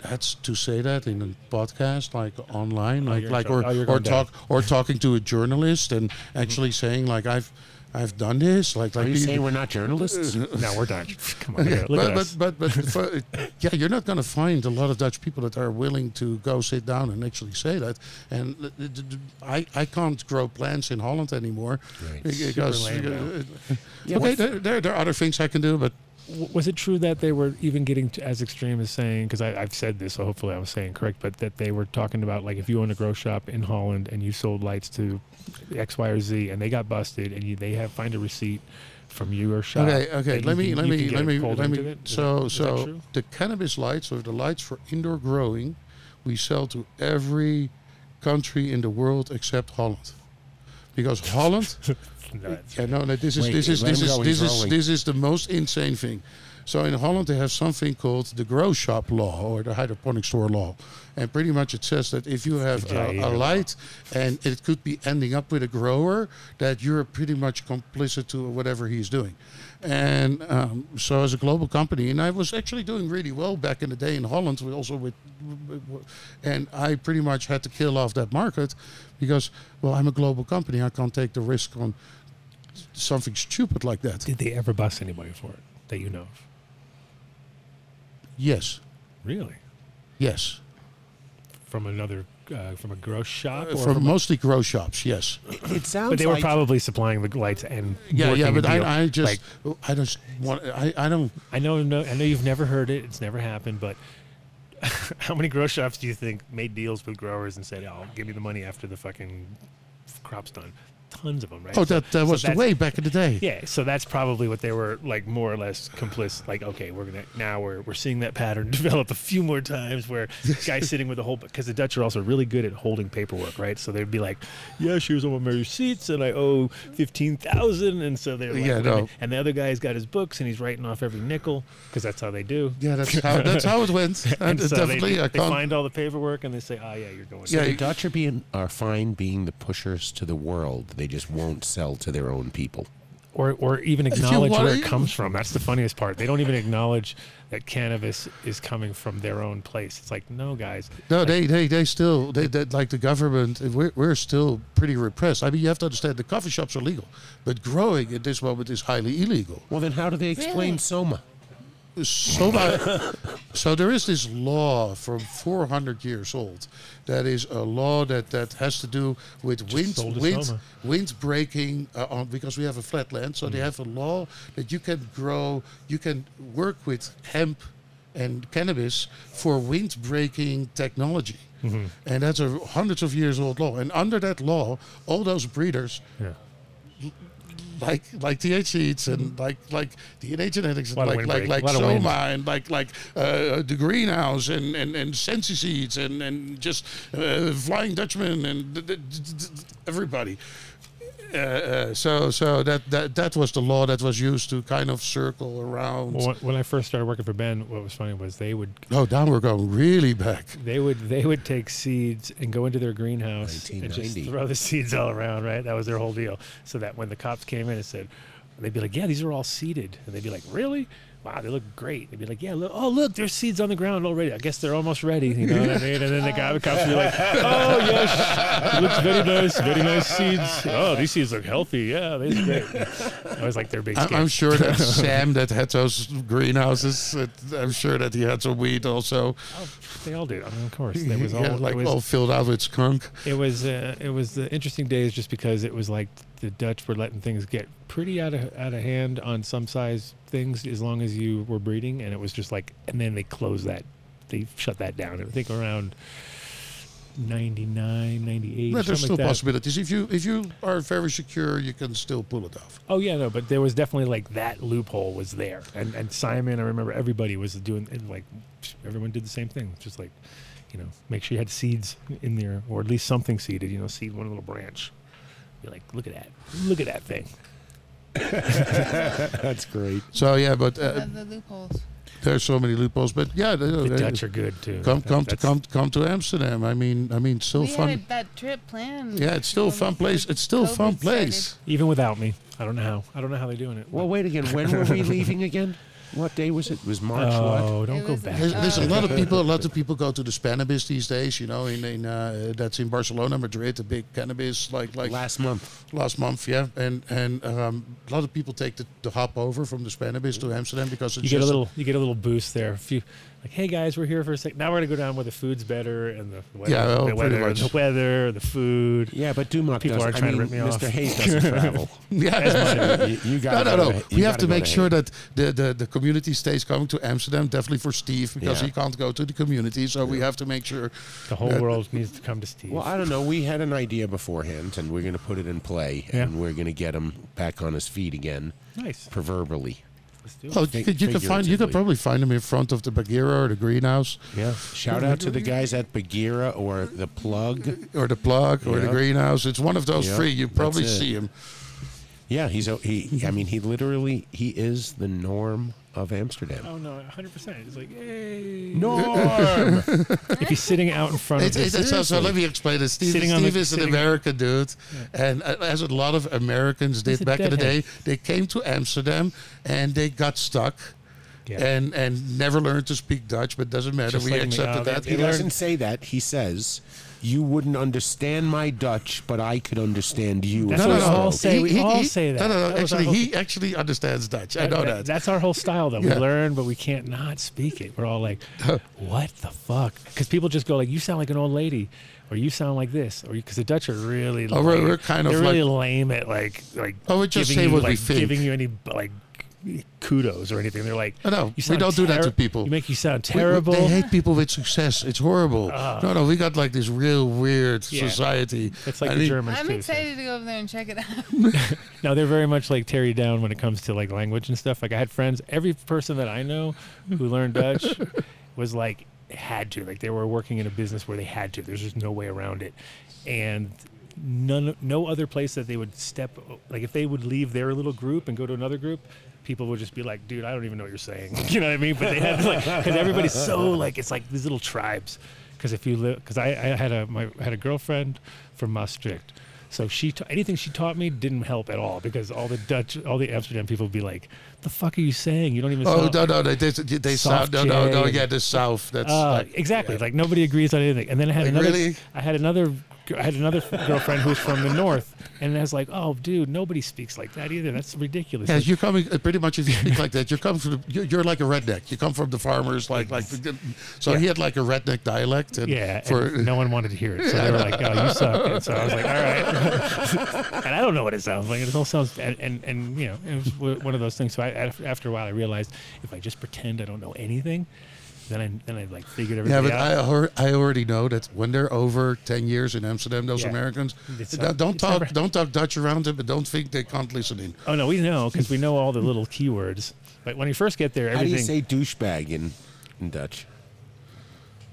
That's to say that in a podcast, like online, Oh, like you're in like trouble. or Oh, you're or going down. talk or talking to a journalist and actually saying like I've. I've done this, like like Are you the- saying we're not journalists? <laughs> No, we're not. Come on, Yeah, look at- look but, at us. but but but for, yeah, you're not going to find a lot of Dutch people that are willing to go sit down and actually say that. And uh, the- the- the- I I can't grow plants in Holland anymore Right. because Super lame, uh, Yeah, okay, what's- there, there there are other things I can do, but uh, W- was it true that they were even getting to as extreme as saying because I've said this, so hopefully I was saying correct, but that they were talking about like if you own a grow shop in Holland and you sold lights to X, Y, or Z, and they got busted, and you, they have find a receipt from your shop. Okay, okay. that Let you me, can- you let can me, get let me, pulled let into me. it? Is So, that- is that so true? the cannabis lights or the lights for indoor growing, we sell to every country in the world except Holland, because Holland. Nuts. yeah, no, no, this is Wait, this is let this him is go, this he's is rolling. this is the most insane thing. So in Holland they have something called the grow shop law or the hydroponic store law, and pretty much it says that if you have Yeah, yeah, a, a yeah. light and it could be ending up with a grower, that you're pretty much complicit to whatever he's doing. And um, so as a global company, and I was actually doing really well back in the day in Holland, with also with, and I pretty much had to kill off that market because well I'm a global company, I can't take the risk on something stupid like that. Did they ever bust anybody for it that you know of? Yes. Really? Yes. From another uh, from a grow shop or From from mostly grow shops, yes. It sounds but they like were probably supplying the lights and Yeah, yeah, working a but deal. I, I just, Like, I don't want, I, I don't. I know, no, I know you've never heard it. It's never happened. But <laughs> how many grow shops do you think made deals with growers and said, "Oh, give me the money after the fucking crop's done"? Tons of them, right? Oh, that- that was the that's- way back in the day. Yeah, so that's probably what they were like, more or less complicit. Like, okay, we're gonna now we're we're seeing that pattern <laughs> develop a few more times where guys <laughs> sitting with a whole because the Dutch are also really good at holding paperwork, right? So they'd be like, "Yes, here's all my receipts, and I owe fifteen thousand, and so they're like, Yeah, "Wait a no. minute." and the other guy's got his books and he's writing off every nickel because that's how they do. Yeah, <laughs> that's how- that's how it went. and Uh, so definitely, they, I they can't- find all the paperwork and they say, "Ah, yeah, you're going." So to the Dutch are being are fine being the pushers to the world. They just won't sell to their own people. or or even If you acknowledge want- where it comes from. That's the funniest part. They don't even acknowledge that cannabis is coming from their own place. It's like, no, guys. No, they, they, they still, they, they, like the government, we're, we're still pretty repressed. I mean, you have to understand the coffee shops are legal, but growing at this moment is highly illegal. Well, then how do they explain Really? soma? so mu- so there is this law from 400 years old that is a law that, that has to do with stole wind this wind over. wind breaking uh, on because we have a flat land so they Mhm. have a law that you can grow you can work with hemp and cannabis for wind breaking technology Mhm. and that's a hundreds of years old law and under that law all those breeders Yeah. like like THC seeds and like like DNA genetics and Lot of like like windbreak, like lot of wind. Soma and like like uh, the greenhouse and and and Sensi seeds and and just uh, Flying Dutchman and th- th- th- th- th- everybody. Uh, uh, so so that, that that was the law that was used to kind of circle around. Well, when- when I first started working for Ben, what was funny was they would Oh, down we're going really back. They would they would take seeds and go into their greenhouse and just 1990. throw the <laughs> seeds all around, right? That was their whole deal. So that when the cops came in and said, they'd be like, "Yeah, these are all seeded," and they'd be like, "Really? Wow, they look great." They'd be like, "Yeah, look, oh look, there's seeds on the ground already. I guess they're almost ready." You know what I mean? And then the, guy, the cops would be like, "Oh yes, it looks very nice, very nice seeds. Oh, these seeds look healthy. Yeah, they look great." I was like, "They're big." I'm, I'm scam." sure <laughs> that Sam that had those greenhouses. uh, I'm sure that he had some weed also. They all do. I mean, of course, that was all <laughs> Yeah, it like was- all filled out with skunk. It was uh, it was the interesting days just because it was like the Dutch were letting things get pretty out of out of hand on some size things as long as you were breeding, and it was just like and then they closed that they shut that down. I think around 99, 98. But there's something still like that. possibilities. If you if you are very secure, you can still pull it off. Oh yeah, no, but there was definitely like that loophole was there, and and Simon, I remember everybody was doing and like everyone did the same thing, just like you know make sure you had seeds in there or at least something seeded, you know, seed one little branch. Be like, look at that, look at that thing. That's great. So yeah, but uh, Love the loopholes. there's so many loopholes. But yeah, they- The they- Dutch are good, too. Come come to That's- come come to Amsterdam. I mean I mean still we fun. had that trip planned. Yeah, it's still a when fun we- place. It's still a COVID fun place. Even without me, I don't know how. I don't know how they're doing it. Well, wait again. When were <laughs> we leaving again? What day was it? Was March? Oh, what? don't It go was, back. There's, there's a <laughs> lot of people. A lot of people go to the Spanibus these days. You know, in, in uh, that's in Barcelona, Madrid, the big cannabis like like last month. Last month, yeah, and and um, a lot of people take the, the hop over from the Spanibus to Amsterdam because it's you get a just little you get a little boost there. If you like, hey guys, we're here for a sec. Now we're gonna go down where the food's better and the weather, Yeah, well, the, pretty weather much. the weather, the food. Yeah, but Dumas people does- aren't I trying mean, to rip me off. <laughs> Mr. Hayes doesn't travel. <laughs> Yeah, You- you gotta no, go to no, no. Hay- We you have gotta to go make to sure that the, the, the community stays coming to Amsterdam. Definitely for Steve because Yeah. he can't go to the community, so we have to make sure The whole that- world needs to come to Steve. Well, I don't know. We had an idea beforehand, and we're going to put it in play, and we're going to get him back on his feet again. Nice. Proverbially. Well, you, could- you can find you can Figuratively. probably find him in front of the Bagheera or the greenhouse. Yeah. Shout out to the guys at Bagheera or the Plug or the Plug or the Greenhouse. It's one of those three. You probably see him. Yeah, he's a, he. I mean, he literally he is the norm of Amsterdam. Oh no, hundred percent. It's like, hey, Norm! <laughs> if he's sitting out in front It's, of it's, it's, so, so let me explain this. Steve, Sitting on Steve the- is an sitting- American dude, and uh, as a lot of Americans He's did a back in the day, deadhead. they came to Amsterdam and they got stuck. Yeah. And and never learned to speak Dutch, but doesn't matter. Just we like me. accepted Uh, that. He doesn't say that. He says, "You wouldn't understand my Dutch, but I could understand you." That's what we all say. He- we he- all he- say that. No, no, no. That was our Actually, whole- he actually understands Dutch. I That- that- know that. That's our whole style, though. Yeah. We learn, but we can't not speak it. We're all like, "What the fuck?" Because people just go like, "You sound like an old lady," or "You sound like this,r or because the Dutch are really, Oh, we're- lame. we're kind of They're really like- lame at like, like. Oh, we just giving say you, what we like, think. Giving you any like kudos or anything. They're like, No, no, you we sound don't do that terri- to people. You make you sound We- we- terrible. they hate people with success. It's horrible. Ah. no, no, we got like this real weird Yeah. society. It's like I the mean- Germans I'm too. excited to go over there and check it <laughs> out. No, they're very much like Terry down when it comes to like language and stuff. Like I had friends, every person that I know who learned Dutch <laughs> was like had to. Like they were working in a business where they had to. There's just no way around it. And none no other place that they would step like if they would leave their little group and go to another group, people would just be like, "Dude, I don't even know what you're saying." <laughs> you know what I mean? But they had like cuz everybody's so like it's like these little tribes. Cuz if you live cuz I, I had a my I had a girlfriend from Maastricht. So she ta- anything she taught me didn't help at all because all the Dutch, all the Amsterdam people would be like, "The fuck are you saying? You don't even." Oh sound- no no they they, they Soft sound no no no J. yeah the South that's Uh, like, exactly. Like nobody agrees on anything. And then I had Like, another. really? I had another g- I had another <laughs> f- girlfriend who was from the north, and I was like, "Oh, dude, nobody speaks like that either. That's ridiculous." Yeah, you're coming uh, pretty much if you speak like that. You're coming from the, you're, you're like a redneck. You come from the farmers, like like. the- So he had like a redneck dialect, and yeah, for and no one wanted to hear it, so they were like, "Oh, you suck." And so I was like, "All right," <laughs> and I don't know what it sounds like. It all sounds and and, and you know, it was w- one of those things. So I, af- after a while, I realized if I just pretend I don't know anything, then I then I like figured Yeah, everything but out. I, alre- I already know that when they're over ten years in Amsterdam, those Yeah. Americans It's don't, not- don't it's talk never- don't talk Dutch around them, but don't think they can't listen in. Oh no, we know because we know all the little keywords. But when you first get there, How do you everything. say douchebag in in Dutch?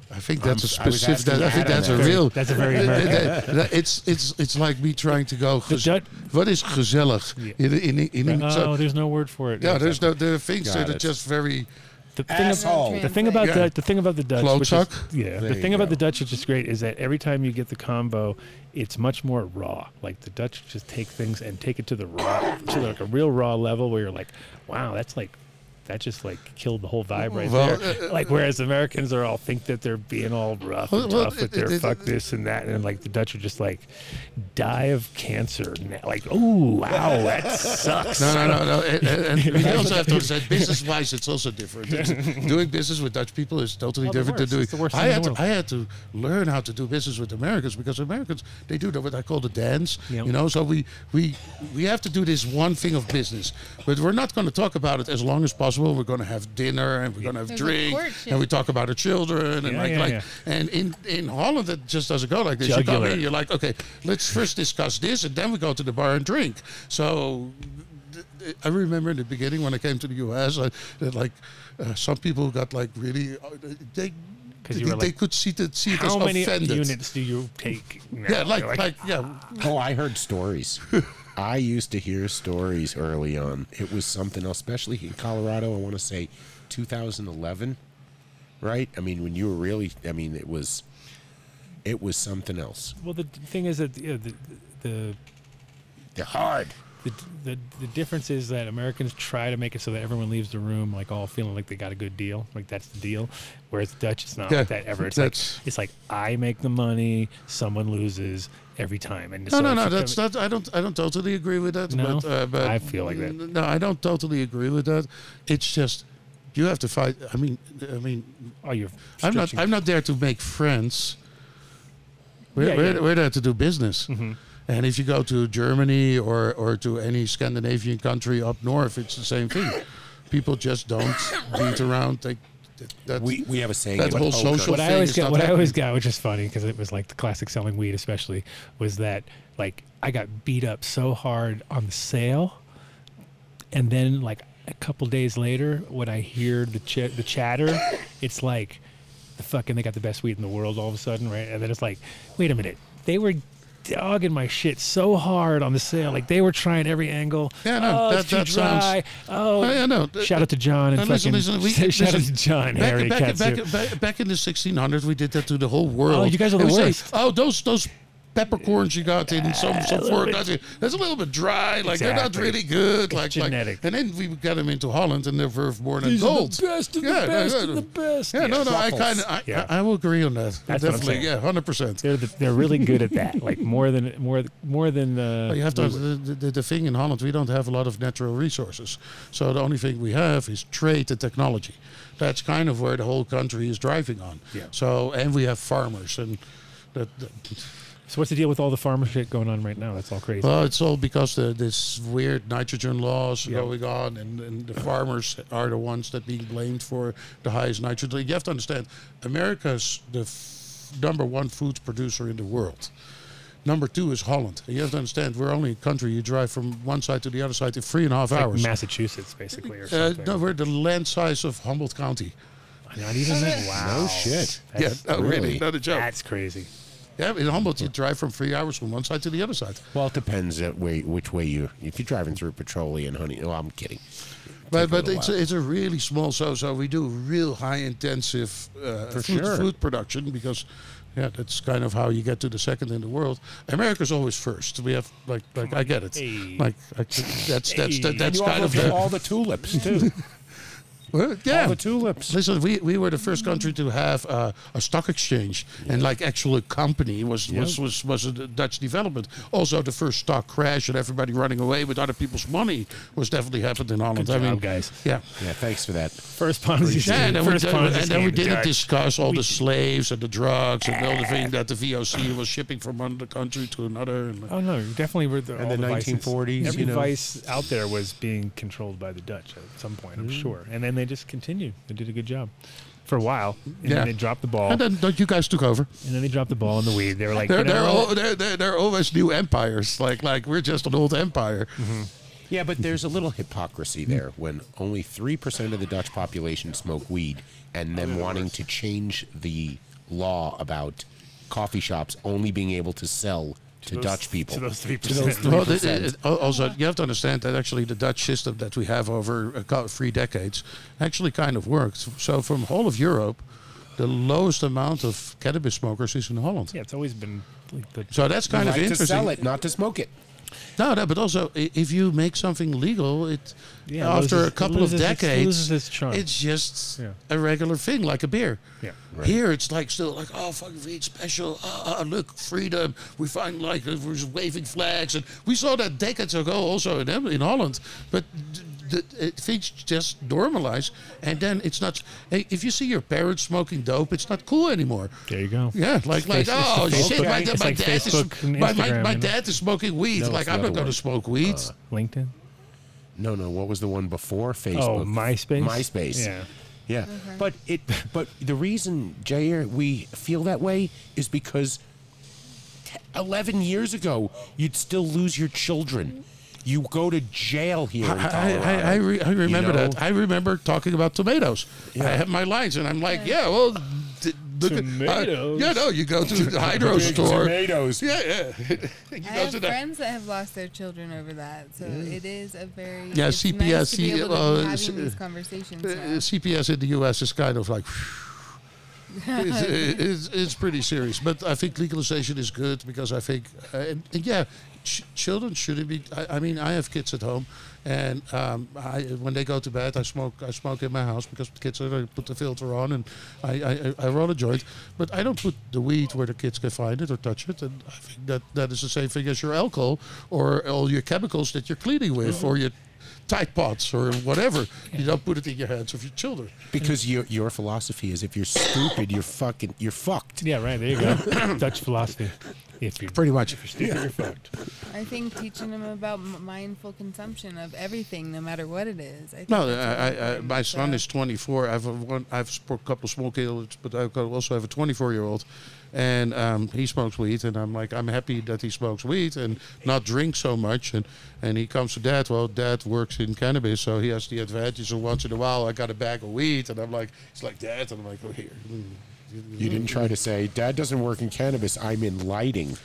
I think I'm that's s- a I was specific. asking That, I think Adam that's a that. real. That's a very American- that- that- that- It's it's it's like me trying to go. gez- what is gezellig? In in in, in oh, so- there's no word for it. Yeah, there's no there are things Got that are it. just very. The thing, Asshole. About, the thing about Yeah. the, the thing about the Dutch, which is, Klootzak? yeah, There the you thing about the Dutch which is great is that every time you get the combo, it's much more raw. Like the Dutch just take things and take it to the raw, to like a real raw level where you're like, wow, that's like, that just like killed the whole vibe right Well, there. uh, like whereas Americans are all think that they're being all rough and Well, well, tough with their it- it- fuck this and that, and like the Dutch are just like, die of cancer. now." Like, oh wow, that <laughs> sucks. No, no, no, no. And, <laughs> and- and we also have to understand, business-wise, it's also different. It's- doing business with Dutch people is totally Oh, the different worst. than doing. It's the worst I thing in had the to, I had to learn how to do business with Americans because Americans they do the, what I call the dance. You know, so we we we have to do this one thing of business, but we're not going to talk about it as long as possible. We're going to have dinner and we're going to have There's a drink courtship. and we talk about our children and Yeah, like yeah, like yeah. and in in Holland it just doesn't go like this. You come Jugular. in, you're like, okay, let's first discuss this, and then we go to the bar and drink. So I remember in the beginning when I came to the U.S. I, that like uh, some people got like really uh, they. 'Cause they, you were they like, could see that see it as How many offended. units do you take? now?" Yeah, like, You're like yeah. Oh, I heard stories. I used to hear stories early on. It was something else, especially in Colorado. I want to say 2011, right? I mean, when you were really, I mean, it was, it was something else. Well, the d- thing is that you know, the the They're hard. the, the the difference is that Americans try to make it so that everyone leaves the room like all feeling like they got a good deal, like that's the deal. Whereas Dutch, it's not Yeah, like that ever. It's like, that's- it's like I make the money, someone loses every time. And No, so no, if no. you That's come- not. I don't. I don't totally agree with that. No? but, uh, but I feel like that. N- No, I don't totally agree with that. It's just you have to fight. I mean, I mean. Oh, you're. I'm not. stretching. I'm not there to make friends. We're Yeah, we're, yeah. Mm-hmm. we're there to do business. And if you go to Germany or or to any Scandinavian country up north, it's the same <coughs> thing. People just don't beat around. They, that, We- we have a saying That about whole poker. social what thing I always is got, not what I always happening. got, which is funny because it was like the classic selling weed, especially, was that like I got beat up so hard on the sale, and then like a couple days later, when I hear the ch- the chatter, it's like the fucking they got the best weed in the world all of a sudden, right? And then it's like, wait a minute, they were. Dogging my shit so hard on the sale, like they were trying every angle. Yeah, no, oh, that- it's too that sounds- dry. Oh, Oh, yeah, no. Shout out to John and, fucking. <laughs> shout out to John, back, Harry, back, Katsu. back, back, back in the 1600s, we did that to the whole world. Oh, you guys are the It was like, worst. oh, those those peppercorns you got in some some fork. That's it. That's a little bit dry. Like they're not Exactly. really good. It's Like genetic. Like, and then we got them into Holland, and they were born in These are the gold. best of the no, best no, of no. the best. Yeah, no, Yeah. no, I kind Truffles. of, I, Yeah. I, I will agree on that. That's what I'm Definitely, saying. yeah, hundred percent. They're the, they're really good at that. Like more than more more than. Uh, But Oh, you have to we the, would. the, the thing in Holland, we don't have a lot of natural resources. So the only thing we have is trade and technology. That's kind of where the whole country is driving on. Yeah. So and we have farmers and that, that So what's the deal with all the pharma shit going on right now? That's all crazy. well, it's all because the, this weird nitrogen laws are Yeah. going on, and, and the farmers are the ones that being blamed for the highest nitrogen. You have to understand, America's the f- number one food producer in the world. Number two is Holland. You have to understand, we're only a country you drive from one side to the other side in three and a half It's like hours. Massachusetts, basically, or Uh, something. no, we're the land size of Humboldt County. Not even <laughs> that. Wow. That's- yeah, no, really, not a joke. That's crazy. Yeah, in Humboldt, you drive from three hours from one side to the other side. Well, it depends that way which way you. If you're driving through Petroleum and Honey, oh, I'm kidding. But Take a but little it's while. a, it's a really small so so we do real high intensive uh, For food, sure. food production because yeah that's kind of how you get to the second in the world. America's always first. We have like like I get it. Hey. Like I, that's that's Hey. that's And you kind offer of all the tulips too. Well, yeah, the tulips. Listen, we, we were the first country to have uh, a stock exchange and like actual company was Yeah. was, was was a Dutch development. Also, the first stock crash and everybody running away with other people's money was definitely happened in Holland. Good I mean, job, guys. Yeah. Yeah, thanks for <laughs> that. First Ponzi scheme. Yeah, and then, we, First did- Ponzi and then we scheme, didn't Dutch. discuss all We- the slaves and the drugs and all the thing that the VOC was shipping from one country to another. And, uh, Oh no, definitely were the And all the vices. 1940s, Every you know. vice out there was being controlled by the Dutch at some point, I'm Mm. sure. And then they just continued. They did a good job for a while, and Yeah. then they dropped the ball. And then the- you guys took over. And then they dropped the ball in the weed. They were like, they're, you know they're, what? all, they're, they're, they're always new empires. Like like we're just an old empire. Yeah, but there's a little hypocrisy there when only 3% of the Dutch population smoke weed and them wanting to change the law about coffee shops only being able to sell to, those- Dutch people. to <laughs> those To those 3%. 3%. Well, th- it- it- al- also, you have to understand that actually the Dutch system that we have over a cou- three decades actually kind of works. So, from whole of Europe, the lowest amount of cannabis smokers is in Holland. <laughs> Yeah, it's always been like the. So that's kind of Right interesting. to sell it, not to smoke it. No, no, but also i- if you make something legal, it Yeah, it after loses- a couple it of loses its- decades, loses its charm. it's just Yeah. a regular thing like a beer. Yeah. Right. Here it's like still like oh fucking weed special. Ah, ah, look freedom. We find like uh, we're waving flags, and we saw that decades ago also in Em- in Holland. But d- d- uh, things just normalize, and then it's not. hey, If you see your parents smoking dope, it's not cool anymore. There you go. Yeah, like It's like face- it's oh the shit, <laughs> Facebook- my, it's my like dad Facebook is and my, my, Instagram, my you know? dad is smoking weed. No, like it's the I'm not other one. going Uh, to smoke weed. LinkedIn? No, no. What was the one before Facebook? MySpace? MySpace. Yeah. Yeah. But it. But the reason, Jair, we feel that way is because t- eleven years ago, you'd still lose your children. You go to jail here. in I, Colorado, I, I, re- I you remember know? that. I remember talking about tomatoes. I have my lines, and I'm like, yeah, well, d- look at- uh, Tomatoes. yeah, no, you go to the hydro Big store. tomatoes. Yeah, <laughs> yeah. I You go have to the- friends that have lost their children over that, so it is a very Yeah, it's CPS, Nice to be able to be uh, having uh, these conversations. Uh, <laughs> now. CPS in the U.S. is kind of like. it's, it's, it's pretty serious, but I think legalization is good because I think, uh, and, and yeah, ch- children shouldn't be. I, I mean, I have kids at home, and um, I, when they go to bed, I smoke. I smoke in my house because the kids are they put the filter on, and I, I, I I roll a joint, but I don't put the weed where the kids can find it or touch it, and I think that that is the same thing as your alcohol or all your chemicals that you're cleaning with or your Tide Pods or whatever. You don't put it in your hands of your children. Because your your philosophy is if you're stupid, you're fucking you're fucked. Yeah, right. There you <coughs> go. Dutch philosophy. If you Pretty much. If you're stupid, <laughs> <laughs> you're fucked. I think teaching them about m- mindful consumption of everything, no matter what it is. I think No, that's really I, I, I, important. my son So- is 24. I have a one. I have sp- a couple of small kids, but I co- also have a 24 year old, and um, he smokes weed. And I'm like, I'm happy that he smokes weed and not drink so much. And and he comes to dad. Well, dad works in cannabis, so he has the advantage. of once in a while, I got a bag of weed, and I'm like, it's like that. And I'm like, oh here. You didn't try to say, Dad doesn't work in cannabis. I'm in lighting.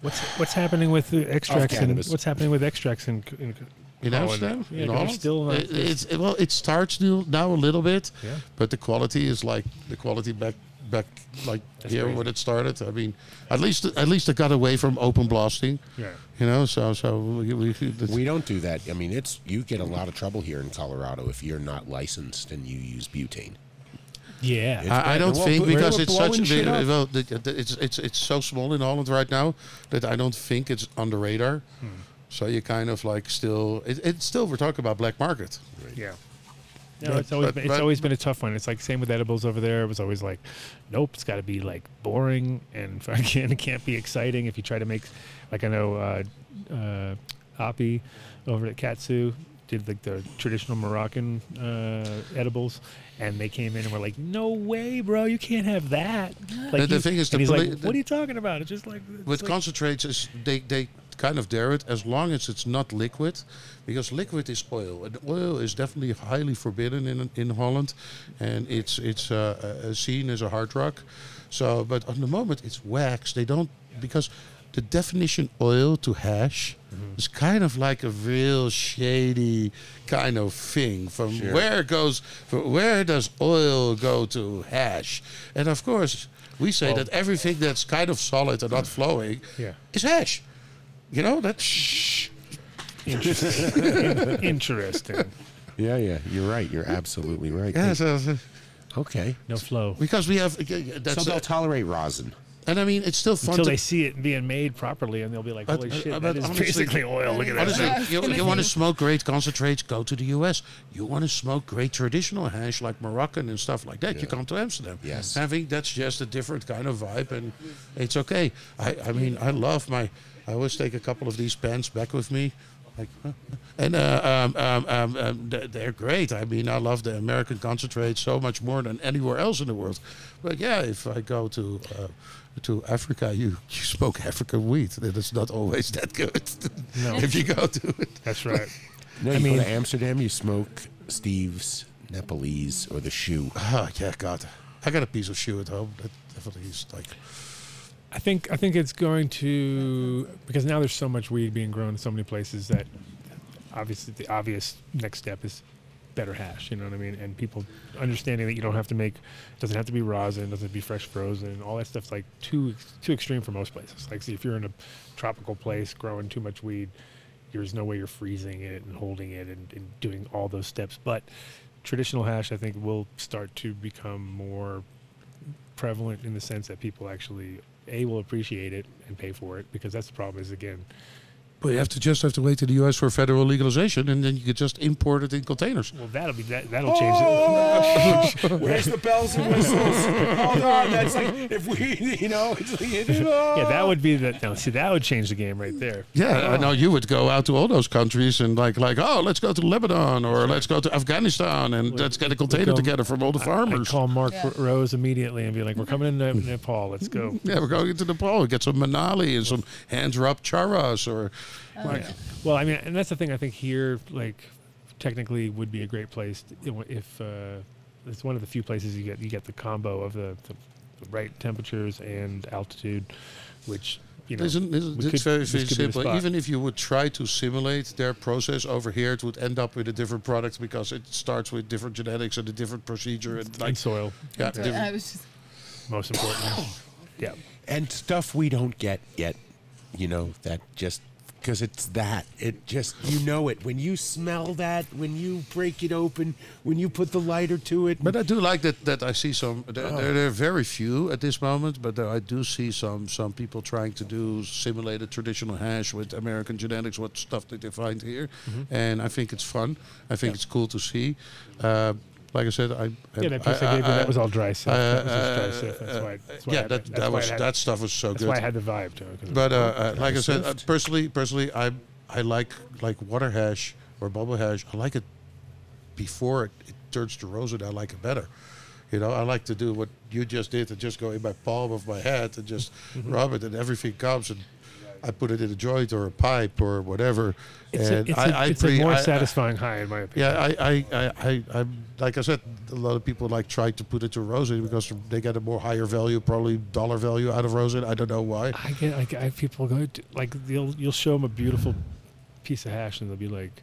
What's what's happening with the extracts and cannabis. what's happening with extracts in in, In Holland? Amsterdam? Oh, Yeah, In 'cause Holland? it's still not- It- it's, it- well, it starts new- now a little bit, Yeah. but the quality is like the quality back back like That's here crazy. when it started. I mean, at least at least it got away from open blasting. Yeah. You know, so so we, we, We don't do that. I mean, it's you get a lot of trouble here in Colorado if you're not licensed and you use butane. Yeah, It's I, I bad. don't Well, think we're because it's such blowing shit up. well, the- the- it's it's it's so small in Holland right now that I don't think it's on the radar. Hmm. So you kind of like still it, it's still we're talking about black market. Yeah. No, But- it's always but- been, it's but- always been a tough one. It's like same with edibles over there. It was always like, nope, it's got to be like boring and <laughs> fucking it can't be exciting. If you try to make, like I know, uh, uh, Oppie over at Katsu did like the traditional Moroccan uh, edibles, and they came in and were like, no way, bro, you can't have that. Like The- the you- thing is, and the he's like, poli- what are you talking about? It's just like it's with like- concentrates is they they kind of dare it as long as it's not liquid because liquid is oil and oil is definitely highly forbidden in in Holland and it's it's uh, uh, seen as a hard rock so but on the moment it's wax they don't because the definition oil to hash Mm-hmm. is kind of like a real shady kind of thing from Sure. where goes from where does oil go to hash and of course we say that everything that's kind of solid and not flowing Yeah. is hash. You know, that's. <laughs> <laughs> Interesting. Interesting. Yeah, yeah. You're right. You're absolutely right. Yeah, They- so- okay. No flow. Because we have. so that's- they'll tolerate rosin. And I mean, it's still fun Until to- they see it being made properly, and they'll be like, But- "Holy uh, shit, but that is honestly- basically oil." Look at that. <laughs> honestly, thing. <laughs> <laughs> you, you want to smoke great concentrates? Go to the U.S. You want to smoke great traditional hash like Moroccan and stuff like that? You come to Amsterdam. Yes, I think that's just a different kind of vibe, and it's okay. I, I mean, I love my. I always take a couple of these pens back with me, like, <laughs> and uh, um, um, um, um, th- they're great. I mean, I love the American concentrate so much more than anywhere else in the world. But yeah, if I go to uh, to Africa, you, you smoke African weed. That is not always that good. No. <laughs> if you go to it, that's right. No, I you mean- go to Amsterdam, you smoke Steve's Nepalese or the <laughs> shoe. Oh yeah, God, I got a piece of shoe at home. That definitely is like I think I think it's going to because now there's so much weed being grown in so many places that obviously the obvious next step is better hash. You know what I mean? And people understanding that you don't have to make it doesn't have to be rosin, doesn't have to be fresh frozen, all that stuff's like too too extreme for most places. Like see, if you're in a tropical place growing too much weed, there's no way you're freezing it and holding it and, and doing all those steps. But traditional hash, I think, will start to become more prevalent in the sense that people actually a will appreciate it and pay for it because that's the problem is again Well, you have to just have to wait to the U.S. for federal legalization, and then you could just import it in containers. well that'll be that that'll change Oh, it where's the bells and whistles? Hold on, that's like if we, you know, it's like, yeah that would be the no see that would change the game right there Yeah, I Oh. know you would go out to all those countries and like like oh let's go to Lebanon or let's go to Afghanistan and let's get a container Go- together from all the I- farmers. I'd call Mark Yeah. Rose immediately and be like we're coming into <laughs> Nepal let's go Yeah, we're going into Nepal. Get some Manali and some hands up charas or Right. Well, I mean, and that's the thing. I think here, like, technically, would be a great place t- you know, if uh, it's one of the few places you get you get the combo of the, the, the right temperatures and altitude, which you know Isn't- isn't- we it's could- very, this very could be the simple. spot. Even if you would try to simulate their process over here, it would end up with a different product because it starts with different genetics and a different procedure and, like, soil. Yeah, And soil. different- I was just most <coughs> important. yeah. And stuff we don't get yet, you know, that just because it's that. It just, you know it. When you smell that, when you break it open, when you put the lighter to it. But I do like that. That I see some. There, Oh. there, there are very few at this moment, but there, I do see some some people trying to do simulated traditional hash with American genetics, what stuff that they find here, Mhm. and I think it's fun. I think it's cool to see. Uh, like I said, I Yeah, that piece I gave you, that was all dry stuff. That was just dry uh, stuff. That's why- that's why I yeah, had that- that, that, that's why I was had- that stuff was so that's good. why I had the vibe, too, 'cause it But uh, was uh, dry like I said, stuff. uh, personally, personally, I I like like water hash or bubble hash. I like it before it, it turns to rosin. I like it better. You know, I like to do what you just did and just go in my palm of my hand and just Mm-hmm. rub it, and everything comes and. I put it in a joint or a pipe or whatever, It's a- and it's a- I, I it's a pre- more I- I- satisfying high, in my opinion. Yeah, I, I, I, I, I'm like I said, a lot of people like try to put it to rosin because they get a more higher value, probably dollar value out of rosin. I don't know why. I get like I, people go to, like you'll you'll show them a beautiful piece of hash and they'll be like,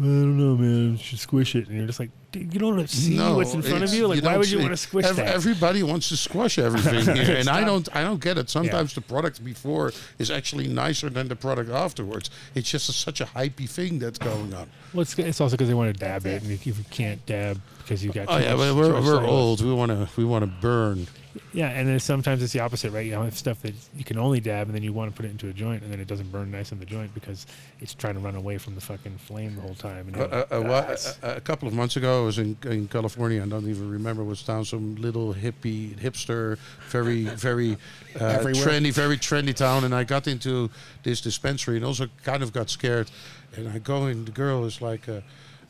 I don't know, man, you should squish it, and you're just like, dude, you don't wanna see what's in front of it's- you. Like, why don't would you see- want to squish ev- that? Everybody wants to <laughs> squash everything here, and I Stop. don't. I don't get it. Yeah. Sometimes the product before is actually nicer than the product afterwards. It's just such a hypey thing that's going on. Well, it's, it's also because they want to dab it, and if you can't dab because you got Oh too yeah, much- well, too we're, much we're saliva. old. We want to we want to burn. Yeah, and then sometimes it's the opposite, right? You have stuff that you can only dab, and then you want to put it into a joint, and then it doesn't burn nice in the joint because it's trying to run away from the fucking flame the whole time. And A, you're like, a, a, "Ah, whi- it's- uh, a- a couple of months ago, I was in, in California. I don't even remember which town. Some little hippie, hipster, very, very uh, Everywhere. trendy, very trendy town. And I got into this dispensary and also kind of got scared. And I go in. The girl is like, uh,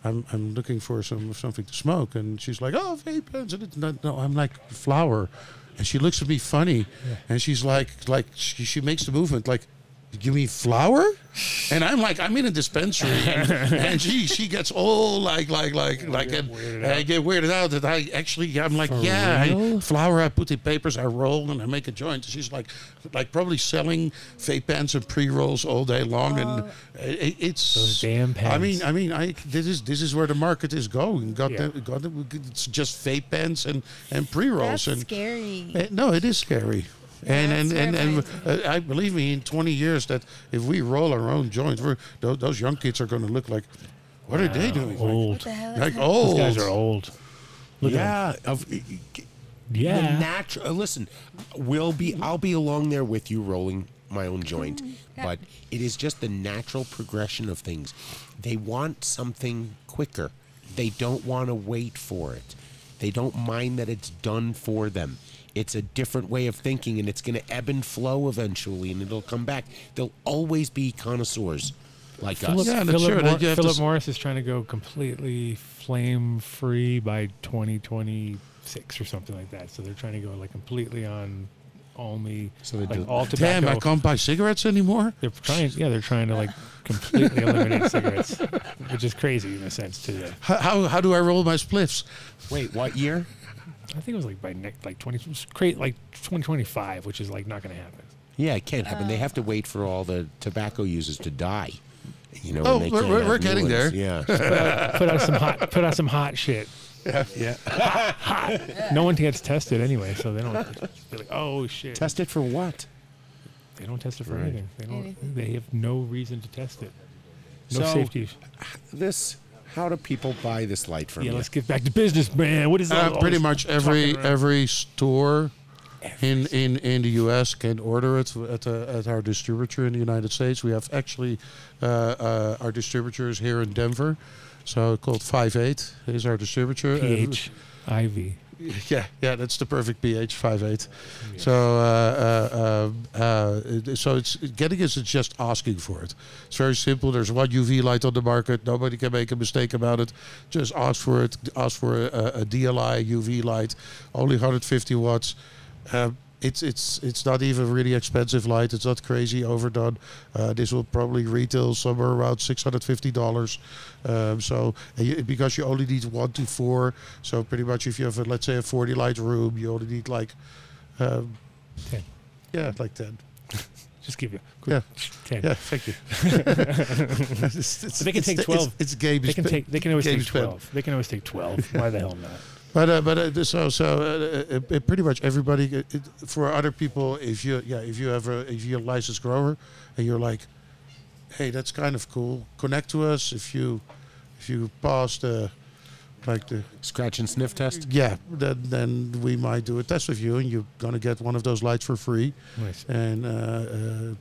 "I'm I'm looking for some something to smoke," and she's like, "Oh, vape pens." And it's not, no, I'm like flower. And she looks at me funny, and she's like, like she, she makes the movement like. You mean flour? And I'm like, I'm in a dispensary, and, and she she gets all like like like like, and, and I get weirded out that I actually I'm like, For yeah, I real? flour. I put in papers, I roll, and I make a joint. She's like, like probably selling vape pens and pre rolls all day long, Uh, and it, it's Those damn I mean, pens. I mean, I this is this is where the market is going. God, Yeah. damn- God damn, it's just vape pens and and pre that's rolls and scary. uh, no, it is scary. And and and, and uh, I believe me, in 20 years, that if we roll our own joints, we're, those, those young kids are going to look like, What are they doing? Old. What the hell is Like, oh, that? These Oh. guys old. are old. Look at yeah. 'em. Of, Yeah. The natural. Listen, we'll be. I'll be along there with you, rolling my own joint. Yeah. But it is just the natural progression of things. They want something quicker. They don't want to wait for it. They don't mind that it's done for them. It's a different way of thinking, and it's going to ebb and flow eventually, and it'll come back. They'll always be connoisseurs like us. Philip, Philip, Mor- Philip Morris is trying to go completely flame free by 2026 or something like that. So they're trying to go like completely on only like all tobacco. Damn, I can't buy cigarettes anymore. They're trying, yeah, they're trying to like completely eliminate cigarettes, which is crazy in a sense today. How, how, how do I roll my spliffs? Wait, what year? I think it was like by next, like 20, it was cra- like 2025, which is like not going to happen. Yeah, it can't happen. They have to wait for all the tobacco users to die. You know, Oh, and they we're- can't we're- have we're new getting ones. there. Just put Yeah. out- put out some hot- put out some hot shit. Yeah, yeah. Hot, hot. No one gets tested anyway, so they don't. They're like, oh shit. Test it for what? They don't test it for Right. anything. They don't. Anything. They have no reason to test it. No So, safety. This. How do people buy this light from Yeah, you? let's get back to business, man. What is all- Uh, all pretty this much talking every around? every store in, in, in the U.S. can order it at, uh, at our distributor in the United States. We have actually uh, uh, our distributors here in Denver, so called Five Eight is our distributor. PH Ivy. <laughs> Yeah, yeah, that's the perfect pH five eight. So, uh, uh, uh, uh, it- so it's getting is just asking for it. It's very simple. There's one UV light on the market. Nobody can make a mistake about it. Just ask for it. Ask for a, a DLI UV light, only 150 watts. Um, it's it's it's not even really expensive light. It's not crazy overdone. Uh, this will probably retail somewhere around six hundred fifty dollars. Um, so and you, because you only need one to four, so pretty much if you have a, let's say a forty light room, you only need like um, ten. Yeah, like ten. <laughs> Just give you a Yeah. quick ten. Yeah, thank you. It's- it's- they can it's- take it's- twelve. It's, game. They can take. They can always game take spin. twelve. They can always take twelve. <laughs> Why the hell not? But uh, but uh, so so uh, uh, uh, pretty much everybody it, it- for other people if you yeah if you have a if you're a licensed grower and you're like, hey that's kind of cool connect to us if you if you pass the like the scratch and sniff test yeah then then we might do a test with you and you're gonna get one of those lights for free Nice. and uh, uh,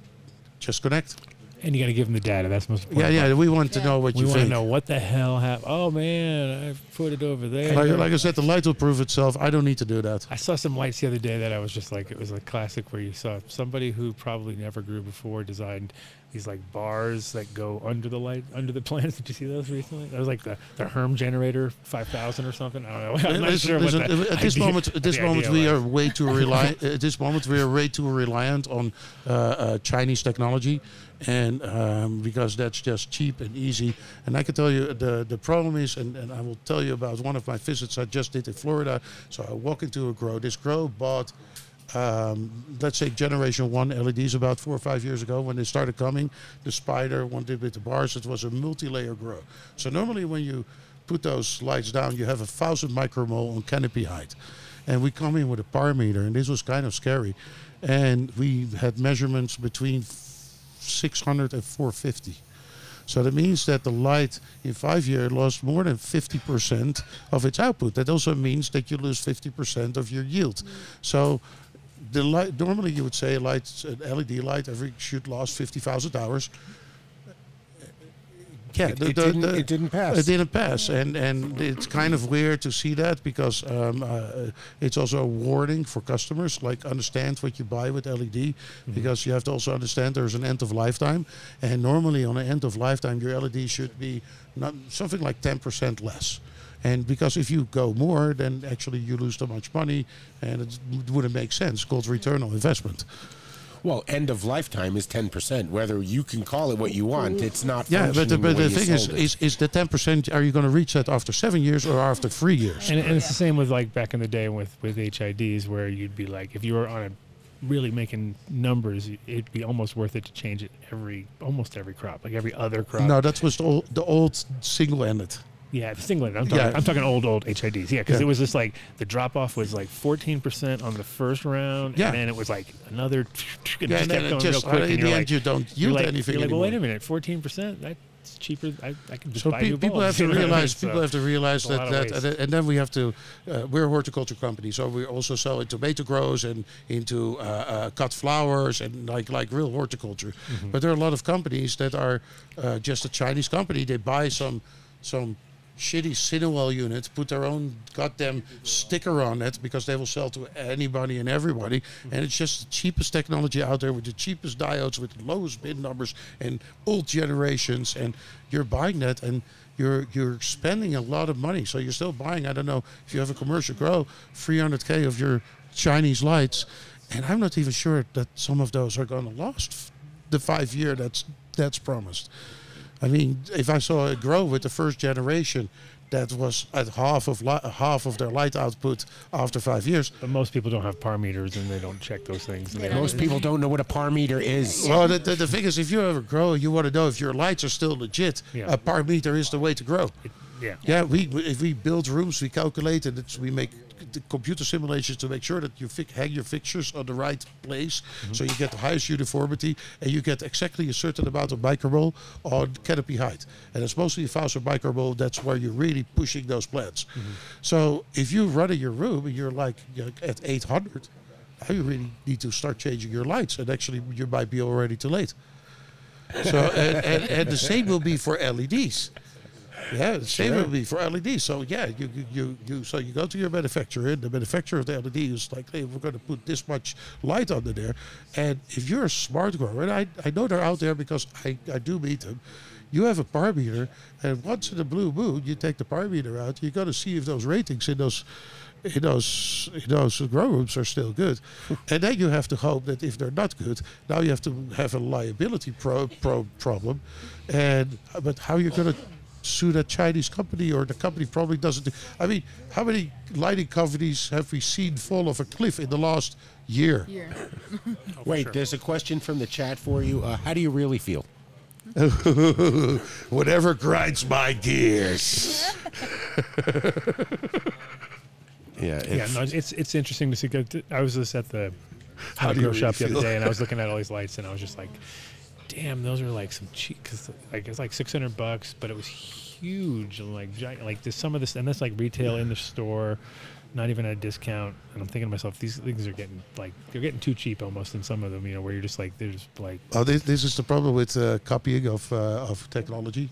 just connect And you got to give them the data. That's the most important. yeah, part. we want to Yeah. know what we you want to think. know what the hell happened. Oh man, I put it over there. like, like I said the light will prove itself I don't need to do that I saw some lights the other day that I was just like, it was a classic where you saw somebody who probably never grew before designed these like bars that go under the light, under the <laughs> plants. Did you see those recently? That was like the, the Herm generator 5000 or something. I don't know. <laughs> I'm not Listen, sure what listen, the at this idea- moment, at this the moment, idea we was. are way <laughs> too reliant. at this moment, we are way too reliant on uh, uh, Chinese technology, and um, because that's just cheap and easy. And I can tell you the the problem is, and, and I will tell you about one of my visits I just did in Florida. So I walk into a grow. This grow bought. Um, let's say generation one LEDs about four or five years ago when they started coming. The spider one did with the bars. It was a multi-layer grow. So normally when you put those lights down, you have a thousand micromole on canopy height. And we come in with a par meter, and this was kind of scary. And we had measurements between 600 and 450. So that means that the light in five years lost more than 50% of its output. That also means that you lose 50% of your yield. So the light, normally you would say uh, a light, an LED E light every should last 50,000 hours. Yeah, It- the- it the- didn't- the- it didn't pass. It didn't pass, and and it's kind of weird to see that because um, uh, it's also a warning for customers. Like understand what you buy with LED, because you have to also understand there's an end of lifetime, and normally on the end of lifetime your LED should be not something like 10% less. And because if you go more, then actually you lose too much money, and it wouldn't make sense. Called return on investment. Well, end of lifetime is ten percent. Whether you can call it what you want, it's not. Yeah, but the, functioning but way the you thing is, sold it. is, is the ten percent? Are you going to reach that after seven years or after three years? And, and it's the same with like back in the day with with HIDs where you'd be like if you were on a really making numbers it'd be almost worth it to change it every almost every crop like every other crop No, that was the old, the old single-ended. Yeah, the singlet. I'm talking. Yeah. I'm talking old, old HIDs. Yeah, because Yeah. it was just like the drop off was like 14 percent on the first round, Yeah. and then it was like another. <laughs> And Yeah, it just and then kept it going just- real quick. in and the you're end like, you don't you're use like, anything You're like, well, wait a anymore. minute, 14 percent. That's cheaper. I, I can just So buy pe- new people bulbs, <laughs> have you to know what I mean? realize So people have to realize it's a eh, lot that, of that waste. and, and then we have to uh, we're a horticulture company so we also sell in tomato grows and into uh, uh, cut flowers and like like real horticulture Mhm. but there are a lot of companies that are uh, just a Chinese company they buy some some shitty Cinewell unit put their own goddamn sticker on it because they will sell to anybody and everybody and it's just the cheapest technology out there with the cheapest diodes with the lowest bid numbers and old generations and you're buying that and you're you're spending a lot of money. So you're still buying. I don't know if you have a commercial grow 300k of your Chinese lights, and I'm not even sure that some of those are going to last f- the five year that's that's promised. I mean, if I saw a grow with the first generation that was at half of li- half of their light output after five years, but most people don't have par meters and they don't check those things. and they Most people don't know what a par meter is. Well, the, the, the thing is, if you ever grow, you want to know if your lights are still legit. Yeah. A par meter is the way to grow. yeah. Yeah. We we- if we build rooms, we calculate and it's, we make the computer simulations to make sure that you fi- hang your fixtures on the right place, so you get the highest uniformity and you get exactly a certain amount of microbowl on canopy height. And it's mostly thousand microbowl. That's where you're really pushing those plants. So if you run in your room and you're like you know, at 800, now you really need to start changing your lights, and actually you might be already too late. So and, and, and the same will be for E LEDs. Yeah, the same Sure. will be for LEDs. So yeah, you, you you you so you go to your manufacturer. and The manufacturer of the LED is like, hey, we're going to put this much light under there. And if you're a smart grower, and I, I know they're out there because I, I do meet them. You have a par meter, and once in the blue moon, you take the par meter out. You got to see if those ratings in those in those in those grow rooms are still good, and then you have to hope that if they're not good, now you have to have a liability pro, pro problem, and but how you're gonna sue that Chinese company or the company probably doesn't. do- I mean, how many lighting companies have we seen fall off a cliff in the last year? Wait, there's a question from the chat for you. Uh, how do you really feel? Whatever grinds my gears. yeah, yeah, no, it's it's interesting to see. 'cause I was just at the How how do grow you shop the really other feel? day, and I <laughs> was looking at all these lights, and I was just like, "Damn, those are like some cheap." Because like it's like six hundred bucks, but it was huge and like giant. Like there's some of this, and that's like retail in the store, not even at a discount. And I'm thinking to myself, these things are getting like they're getting too cheap almost in some of them. You know, where you're just like they're just like Oh, this, this is the problem with uh, copying of uh, of technology.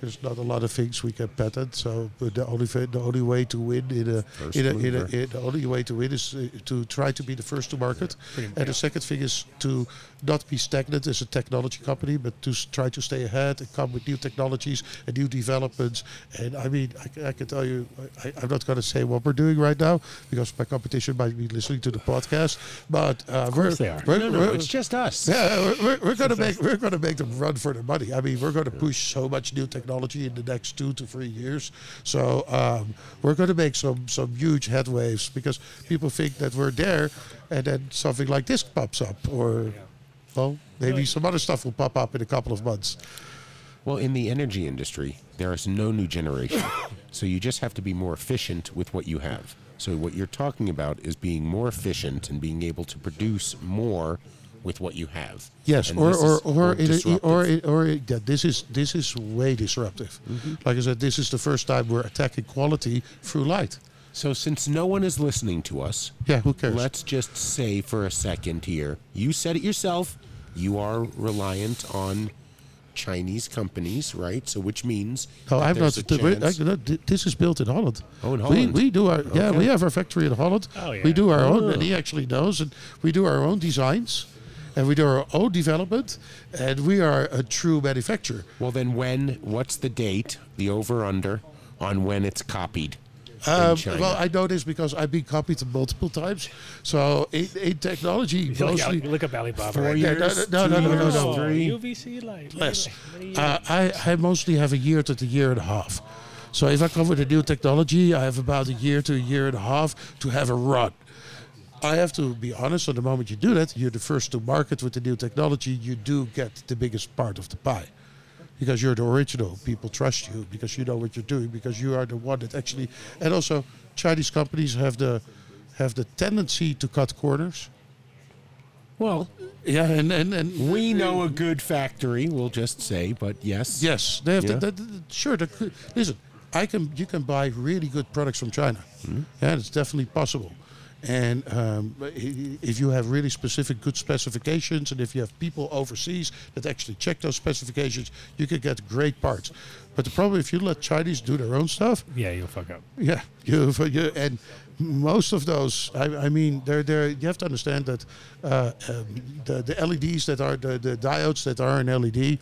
There's not a lot of things we can patent, so but the only fa- the only way to win in a, First in a, in a, mover. in the only way to win is uh, to try to be the first to market, pretty much. and the second thing is to not be stagnant as a technology company, but to s- try to stay ahead and come with new technologies and new developments. And I mean, I, c- I can tell you, I, I- I'm not going to say what we're doing right now because my competition might be listening to the podcast, but uh, Of course we're, they are. We're, No, no, we're- it's just us. Yeah, we're, we're, we're gonna It's us. make we're gonna make them run for their money. I mean, we're gonna push so much new technology in the next two to three years. So um, we're gonna make some some huge head waves because people think that we're there, and then something like this pops up, or well, maybe some other stuff will pop up in a couple of months. Well, in the energy industry, there is no new generation. <coughs> so you just have to be more efficient with what you have. So what you're talking about is being more efficient and being able to produce more with what you have. Yes, And or this or is or more in a, disruptive. or in- or in- yeah, this is this is way disruptive. Mm-hmm. Like I said, this is the first time we're attacking quality through light. So since no one is listening to us, yeah, who cares? Let's just say for a second here, you said it yourself. You are reliant on Chinese companies, right? So which means No, that I'm not. there's a th- we- chance- Oh, I- no, th- this is built in Holland. Oh, in We, Holland. we do our yeah. We Okay. have our factory in Holland. Oh, yeah. We do our own, Oh. and he actually knows. And we do our own designs, and we do our own development, and we are a true manufacturer. Well, then when? What's the date? The over under on when it's copied in Um, China? well, I know this because I've been copied multiple times. So in, in technology, look, mostly Al- look up Alibaba. Four right years, there. No, no, no, no, no, no, Oh, no. UVC light. Less. Uh, I, I mostly have a year to the year and a half. So if I come with a new technology, I have about a year to a year and a half to have a run. I have to be honest, on the moment you do that, you're the first to market with the new technology, you do get the biggest part of the pie. because you're the original. People trust you because you know what you're doing because you are the one that actually. And also, Chinese companies have the have the tendency to cut corners. Well, yeah, and, and, and we know a good factory. We'll just say, but yes, yes, they have Yeah. to. that- that- that- sure, that could- listen, I can. You can buy really good products from China. Yeah, it's definitely possible. And um, i- i- if you have really specific good specifications, and if you have people overseas that actually check those specifications, you can get great parts. But the problem, if you let Chinese do their own stuff, Yeah, you'll fuck up. yeah, you, for you and most of those. I, I mean, they're, they're, You have to understand that uh, um, the the LEDs that are the, the diodes that are an LED.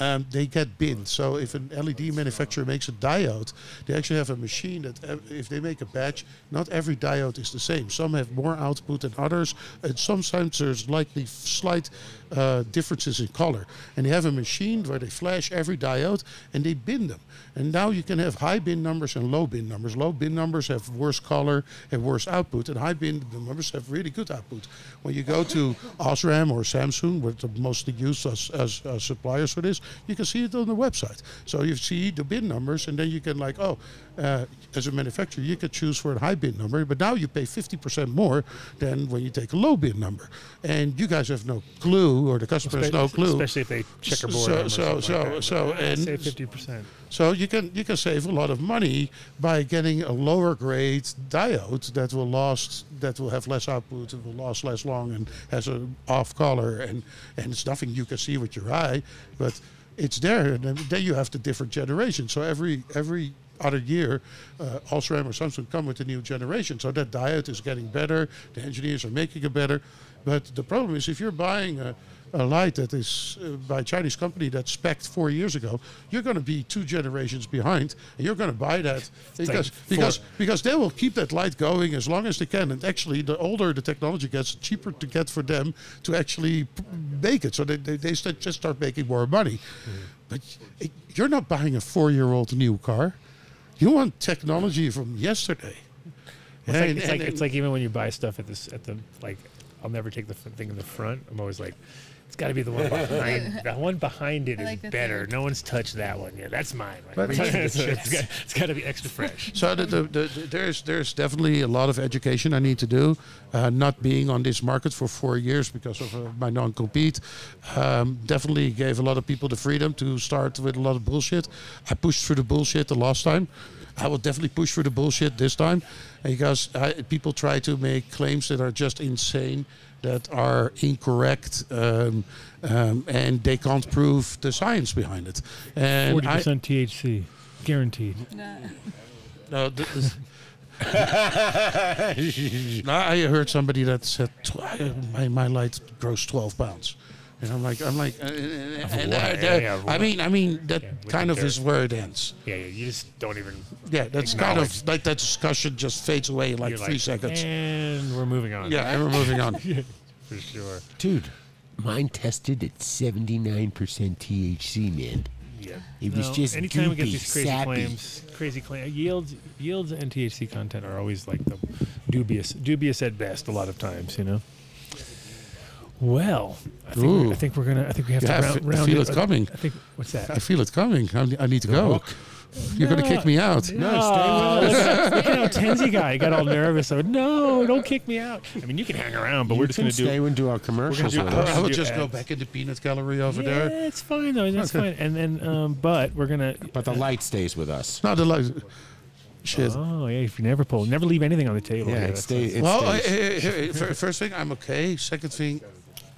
Um, they get binned. So if an LED manufacturer makes a diode, they actually have a machine that ev- if they make a batch, not every diode is the same. Some have more output than others, and sometimes there's likely slight uh, differences in color. And they have a machine where they flash every diode and they bin them. And now you can have high bin numbers and low bin numbers. Low bin numbers have worse color and worse output, and high bin numbers have really good output. When you go to Osram or Samsung, which are mostly used as, as, as suppliers for this, you can see it on the website. So you see the bin numbers, and then you can like, oh, uh, as a manufacturer, you could choose for a high bin number, but now you pay 50% more than when you take a low bin number. And you guys have no clue, or the customer has no clue. Especially if they checkerboard So, them or so, something so, like that. so, I'd and say 50%. so you can you can save a lot of money by getting a lower grade diode that will last that will have less output and will last less long and has a off color and and it's nothing you can see with your eye, but it's there. And then- then you have the different generations. So every every other year, uh, Osram or Samsung come with a new generation. So that diode is getting better. The engineers are making it better. But the problem is if you're buying a a light that is uh, by a Chinese company that spec'd four years ago, you're going to be two generations behind, and you're going to buy <laughs> that like because four- because because they will keep that light going as long as they can. And actually, the older the technology gets, the cheaper to get for them to actually p- make it. So they they, they st- just start making more money. Mm-hmm. But it, you're not buying a four-year-old new car. You want technology from yesterday. It's, like, And- it's, like, and- it's like even when you buy stuff at this at the like, I'll never take the f- thing in the front. I'm always like, it's got to be the one <laughs> behind. the one behind it I is like the better. No one's touched that one yet. That's mine. Right? <laughs> But- <laughs> it's got- it's got to be extra fresh. So the, the, the, the- there's there's definitely a lot of education I need to do. Uh, not being on this market for four years because of uh, my non-compete um, definitely gave a lot of people the freedom to start with a lot of bullshit. I pushed through the bullshit the last time. I will definitely push through the bullshit this time, because I, people try to make claims that are just insane, that are incorrect, um, um, and they can't prove the science behind it. And Forty I- percent THC, guaranteed. no, th- this- No, I heard somebody that said tw- I- my, my light grows twelve pounds, and I'm like I'm like, uh, uh, uh, and I, Yeah, that- yeah, I mean I mean that with kind the of is dirt. where it ends. Yeah, yeah, you just don't even. Yeah, that's kind of like that discussion just fades away in like You're "Eh." three seconds. And we're moving on. Yeah, and we're <laughs> moving on. For sure. dude. Mine tested at seventy nine percent THC, man. Yeah. it was No, just anytime goopy, we get these crazy sappy. claims, crazy claims, yields, yields, and THC content are always like the dubious, dubious at best. A lot of times, you know. Well, I think, Ooh. we're, I think we're gonna. I think we have Yeah, I to round, fe- I round feel it. it coming. I think what's that? I feel it coming. I, I need to go. You're gonna kick me out. No, look at- look at how Tenzi guy got all nervous. So no, don't kick me out. I mean, you can hang around, but You we're just can gonna do. stay and do our we're gonna commercials. do- with we're us. gonna I will do just go ads. back in the peanut gallery over yeah, there. it's fine though. That's fine. And then, um, but we're gonna. But the light stays with us. Not the light. Shit. Oh yeah, if you never pull, never leave anything on the table. Yeah, it that's- stay- it well, I- I- I- I- fir- first thing, I'm okay. Second thing,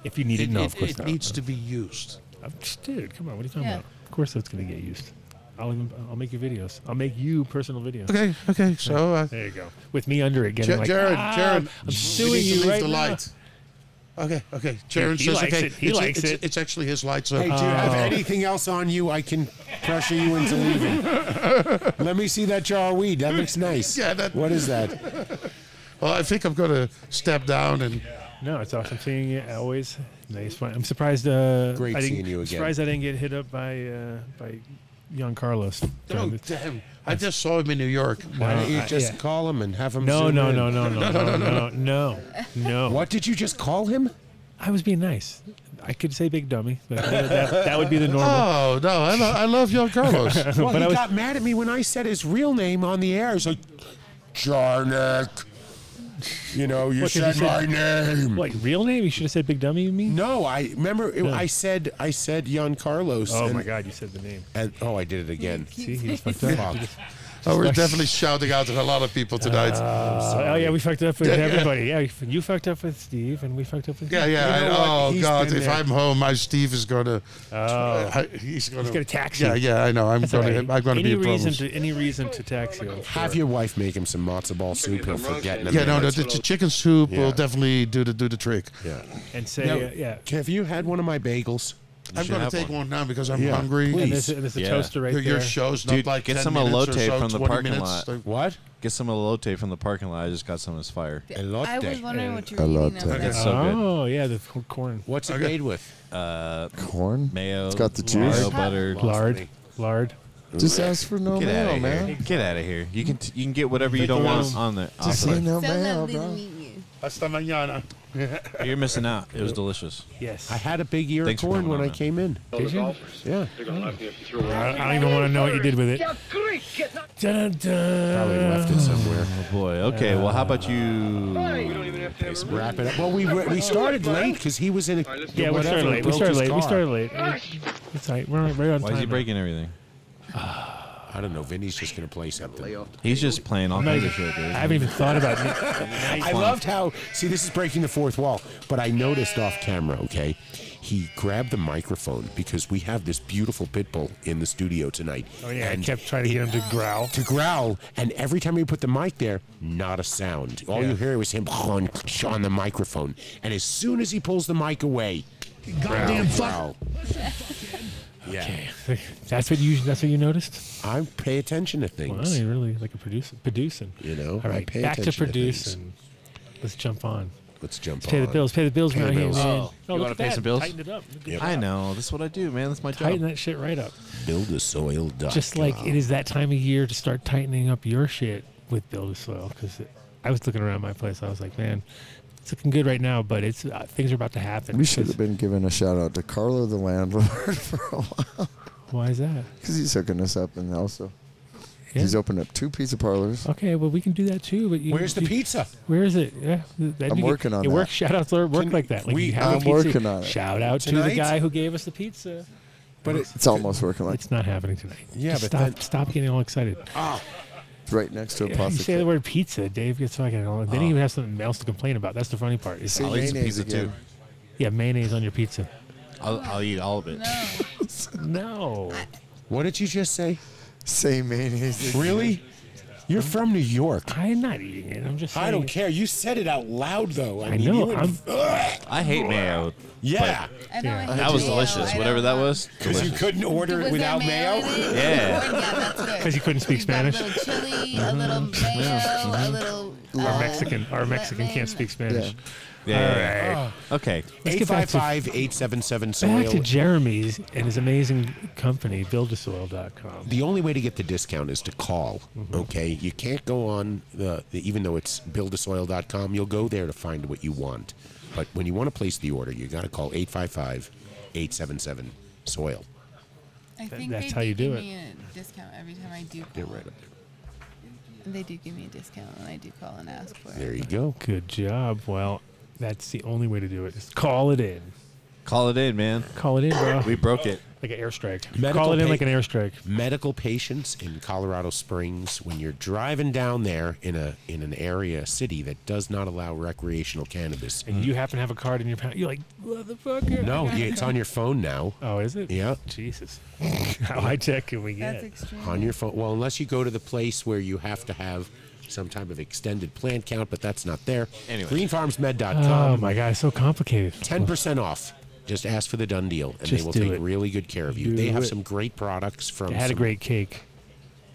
if you need it, no, of course it not. needs to be used. I'm just- dude, come on, what are you talking Yeah. about? Of course, that's gonna get used. I'll even, I'll make you videos. I'll make you personal videos. Okay, okay. So uh, there you go. With me under it, getting Ja- like, Jared, "Ah, Jared, I'm we suing need to you leave right the now." light. Okay, okay. Jared he says, likes okay, it, he it's, likes it's- it. it's actually his light. So Hey, do you have anything else on you? I can pressure you into <laughs> leaving. Let me see that jar of weed. That looks nice. Yeah, that- what is that? Well, I think I'm gonna step down and. No, it's awesome seeing you always. Nice. fun. I'm surprised. Uh, Great I didn't- seeing you again. Surprised I didn't get hit up by uh, by young Carlos. Oh damn! I just saw him in New York. Why don't you I- just yeah. call him and have him? No, zoom no, in? <laughs> no, no, no, no, no, no, no. What did you just call him? I was being nice. I could say big dummy, but that, that- that would be the normal. Oh, no, I lo- I love <laughs> Young Carlos. well, <laughs> But he I was- got mad at me when I said his real name on the air. He's like, Jarnik. You know, you What, 'cause said you my said- name. What real name? You should have said Big Dummy. You mean? No, I remember. it- I said I said Jan Carlos. Oh and- my God, you said the <laughs> name. And oh, I did it again. See, he's fucked up. Fuck. Oh, we're definitely shouting out to a lot of people tonight. Uh, oh yeah, we fucked up with everybody. Yeah, you- you fucked up with Steve, and we fucked up with Yeah, yeah. You know I- what? oh He's God, been if there. Oh. I'm home, my Steve is gonna. I- he's gonna. He's gonna tax Yeah, you. yeah. I know. I'm That's gonna. all right. I'm gonna any be a problem. reason to any reason to tax you. I'm Have sure. your wife make him some matzo ball soup. He'll forget. in a Yeah, no, the, minute. the chicken soup Yeah. will definitely do the do the trick. Yeah. and say Now, uh, yeah. Have you had one of my bagels? I'm should gonna have take one. now because I'm Yeah, hungry. please. And there's- and there's a Yeah. toaster right your, Your there. show's not Dude, like get 10 some minutes elote or so, from the 20 parking minutes. lot. Like- What? Get some elote from the parking lot. I just got some as fire. Elote. I was wondering what you were eating. Elote. over there. It's so good. Oh yeah, the c- corn. What's Okay. made with? Uh, Corn? mayo. It's got the mayo, juice? butter, Lard, lard. Just ask for no Get out mail, of here! man. Get out of here! You can t- you can get whatever you Take don't the want room. on there. Just off of say it. No So mail, lovely to bro. meet you. Hasta mañana. <laughs> You're missing out. It was delicious. Yes. I had a big ear Thanks for of corn coming when on, I man. came in. Did you? Yeah. I I don't even want to know what you did with it. Dun, dun. Probably left it somewhere. Oh boy. Okay. Well, how about you? Wrap it up. Well, we we started late because he was in a Yeah, we started late. We started late. We started late. It's all right. We're right on Why time. is he now. breaking everything? I don't know. Vinny's just gonna play something. He's just playing all I'm not kinds of even- shit, dude. I haven't even thought about it. I loved how. See, this is breaking the fourth wall. But I noticed off camera. Okay, he grabbed the microphone because we have this beautiful pit bull in the studio tonight. Oh yeah, I kept trying to get him to growl. to growl, and every time we put the mic there, not a sound. All you hear was him on, on the microphone, and as soon as he pulls the mic away, Goddamn fuck. growl. Yeah, <laughs> That's what you. That's what you noticed. I pay attention to Wow, things. you really like a producer. Producing. You know, All I right, pay back to attention things. producing. Let's jump on. Let's jump Let's pay the on. bills. Pay the bills Pay right the bills. here, man. Oh, No, you look want at to pay that. some bills? Tighten it up. Look at Yep. that. I know. That's what I do, man. That's my Tighten job. that shit right up. Build a soil. Dot Just like com. it is that time of year to start tightening up your shit with build a soil. Because I was looking around my place, I was like, man, it's looking good right now, but it's uh, things are about to happen. We should 'Cause- have been giving a shout out to Carlo the landlord <laughs> for a while Why is that? because he's hooking us up, and also Yeah. he's opened up two pizza parlors. Okay, well we can do that too. But you, Where's the you- pizza? Where is it? Yeah, that'd I'm be good. working on it that. works. Shout outs work Can- like that. Like we- you have I'm a pizza. working on it. Shout out to Tonight? the guy who gave us the pizza. But it, It's almost working like It's not happening tonight. Yeah, Just but stop, then- stop getting all excited. it's right next to a Yeah, you pasta. say the club. word pizza, Dave gets fucking all. Then Oh. he has something else to complain about. That's the funny part. It's Say all- I'll eat some mayonnaise pizza too. again. yeah, mayonnaise on your pizza. I'll, I'll eat all of it. No. what did you just say? Say mayonnaise. again. Really? You're from New York. I'm not eating it. I'm just. Saying I don't care. You said it out loud, though. I, I mean, know, You would- I'm- I hate mayo. yeah, I don't like That was mayo. I delicious. don't Whatever that know. was. because you couldn't order Was it there without mayo. in it? Yeah. Corn, yeah, that's good. 'Cause you couldn't speak You've got Spanish. A little chili, a Mm-hmm. little mayo, a little. Our uh, Mexican, our Mexican can't speak Spanish. Yeah. All right. Okay. Let's get back to- 855-877 Back to soil. Jeremy's and his amazing company, buildasoil.com. The only way to get the discount is to call. Mm-hmm. Okay, you can't go on the, the even though it's buildasoil.com. You'll go there to find what you want, but when you want to place the order, you got to call 855-877 soil. I think that's they how you do give it. me a discount every time I do They're call. right up there. They do give me a discount when I do call and ask for it. There you go. Good job. Well, that's the only way to do it. Is call it in. Call it in, man. Call it in, bro. We broke it. like an airstrike. Medical call it in pa- like an airstrike. medical patients in Colorado Springs when you're driving down there in a in an area city that does not allow recreational cannabis. Mm-hmm. And you happen to have a card in your pound. You're like, motherfucker. No, you- it's on your phone now. Oh, is it? Yeah. Jesus. <laughs> How high tech can we That's get? extreme. On your phone. Well, unless you go to the place where you have to have some type of extended plant count, but that's not there. Anyway. oh Greenfarmsmed.com. my god, it's so complicated. 10% off. Just ask for the done deal, and they Just will do take it. really good care of you. Do they have it. some great products from. They had a some- great cake.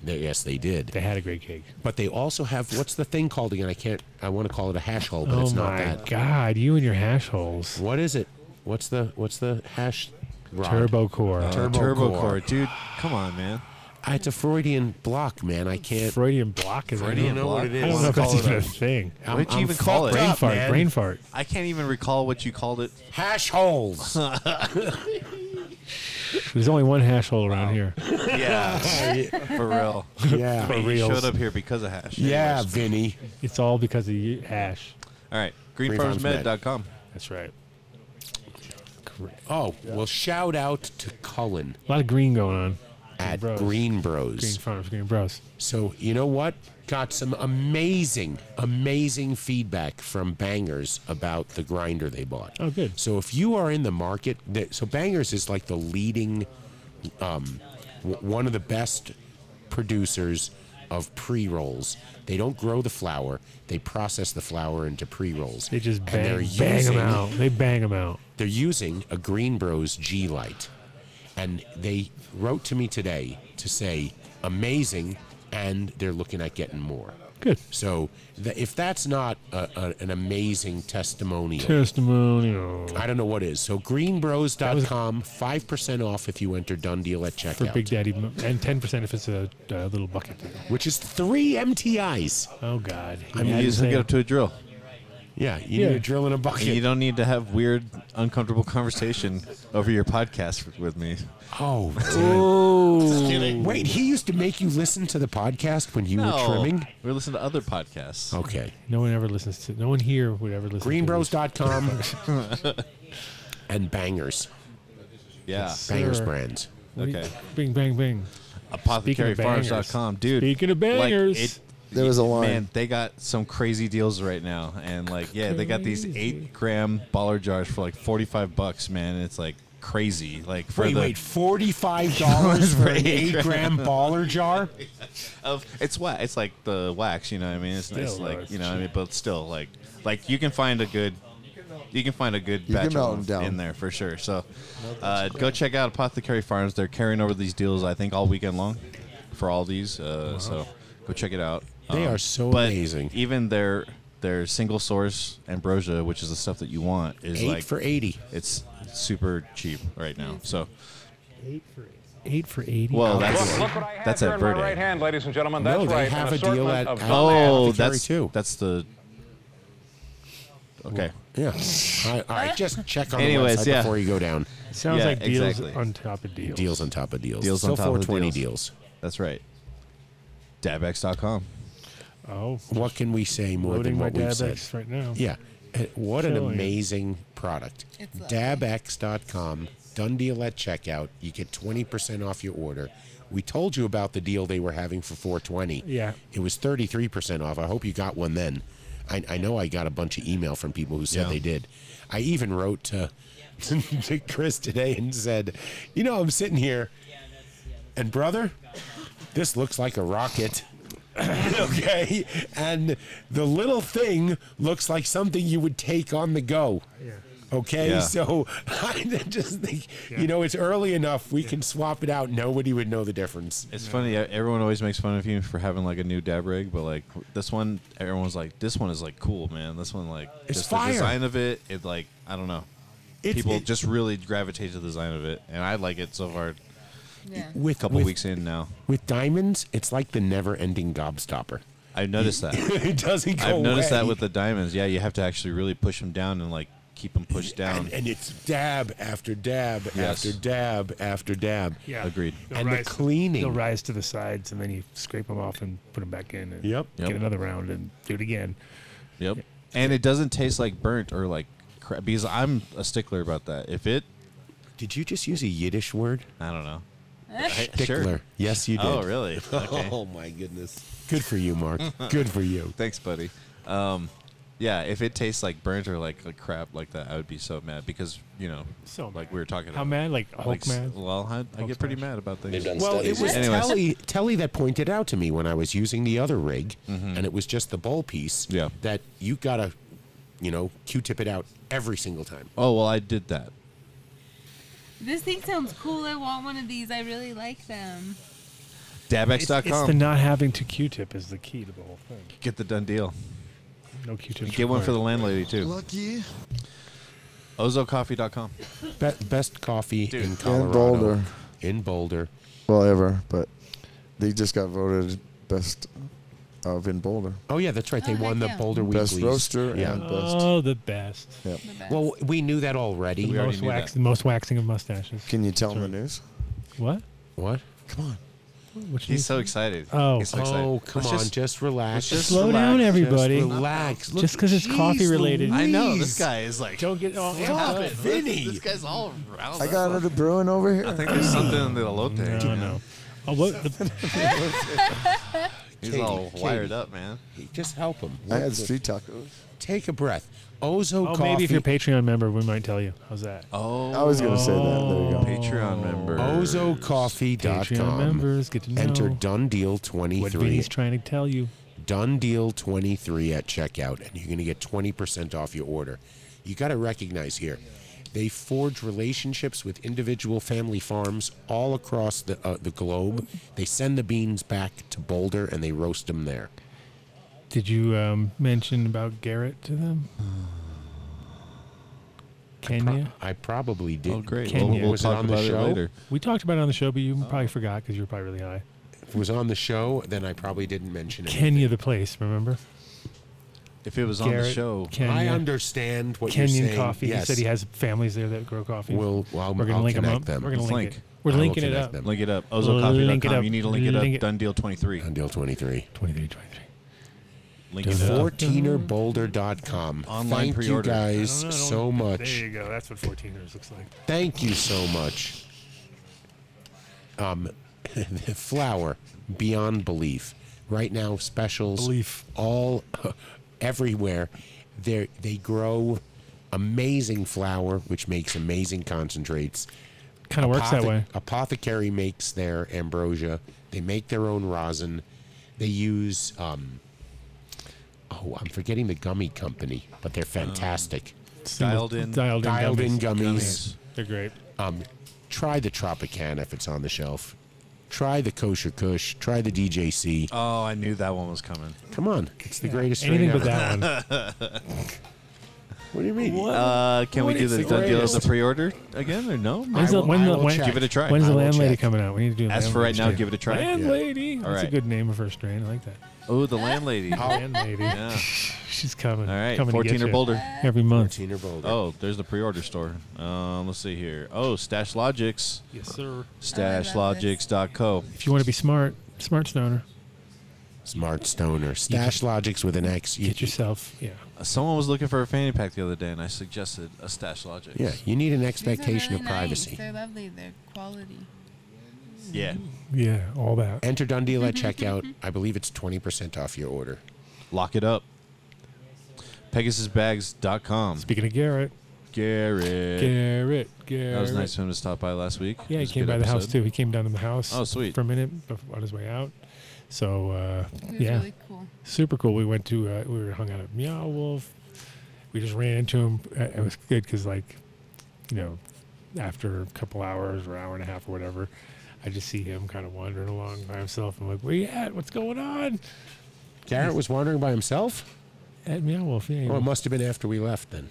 They, yes, they did. They had a great cake. But they also have what's the thing called again? I can't. I want to call it a hash hole, but oh it's not my that. god, you and your hash holes. What is it? What's the what's the hash? Rod? Turbo core. Turbo Turbo core. core, dude. Come on, man. I- Ah, It's a Freudian block, man. I can't. Freudian block is I Freudian don't know what it is. I don't know if that's even a thing. I'm- What'd you I'm even call it? fucked Brain up, fart. man. Brain fart. I can't even recall what you called it. Hash holes. There's only one hash hole around <laughs> here. yeah, for real. <laughs> Yeah. for For real. reals. Showed up here because of hash. Yeah, Anyways. Vinny. It's all because of you, hash. All right, Greenfarmsmed. greenfarmsmed.com. That's right. Oh, well, shout out to Cullen. A lot of green going on. At Bros. Green Bros. Green Farms, Green Bros. So, you know what? Got some amazing, amazing feedback from Bangers about the grinder they bought. Oh, good. So, if you are in the market, that, so Bangers is like the leading, um, w- one of the best producers of pre rolls. They don't grow the flour, they process the flour into pre rolls. They just bang, bang them out. They bang them out. They're using a Green Bros G Light. And they wrote to me today to say, amazing, and they're looking at getting more. Good. So th- if that's not a, a, an amazing testimonial, Testimonial. I don't know what is. So greenbros.com, 5% off if you enter Done Deal at checkout. For Big Daddy, Mo- and 10% if it's a uh, little bucket. Which is three MTIs. Oh, God. I mean, you just hook it up to a drill. Yeah, you need a drill and a bucket. You don't need to have weird, uncomfortable conversation over your podcast with me. Oh, kidding. Wait, he used to make you listen to the podcast when you No, were trimming? We're listening to other podcasts. Okay. No one ever listens to No one here would ever listen <laughs> Greenbros.com and bangers. Yeah. Bangers brands. Okay. Bing, bang, bing. Speaking of bangers. Apothecaryfarms.com, dude. Speaking of like, bangers. it- There was a line. Man, they got some crazy deals right now, and like, yeah, they got these eight gram baller jars for like forty five bucks, man. and It's like crazy, like for Wait, the wait, forty-five <laughs> dollars for an eight eight-gram gram. baller jar? of it's wa It's like the wax, you know. what I mean, it's, it's Still, like uh, you know, what I mean, but still, like, like you can find a good, you can find a good You can batch melt 'em of them down. in there for sure. So, uh, go check out Apothecary Farms. They're carrying over these deals, I think, all weekend long for all these. Uh, So, go check it out. Um, They are so but amazing. Even their their single source ambrosia, which is the stuff that you want, is Eight like for 80. It's super cheap right now. So. Eight for eight for eighty. Well, that's Look, look what I have that's here at in my Verde. right hand, ladies and gentlemen. Oh, No, That's they right. have an a deal assortment at- of at- Donna Ann. Apothecary Oh, that's too. that's the. Okay. Yeah. All right, all <laughs> right, just check on Anyways, the website yeah. before you go down. Sounds Yeah, like deals exactly. on top of deals. Deals on top of deals. Deals Still on top of 420 deals. That's right. Dabx.com. Oh, What can we say more Loading than what my we've Dab said? X right now. Yeah. Uh, What an Showing. amazing product. Dabx.com, done deal at checkout. You get 20% off your order. We told you about the deal they were having for 420. Yeah. It was 33% off. I hope you got one then. I, I know I got a bunch of email from people who said Yeah. they did. I even wrote to, <laughs> to Chris today and said, you know, I'm sitting here and brother, this looks like a rocket. <laughs> okay. And the little thing looks like something you would take on the go. Yeah. Okay, Yeah. so <laughs> I just think you know it's early enough. We can swap it out. Nobody would know the difference. It's funny. e- Everyone always makes fun of you for having like a new dab rig, but like this one, everyone's like, "This one is like cool, man. This one like It's just fire. the design of it. It like I don't know. It's- People it- just really gravitate to the design of it, and I like it so far. With couple with- weeks in now, with diamonds, it's like the never-ending gobstopper. <laughs> I've <coughs> noticed that. it doesn't go I've noticed that away. with the diamonds. Yeah, you have to actually really push them down and like keep them pushed down. and, and it's dab after dab Yes. after dab after dab. Yeah. Agreed. They'll And the rise- cleaning. They'll rise to the sides, and then you scrape them off and put them back in. And Yep. Get Yep. another round and do it again. Yep. And it doesn't taste like burnt or like crap because I'm a stickler about that. If it, Did you just use a Yiddish word? I don't know. Stickler. Yes, you did. Oh, <laughs> really? Okay. oh my goodness. Good for you, <laughs> Mark. Good for you. Thanks, buddy. Um, yeah, if it tastes like burnt or like, like crap like that, I would be so mad because you know, So like we were talking. How about. mad? Like Hulk s- mad? Well, I, I get pretty mad about things. Well, it was Anyways. <laughs> Telly, Telly that pointed out to me when I was using the other rig, Mm-hmm. and it was just the bowl piece. Yeah. That you gotta, you know, Q-tip it out every single time. Oh well, I did that. This thing sounds cool. I want one of these. I really like them. It's, Dabx.com. it's the not having to Q-tip is the key to the whole thing. get the done deal. No Q-tips. Get one for the required. landlady too. Lucky. Ozocoffee.com. Be- best coffee in In Colorado. Boulder. In Boulder. Well, ever, but They just got voted best of in Boulder. Oh yeah, that's right. They won the Boulder Best Weeklies. roaster Yeah. and best. Oh, the best. Yep. Well, we knew that already. The most, wax, the most waxing of mustaches. Can you tell him the news? What? What? Come on. Which He's news? so excited. Oh, He's so excited. Oh, come Let's on, just- just relax. let's just Slow down, relax. everybody. Just relax. Look, Just 'cause it's jeez coffee related. Louise. I know this guy is like. Don't get all Fuck amped up. it. Vinny. This guy's all around. I got another brewing over here. I think there's something in the elote. No, no. Oh, what? the- He's Katie, all Katie. wired up, man. Just help him. I had street tacos. Take a breath. Ozo oh, coffee. maybe if you're a Patreon member, we might tell you. How's that? Oh, I was gonna say that. There you go. Patreon member. Patreon OzoCoffee.com. members get to know Enter Done Deal what 23. Vinny's trying to tell you. Done Deal 23 at checkout, and you're going to get 20% off your order. You got to recognize here, they forge relationships with individual family farms all across the, uh, the globe. They send the beans back to Boulder and they roast them there. Did you um, mention about Garrett to them? Kenya? I probably did. Oh, great. Kenya. We'll, we'll Was it talk on the about show? it later. We talked about it on the show, but you Oh. probably forgot because you were probably really high. If it was on the show, then I probably didn't mention it. Kenya, the place, remember? If it was on the Garrett, show, Kenya. I understand what Kenyan you're saying. coffee. He Yes. said he has families there that grow coffee. We'll- well, I'll- we're gonna I'll link 'em connect up. them. We're gonna Let's link. link. it. We're I will linking it connect up. them. link it up. Link it Ozocoffee.com. up. You need to link it Uh, Link up. it. Done deal 23. Done Deal 23. 23, 23. Link it up. 14erboulder.com. Online Thank you pre-order. guys I don't know, I don't- so There much. you go. That's what 14ers looks like. Thank you so much. Um, <laughs> the flour beyond belief. Right now, specials Belief. all <laughs> everywhere. They they grow amazing flour, which makes amazing concentrates. Kinda works that way. Apothecary makes their ambrosia. They make their own rosin. They use um, oh, I'm forgetting the gummy company, but they're fantastic. Single- Dialed in. Dialed in. Dialed in gummies. gummies. They're great. Um, try the Tropicana if it's on the shelf. Try the Kosher Kush. Try the DJC. Oh, I knew that one was coming. Come on, it's the Yeah, greatest anything strain but ever. that one. What do you mean? Uh, can What we do is the the done deal as a greatest? pre-order again or no? When's I the, will- when I the, will when, check. Give it a try. When's I the will landlady check. coming out? We need to do. As for right landlady now, too. give it a try. Yeah. Landlady. That's a Alright. good name of her strain. I like that. Oh, the landlady. Landlady. Yeah. <laughs> She's coming. All right, Coming to 14 get or ya Boulder. Every month. Teen or Boulder. Oh, there's the pre-order store. Um, let's see here. Oh, Stash Logics. Yes, sir. StashLogics.co. If you want to be smart, smart stoner, Smart Stoner. Stash Logics with an X. You, get yourself. Yeah. Uh, Someone was looking for a fanny pack the other day, and I suggested a Stash Logics. yeah, you need an These are expectation really of privacy. Nice. They're lovely. They're quality. Yeah. Yeah. All that. Enter Dundee <laughs> at checkout. I believe it's 20% off your order. Lock it up. PegasusBags.com. Speaking of Garrett. Garrett. Garrett. Garrett. That was nice of him to stop by last week. Yeah, he It was a came good by the house episode. too. He came down to the house. Oh, sweet. For a minute bef- on his way out. So uh, It was yeah, really cool. super cool. We went to uh, we were hung out at Meow Wolf. We just ran into him. Uh, It was good because like, you know, after a couple hours or hour and a half or whatever, I just see him kind of wandering along by himself. I'm like, where you at? What's going on? Garrett was wandering by himself? At Meow Wolf, yeah. Oh, Well, it must have been after we left then.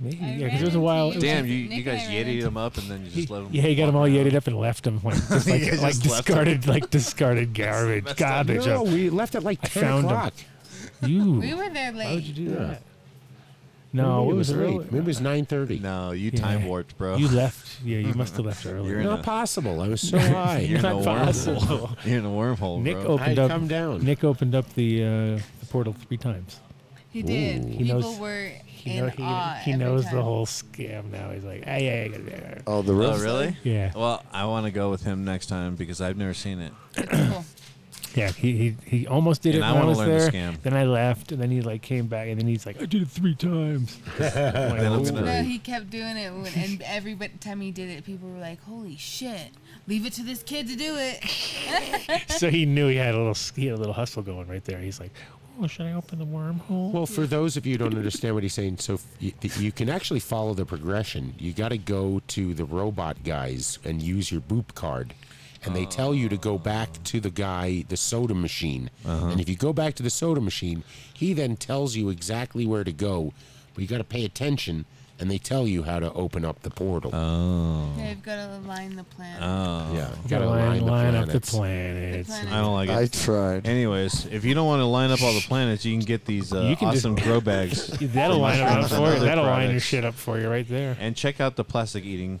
maybe, I yeah, ran because it was a while. into <laughs> Damn, you, Nick you and guys I ran yeeted into- him up and then you just let him. Yeah, he got walk him all around. yeeted up and left him like, <laughs> just like, You guys like just left him. discarded, like <laughs> discarded garbage, garbage. No, Uh, we left at like 10 found him. o'clock. You. We were there late. Why would you do that? No, Maybe it was late. early. Maybe it was 9.30. No, you Yeah. time warped, bro. You left. Yeah, you must have left early. <laughs> You're in Not a- possible. I <laughs> was so high. You're in a Not possible. wormhole. <laughs> You're in a wormhole, Nick bro. opened I up. come down. Nick opened up the uh, the portal three times. He did. He People knows- were He, in know- he- awe. he uh, every knows time. the whole scam now. He's like, hey, yeah, I gotta be there. Oh, the Oh, roast. really? Yeah. Well, I want to go with him next time because I've never seen it. It's cool. Yeah, he, he, he almost did And it I when I, wanna was learn there. the scam. Then I left, and then he like came back, and then he's like, I did it three times. I'm Then I'm like, gonna- No, Right. he kept doing it, when, and every bit- time he did it, people were like, "Holy shit! Leave it to this kid to do it." so he knew he had a little he had a little hustle going right there. He's like, oh, should I open the wormhole? Well, for those of you who don't understand what he's saying, so f- you, th- you can actually follow the progression. You got to go to the robot guys and use your boop card. And they tell you to go back to the guy, the soda machine. And if you go back to the soda machine, he then tells you exactly where to go. But you got to pay attention and they tell you how to open up the portal. Oh. They've got to align the plan. Oh. Yeah, you Gotta gotta line- line, line up the planets. planets. The I don't like it. I tried. Anyways, if you don't want to line up all the planets, you can get these uh, You can just- awesome <laughs> grow bags. That'll for line it up mushrooms and for you. other That'll line your products. shit up for you right there. And check out the plastic eating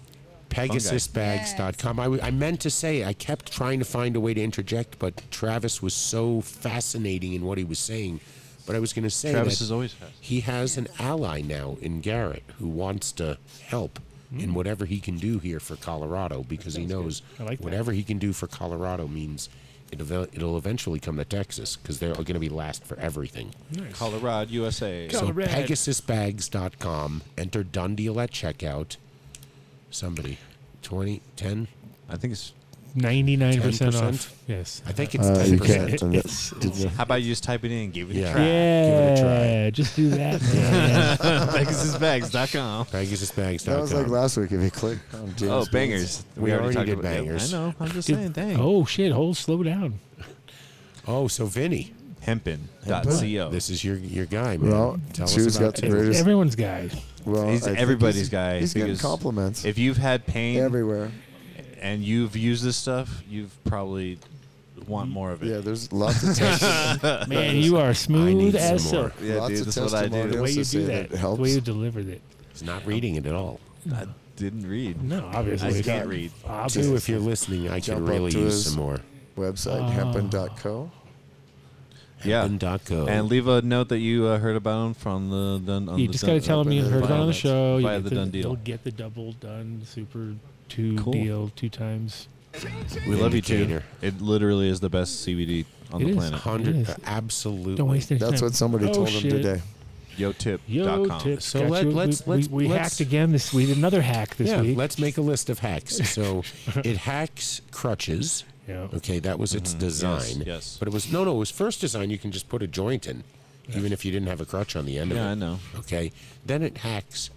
PegasusBags.com. I, w- I meant to say, I kept trying to find a way to interject, but Travis was so fascinating in what he was saying. But I was going to say Travis that is always fast. he has an ally now in Garrett who wants to help Hmm. in whatever he can do here for Colorado because he knows whatever he can do for Colorado means it'll, ev- it'll eventually come to Texas because they're going to be last for everything. Colorado, USA. So PegasusBags.com. Enter Dun Deal at checkout. Somebody, 20, 10? I think it's 99% off. Yes. I think it's Uh, you 10%. can't do that. It's- How about you just type it in and give it Yeah. a try? Yeah, just do that, man. <laughs> PegasusBags.com. PegasusBags.com. That was like last week. If you click on James Oh, Bean's- bangers. We We already already talked did about- yeah, bangers. I know. I'm just saying, dang. <laughs> Oh, shit. Hold, slow down. Oh, so Vinny. Hempin.co. This is your your guy, man. Well, Tell Chew's us about got the greatest. Everyone's guy. Well, he's I think everybody's he's- guy. He's getting because compliments. If you've had pain everywhere, and you've used this stuff, you've probably want more of it. Yeah, there's lots of testimonials. Man, you are smooth need as some more. silk. Yeah, Lots dude, of that's what I do. The way you do that, the way you delivered it. He's not reading it at all. I didn't read. No, obviously. I can't read. Two, if you're listening, I can Jump really up to use his some more. Website Ah. hempen.co. Yeah. Hempin.co. And leave a note that you uh, heard about him from the Dun. On You the just got Dun- to tell them you heard about it on the Violet- show. You Via get the the- Dun Deal. You'll get the double done super two Cool. deal two times. We love you, too. Indicator. It literally is the best CBD on It the is. planet. It is. Absolutely. Don't waste any time. That's <laughs> what somebody Oh, told him shit. today. Yo, YoTip.com. tips. So Got let- you. let's- we, let's- we, we let's- hacked again this week. Another hack this yeah, week. let's make a list of hacks. <laughs> So it hacks crutches. Yeah. Okay, that was its Mhm. design. Yes, yes. But it was no, no. It was first design. You can just put a joint in, even if you didn't have a crutch on the end of Yeah, it. I know. Okay. Then it hacks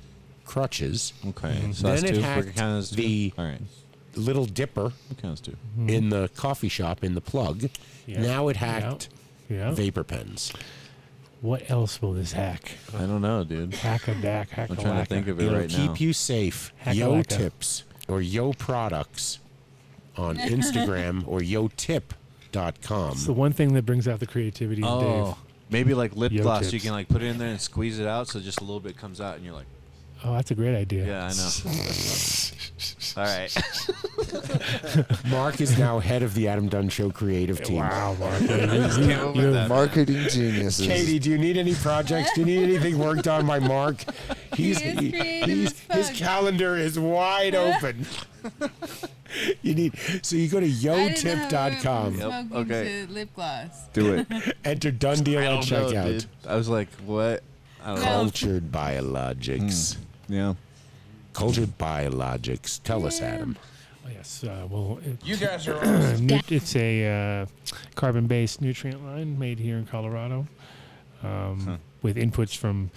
crutches. Okay. Mm-hmm. Mhm. So that's then two. it We're hacked counting as two? the All right. little dipper Counts two. in the coffee shop in the plug. Mm-hmm. Yeah. Now it hacked Yeah. vapor pens. What else will this hack? I don't know, dude. Hack a back, hack a I'm trying to think of it It'll right keep now. you safe. Hackalacka. Yo tips or yo products <laughs> on Instagram or yotip.com. It's the one thing that brings out the creativity in Oh, Dave. maybe like lip Yo gloss. You tips. can like put it in there and squeeze it out, so just a little bit comes out, and you're like, Oh, that's a great idea. yeah, I know. All right. Mark is <laughs> now head of the Adam Dunn Show creative team. Wow, Mark. came up with that. Marketing geniuses. <laughs> Katie, do you need any projects? Do you need anything worked on by <laughs> Mark? He's, He is creative as fuck. his calendar is wide <laughs> open. you need so you go to I didn't know we went from yotip.com, Smoking okay. to lip gloss. Do <laughs> it. enter Dunn Deal at I don't know, checkout. dude. I was like, what? I don't know. Cultured biologics. Yeah. Cultured biologics. Tell us, Adam. Oh, yes. Uh, well, it- You guys <clears throat> are awesome. nu- it's a uh, carbon-based nutrient line made here in Colorado, um, with inputs from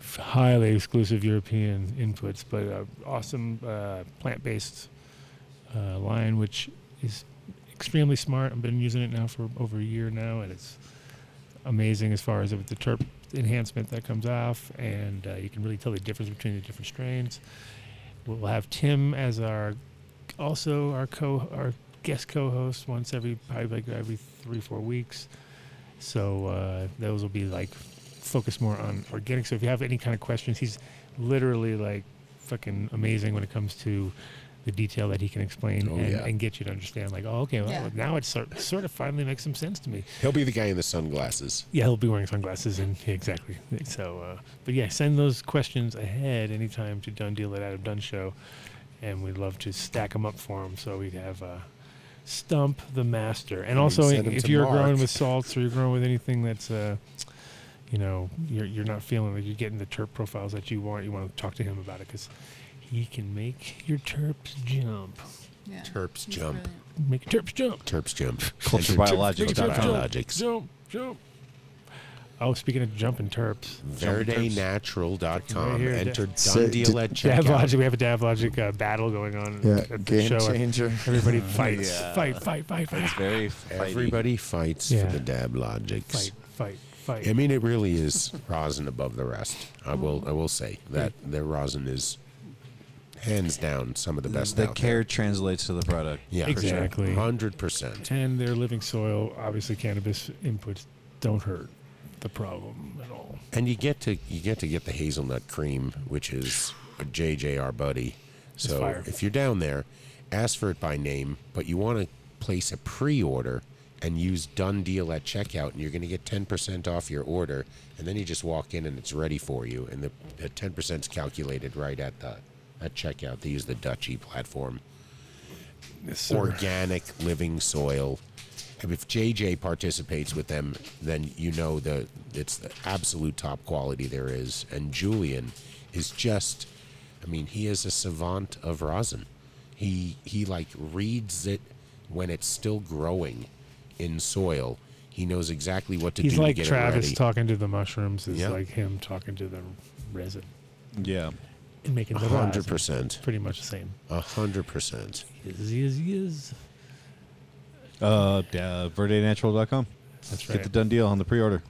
f- highly exclusive European inputs, but uh, awesome uh, plant-based uh, line, which is extremely smart. I've been using it now for over a year now, and it's amazing as far as with the terp enhancement that comes off, and uh, you can really tell the difference between the different strains. We'll have Tim as our also our co our guest co-host once every probably like every three four weeks. So uh, those will be like focused more on organic. So if you have any kind of questions, he's literally like fucking amazing when it comes to the detail that he can explain Oh, and, yeah. and get you to understand. Like, oh, okay, well, Yeah. now it sort sort of finally makes some sense to me. He'll be the guy in the sunglasses. Yeah, he'll be wearing sunglasses and yeah, exactly. So, uh, but yeah, send those questions ahead anytime to Done Deal at Adam Dunn Show, and we'd love to stack them up for him so we'd have uh, Stump the Master. And Ooh, also, send 'em if to you're Mark. <laughs> growing with salts or you're growing with anything that's, uh, you know, you're you're not feeling that you're getting the terp profiles that you want, you want to talk to him about it because he can make your terps jump. Yeah. Terps He's jump. brilliant. Make your terps jump. Terps jump. Culture Enter biologics. Jump, Terps jump, jump. Oh, speaking of jumping terps. Right VerdeNatural.com. here, Enter Dave. Dun Deal at checkout. Davlogic, we have a Davlogic uh, battle going on Yeah, at the game show. changer. <laughs> Everybody fights, Yeah. fight, fight, fight, fight, It's very fighty. Everybody fights Yeah. for the Dab Logics. fight, fight, fight. I mean, it really is rosin above the rest. I will. I will say that their rosin is hands down some of the best. The out care translates to the product. Yeah, for sure. Exactly. Hundred percent. And their living soil, obviously, cannabis inputs don't hurt the problem at all. And you get to you get to get the hazelnut cream, which is a JJ our buddy. It's So fire. if you're down there, ask for it by name, but you want to place a pre-order and use done deal at checkout, and you're going to get 10% off your order, and then you just walk in and it's ready for you, and the, the 10% is calculated right at the at checkout. They use the Dutchy platform Yes, sir. organic living soil. And if JJ participates with them, then you know the it's the absolute top quality there is. And Julian is just, I mean, he is a savant of rosin. He he like reads it when it's still growing in soil. He knows exactly what to He's do like to get it Travis ready. talking to the mushrooms. Is Yeah. like him talking to the resin. Yeah. And making the rosin. 100%. Pretty much the same. A hundred percent. Yes, yes, yes. Uh, yeah, verdenatural.com. That's Get right. the done deal on the pre-order.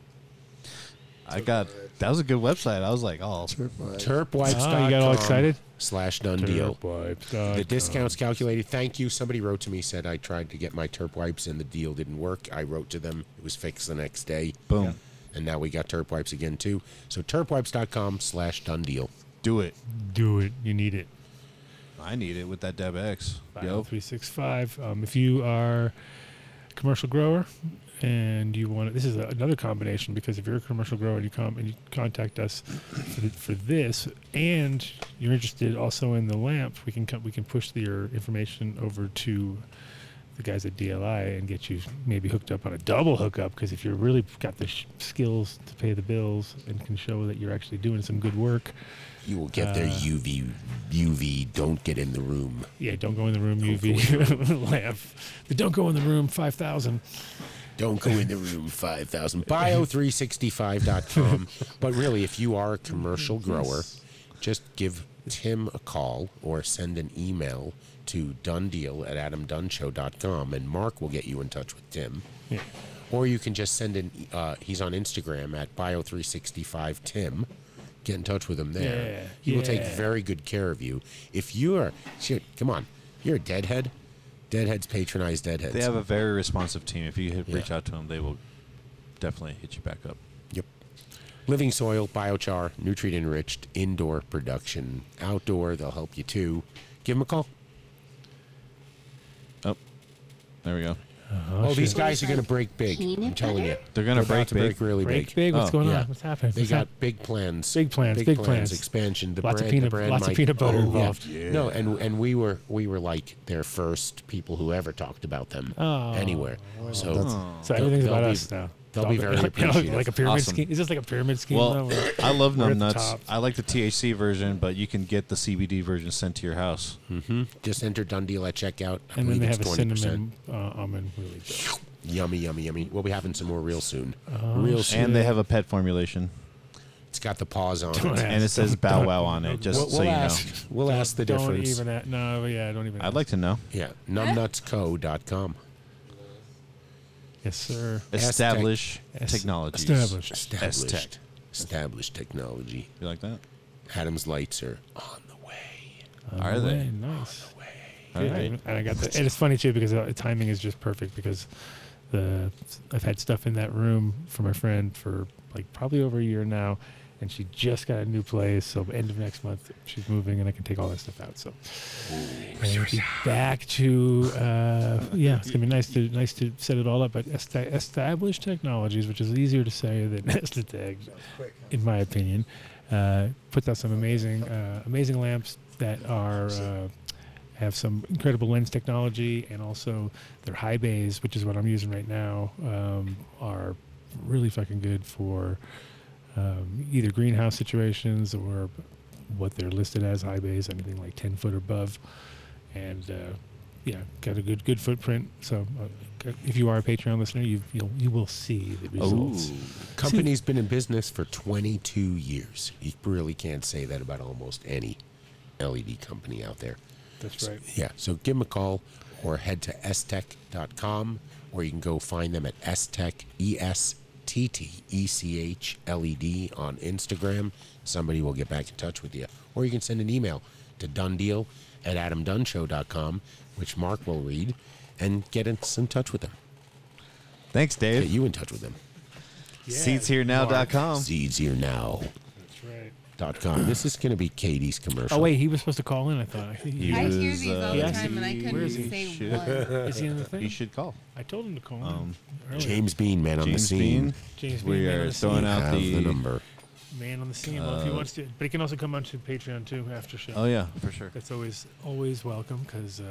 I got that was a good website. I was like, oh, Terpwipes.com. Ah, you got all excited? Slash done deal. Terpwipes.com. The discount's calculated. Thank you. Somebody wrote to me said I tried to get my terp wipes and the deal didn't work. I wrote to them. It was fixed the next day. Boom. Yeah. And now we got terp wipes again too. So terpwipes.com slash done deal. Do it. Do it. You need it. I need it with that Deb X. Bio 365. Um, if you are a commercial grower and you want to, this is a, another combination because if you're a commercial grower and you come and you contact us for, the, for this and you're interested also in the lamp, we can come, we can push the, your information over to the guys at DLI and get you maybe hooked up on a double hookup because if you're really got the sh- skills to pay the bills and can show that you're actually doing some good work, You will get their Uh, UV UV don't get in the room. Yeah, don't go in the room, go in UV <laughs> lamp. The don't go in the room, 5,000. Don't go in the room 5000 <laughs> bio365.com. but really if you are a commercial grower, just give Tim a call or send an email to dundeal at adamdunshow.com and Mark will get you in touch with Tim. Yeah. Or you can just send an e- uh, he's on Instagram at bio365tim. Get in touch with him there. Yeah, he will take yeah. very good care of you. If you are shoot, come on, you're a deadhead. Deadheads patronize deadheads. They have a very responsive team. If you hit, reach out to them, they will definitely hit you back up. Yep. Living soil, biochar, nutrient enriched, indoor production, outdoor, they'll help you too. Give them a call. Oh, there we go. Oh, these guys are going to break big. I'm telling you. They're gonna about break to big? break really Break big. big? What's going on? Oh, yeah. What's happening? They What's <laughs> got hap- big plans. Big plans, big plans. Expansion. The Lots of brand, peanut- the brand lots of might- peanut butter Oh, yeah. involved. Yeah. No, and and we were we were like their first people who ever talked about them Oh. anywhere. So, so they'll- everything's they'll about be- us now. They'll be It's all- very you know, <laughs> appreciative. Like a pyramid Awesome. scheme. Is this like a pyramid scheme? Well, though? I love We're at Numb the Nuts. top. I like the THC version, but you can get the CBD version sent to your house. Mm-hmm. Just enter Done Deal at checkout. I And then believe they it's have a 20%. cinnamon uh, almond really good. Yummy, yummy, yummy. We'll be having some more real soon. Oh, real shit. soon. And they have a pet formulation. It's got the <laughs> paws on Don't it. And it ask. says Bow Wow on it, just we'll, so we'll you know. ask, We'll ask the don't difference. even a- no, yeah, don't even I'd like to know. Yeah, numbnutsco.com. Yes, sir. Establish Aztec- technologies. Established. Established. Aztec. Established technology. You like that? Adam's lights are on On Are the they? way, Nice. All Yeah, right. And I got the, and it's funny too because uh, timing is just perfect because the I've had stuff in that room for my friend for like probably over a year now, and she just got a new place. So end of next month she's moving, and I can take all that stuff out. So and we'll be back to uh, yeah, it's gonna be nice to nice to set it all up. But esta- established technologies, which is easier to say than <laughs> Estatag, in my opinion, uh, puts out some amazing uh, amazing lamps that are. Uh, have some incredible lens technology, and also their high bays, which is what I'm using right now, um, are really fucking good for um, either greenhouse situations or what they're listed as high bays, anything like 10 foot or above, and uh, yeah, got a good good footprint. So uh, if you are a Patreon listener, you you'll, you will see the <laughs> results. Company's been in business for 22 years. You really can't say that about almost any LED company out there. That's right. Yeah, so give them a call or head to estech.com or you can go find them at estech, E S T T E C H L E D on Instagram. Somebody will get back in touch with you. Or you can send an email to Dundeal at adamdunshow.com, which Mark will read, and get us in touch with them. Thanks, Dave. Get you in touch with them. SeatsHereNow.com. Seeds here now. Dot com. This is going to be Katie's commercial. Oh wait, he was supposed to call in. I thought. I, think he- uh, I hear these all the time, and I couldn't Where is he? <laughs> say one. Is he in the thing? He should call. I told him to call. Um, in earlier. James Bean, man on the James scene. Bean. James we Bean, man on are the throwing scene. out Have the, the number. Man on the scene. well, if he Uh, wants to, but he can also come onto Patreon too after show. Oh, yeah, for sure. That's always always welcome because uh,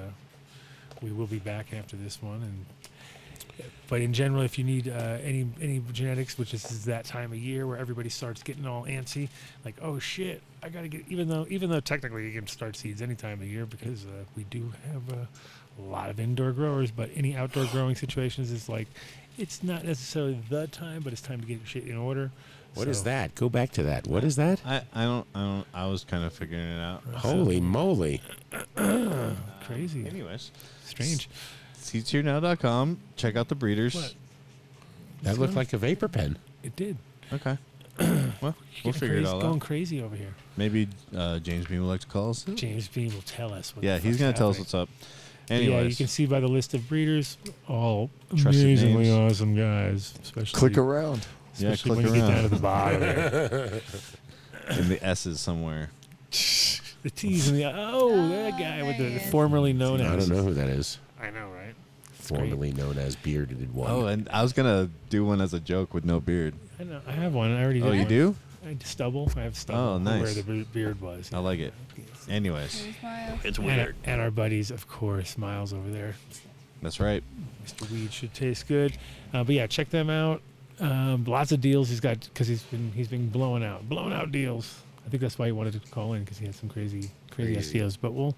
we will be back after this one. And but in general, if you need uh, any any genetics, which is, is that time of year where everybody starts getting all antsy, like oh shit, I gotta get. Even though even though technically you can start seeds any time of year because uh, we do have uh, a lot of indoor growers, but any outdoor growing situations is like. It's not necessarily the time, but it's time to get your shit in order. What What is is that? Go back to that. What is that? I, I don't I don't I was kind of figuring it out. Holy moly. Crazy. Anyways, strange. SeatsHereNow.com. Check out the breeders. What? That looked like a vapor pen. It did. <coughs> Okay. well, Getting we'll figure it crazy- all Going out. crazy over here. Maybe uh, James Bean would like to call us. James Bean will tell us. What Yeah, the he's fuck's gonna tell us happening. what's up. But Yeah, you Anyways, can see by the list of breeders, all Trusted amazingly awesome guys. Especially Click around. Yeah, Especially click when you get down around. to the bottom. <laughs> there. in the <laughs> S's somewhere. the T's and the oh, that guy with the formerly known I as. don't know who that is. I know, right? Formerly known as Bearded One. Oh, and I was gonna do one as a joke with no beard. I know. I have one. I already. Oh, did you one. do? I had stubble. I have stubble. Oh, nice. Where the be- beard was. I like it. Anyways, it's And- weird. And, our buddies, of course, Miles over there. That's right. Mr. Weed should taste good. Uh, but yeah, check them out. Um, lots of deals he's got because he's been he's been blowing out, blowing out deals. I think that's why he wanted to call in because he had some crazy, crazy, ass Crazy. deals. But we'll,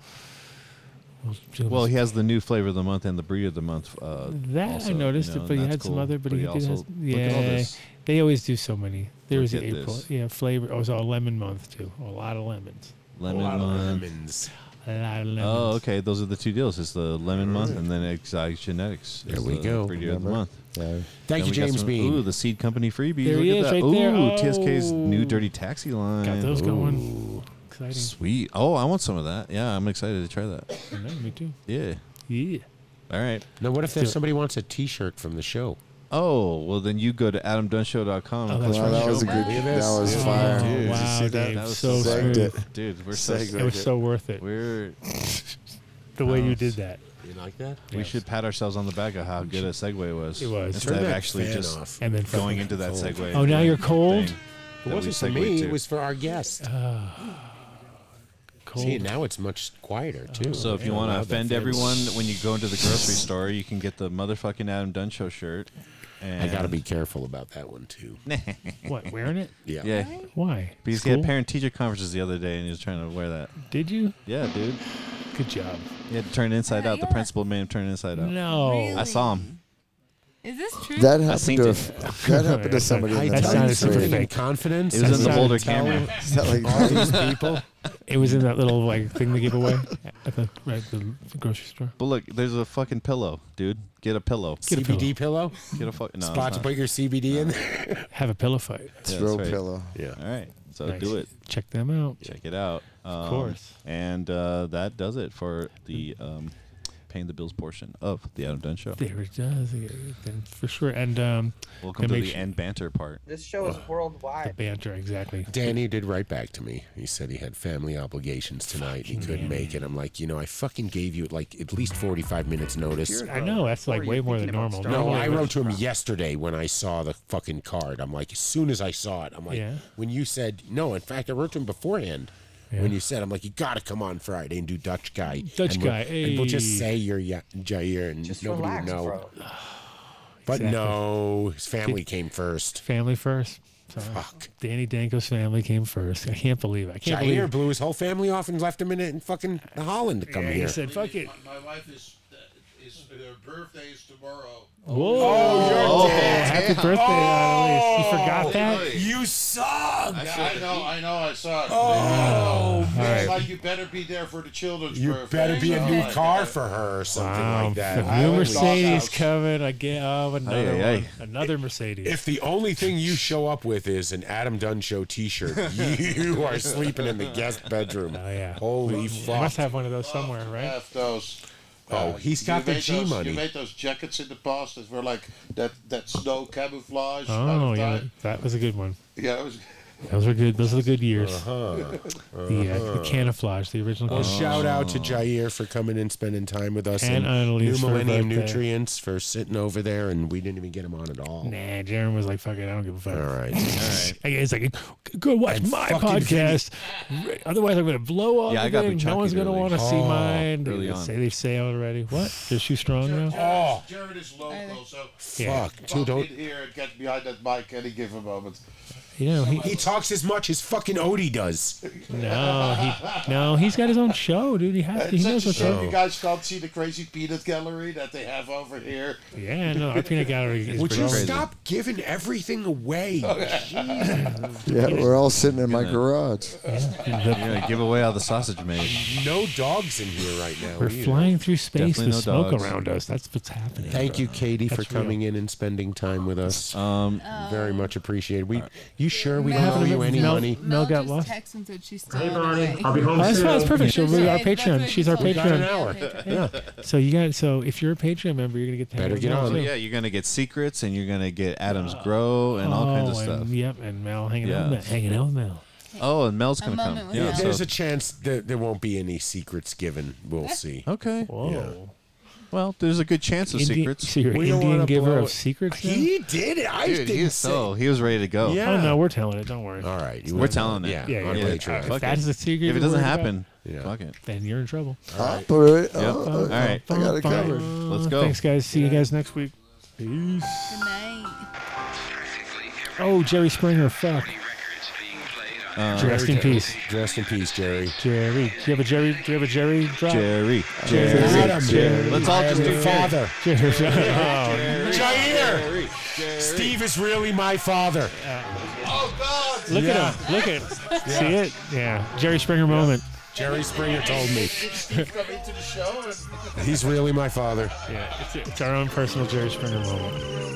we'll do Well, he has the new flavor of the month and the breed of the month. Uh, that also, I noticed you know, it, but he that's had some cool. other. But, he, did also has, yeah, look at all this. they always do so many. There was Look the at April, this. yeah, flavor. Oh, it was all lemon month too. A lot of lemons. Lemon a lot month. Of lemons. A lot of lemons. Oh, okay. Those are the two deals. It's the lemon month and then exotic genetics. There is we the go. Breed of Remember? the month. Thank Then you, we got James Bean. Ooh, the seed company freebies. There Look he at is that. right ooh, there. TSK's new Oh. dirty taxi line. Got those Ooh, going. Exciting. Sweet. Oh, I want some of that. Yeah, I'm excited to try that. I know, me too. Yeah. Yeah. All right. Now, what if Let's do there's it. somebody wants a T-shirt from the show? Oh, well, then you go to adamdunshow.com. and Oh, that's click right. Wow, on that show was a button. good- Look at that this. was Yeah. fire. Dude, did you Oh, wow, see that? Dave, That was so Segged smooth. it. Dude, we're so it was so worth it. We're the way you Nice. did that. You like that? We should pat ourselves on the back of how good a segue was. It was. Instead Turn of that actually fan just off. And then going fucking- into that Cold. segue. Oh, now you're cold? It It wasn't for me. It was for our guest. See, cold. now it's much quieter too. So if Yeah, you want to wow, that offend fan- everyone when you go into the grocery store, you can get the motherfucking Adam Dunshow shirt. And I got to be careful about that one too. What, wearing it? Yeah. Yeah. Why? Because he School? had parent teacher conferences the other day and he was trying to wear that. Did you? Yeah, dude. Good job. He had to turn it inside out. The principal made him turn it inside out. No. I saw him. Is this true? That I happened seen to a, it. f- that <laughs> happened to somebody in the That sounded ninth super grade. fake. Confidence. It was in the Sounded Boulder terrible. camera. Is that like All these people. It was in that little like thing they give away <laughs> at the, right, the grocery store. But look, there's a fucking pillow, dude. Get a pillow. Get a CBD pillow. Get a fuck. No, Spot it's to not. put your CBD Uh, in there. Have a pillow fight. Yeah, that's Throw right. pillow. Yeah. All right. So Nice. do it. Check them out. Check it out. Um, course. And uh, that does it for the um, paying the bills portion of the Adam Dunn Show. There it does. Yeah, then For sure. And um, Welcome gonna to make the sure- end banter part. This show is the worldwide. banter exactly. Danny did right back to me. He said he had family obligations tonight. He couldn't make it. I'm like, you know, I fucking gave you like at least 45 minutes notice. I know that's like way more than normal. No, Normally I we're- wrote to him yesterday when I saw the fucking card. I'm like, as soon as I saw it, I'm like, Yeah. when you said no. In fact, I wrote to him beforehand. When you said, I'm like, you gotta come on Friday and do Dutch guy. Dutch and we'll- guy, And we'll hey. just say you're Ya- Jair, and nobody relax, would know. bro. But Exactly. no, his family came first. Family first. Sorry. Fuck. Danny Danko's family came first. I can't believe it. I can't believe Jair it. blew his whole family off and left him in, in fucking Holland to come Yeah, he here. said, "Fuck it." My, my wife is, uh, is her birthday is tomorrow. Oh, Oh. Whoa! Oh, happy birthday, Annalise. You forgot that? You suck. Oh, I know, I know, I saw it. Oh, It's man. like you better be there for the children's You birthday. better be a something new like car that. for her or something like that. Um, The new Mercedes coming again. Oh, another Ay, ay, ay. one. Another Mercedes. If the only thing you show up with is an Adam Dunn Show <laughs> T-shirt, you are sleeping in the guest bedroom. Oh yeah! Holy I fuck! must have one of those somewhere, right? Have those. Oh, he's got you the made G those- money. You made those jackets in the past that were like that that snow camouflage. Oh kind of yeah, type. that was a good one. Yeah, it was. Those were good. Those are the good years. Uh-huh. The, uh, the Uh-huh. Oh, camouflage, the original. Well, camouflage. shout out to Jair for coming and spending time with us, And Annalise Oh. for New her Millennium birthday. Nutrients for sitting over there, and we didn't even get him on at all. Nah, Jaron was like, "Fuck it, I don't give a fuck." All right, all right. It's like, go watch And my fucking podcast. Re- Otherwise, I'm gonna blow all Yeah, I of got it. No Bukkake one's gonna early. want to see Oh, mine. early They on. say they say already. What? Is she strong now? Oh, Jared is local, so <laughs> Yeah. Fuck, Dude, dude, don't- in here and get behind that mic any given moment. You know, he, he talks as much as fucking Odie does. no, he no, he's got his own show, dude. He has. It's He such knows a what's shame up. you guys can't see the crazy peanut gallery that they have over here. Yeah, no, our peanut gallery is Would pretty you crazy. stop giving everything <laughs> away? Yeah, we're all sitting in my garage. You're gonna give away all the sausage made. No dogs in here right now. We're either. flying through space Definitely with no smoke dogs. around us. That's what's happening. Thank you, Katie, for That's real. coming in and spending time with us. Um, very much appreciated. We, you sure we Mel- don't owe you any Mel- money? Mel got lost. Text and said she's still Hey, on the Barney. way. I'll be home Oh, that's soon. fine, it's perfect. She'll be our That's patron. what She's our we told her. patron. Yeah. So you got so if you're a Patreon member, you're gonna get to hang Better out get with on. Mel, too. Oh, Yeah, you're gonna get secrets, and you're gonna get Adams Ah. Grow and all kinds of Oh, stuff. and- yep, and Mel hanging Yeah. out, with Mel, hanging out with Mel. Oh, and Mel's A gonna moment come. with Yeah, Mel. so- There's a chance that there won't be any secrets given. We'll see. Okay. Whoa. Well, there's a good chance of Indian- secrets. so you're an We don't Indian wanna giver blow of it. secrets. now? He did it. I Dude, he didn't was say. so he was ready to go. Yeah. Oh no, we're telling it. Don't worry. All right, you We're went- telling it. Yeah, Yeah, on yeah. Patreon. If that's the secret, If it you're doesn't worried about, happen, fuck it. then you're in trouble. All Yep. right. All right. I got it covered. Let's go. Thanks, guys. See you guys next week. Peace. Oh, Jerry Springer. Fuck. Uh, Rest in peace. Rest in peace, Jerry. Jerry. Do you have a Jerry? Do you have a Jerry drop? Jerry. Jerry. Adam, Jerry. Let's all I just am do your Jerry. father. Jerry. <laughs> Oh, Jair. Steve is really my father. Oh God! Look at him. Look at him. See it? Yeah. Jerry Springer moment. Jerry Springer told me Did Steve come into the show? And... he's really my father. Yeah. It's, it's our own personal Jerry Springer moment.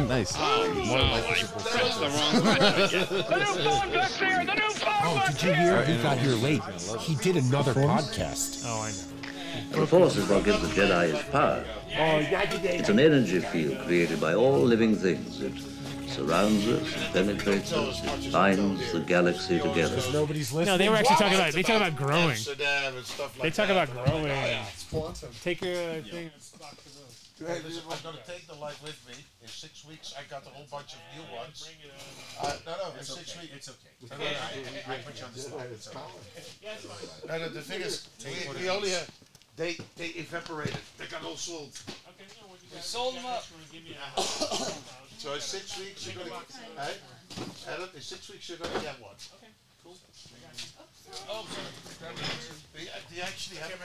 <laughs> nice. Oh, did you hear? He got here late. He did another podcast. Oh, I know. The force is what gives the Jedi his power. It's an energy field created by all living things. It surrounds us, it penetrates us, it binds the galaxy together. Nobody's listening. No, they were actually talking about. They talk about growing. Amsterdam and stuff like They talk that. about growing. Quantum. Take your thing. Hey, listen, I'm gonna take the light with me. In six weeks, I got a whole bunch of new ones. Uh, no, no, in six weeks. It's okay. No, no, I, I put you on the spot. It's fine. No, no, the thing is, we, we only have, they, they evaporated. They got all sold. Okay, no, we sold them up. <coughs> So in six weeks, you're gonna, hey, Adam, in six weeks, you're gonna get one. Okay, cool. Oh, sorry. They, they actually have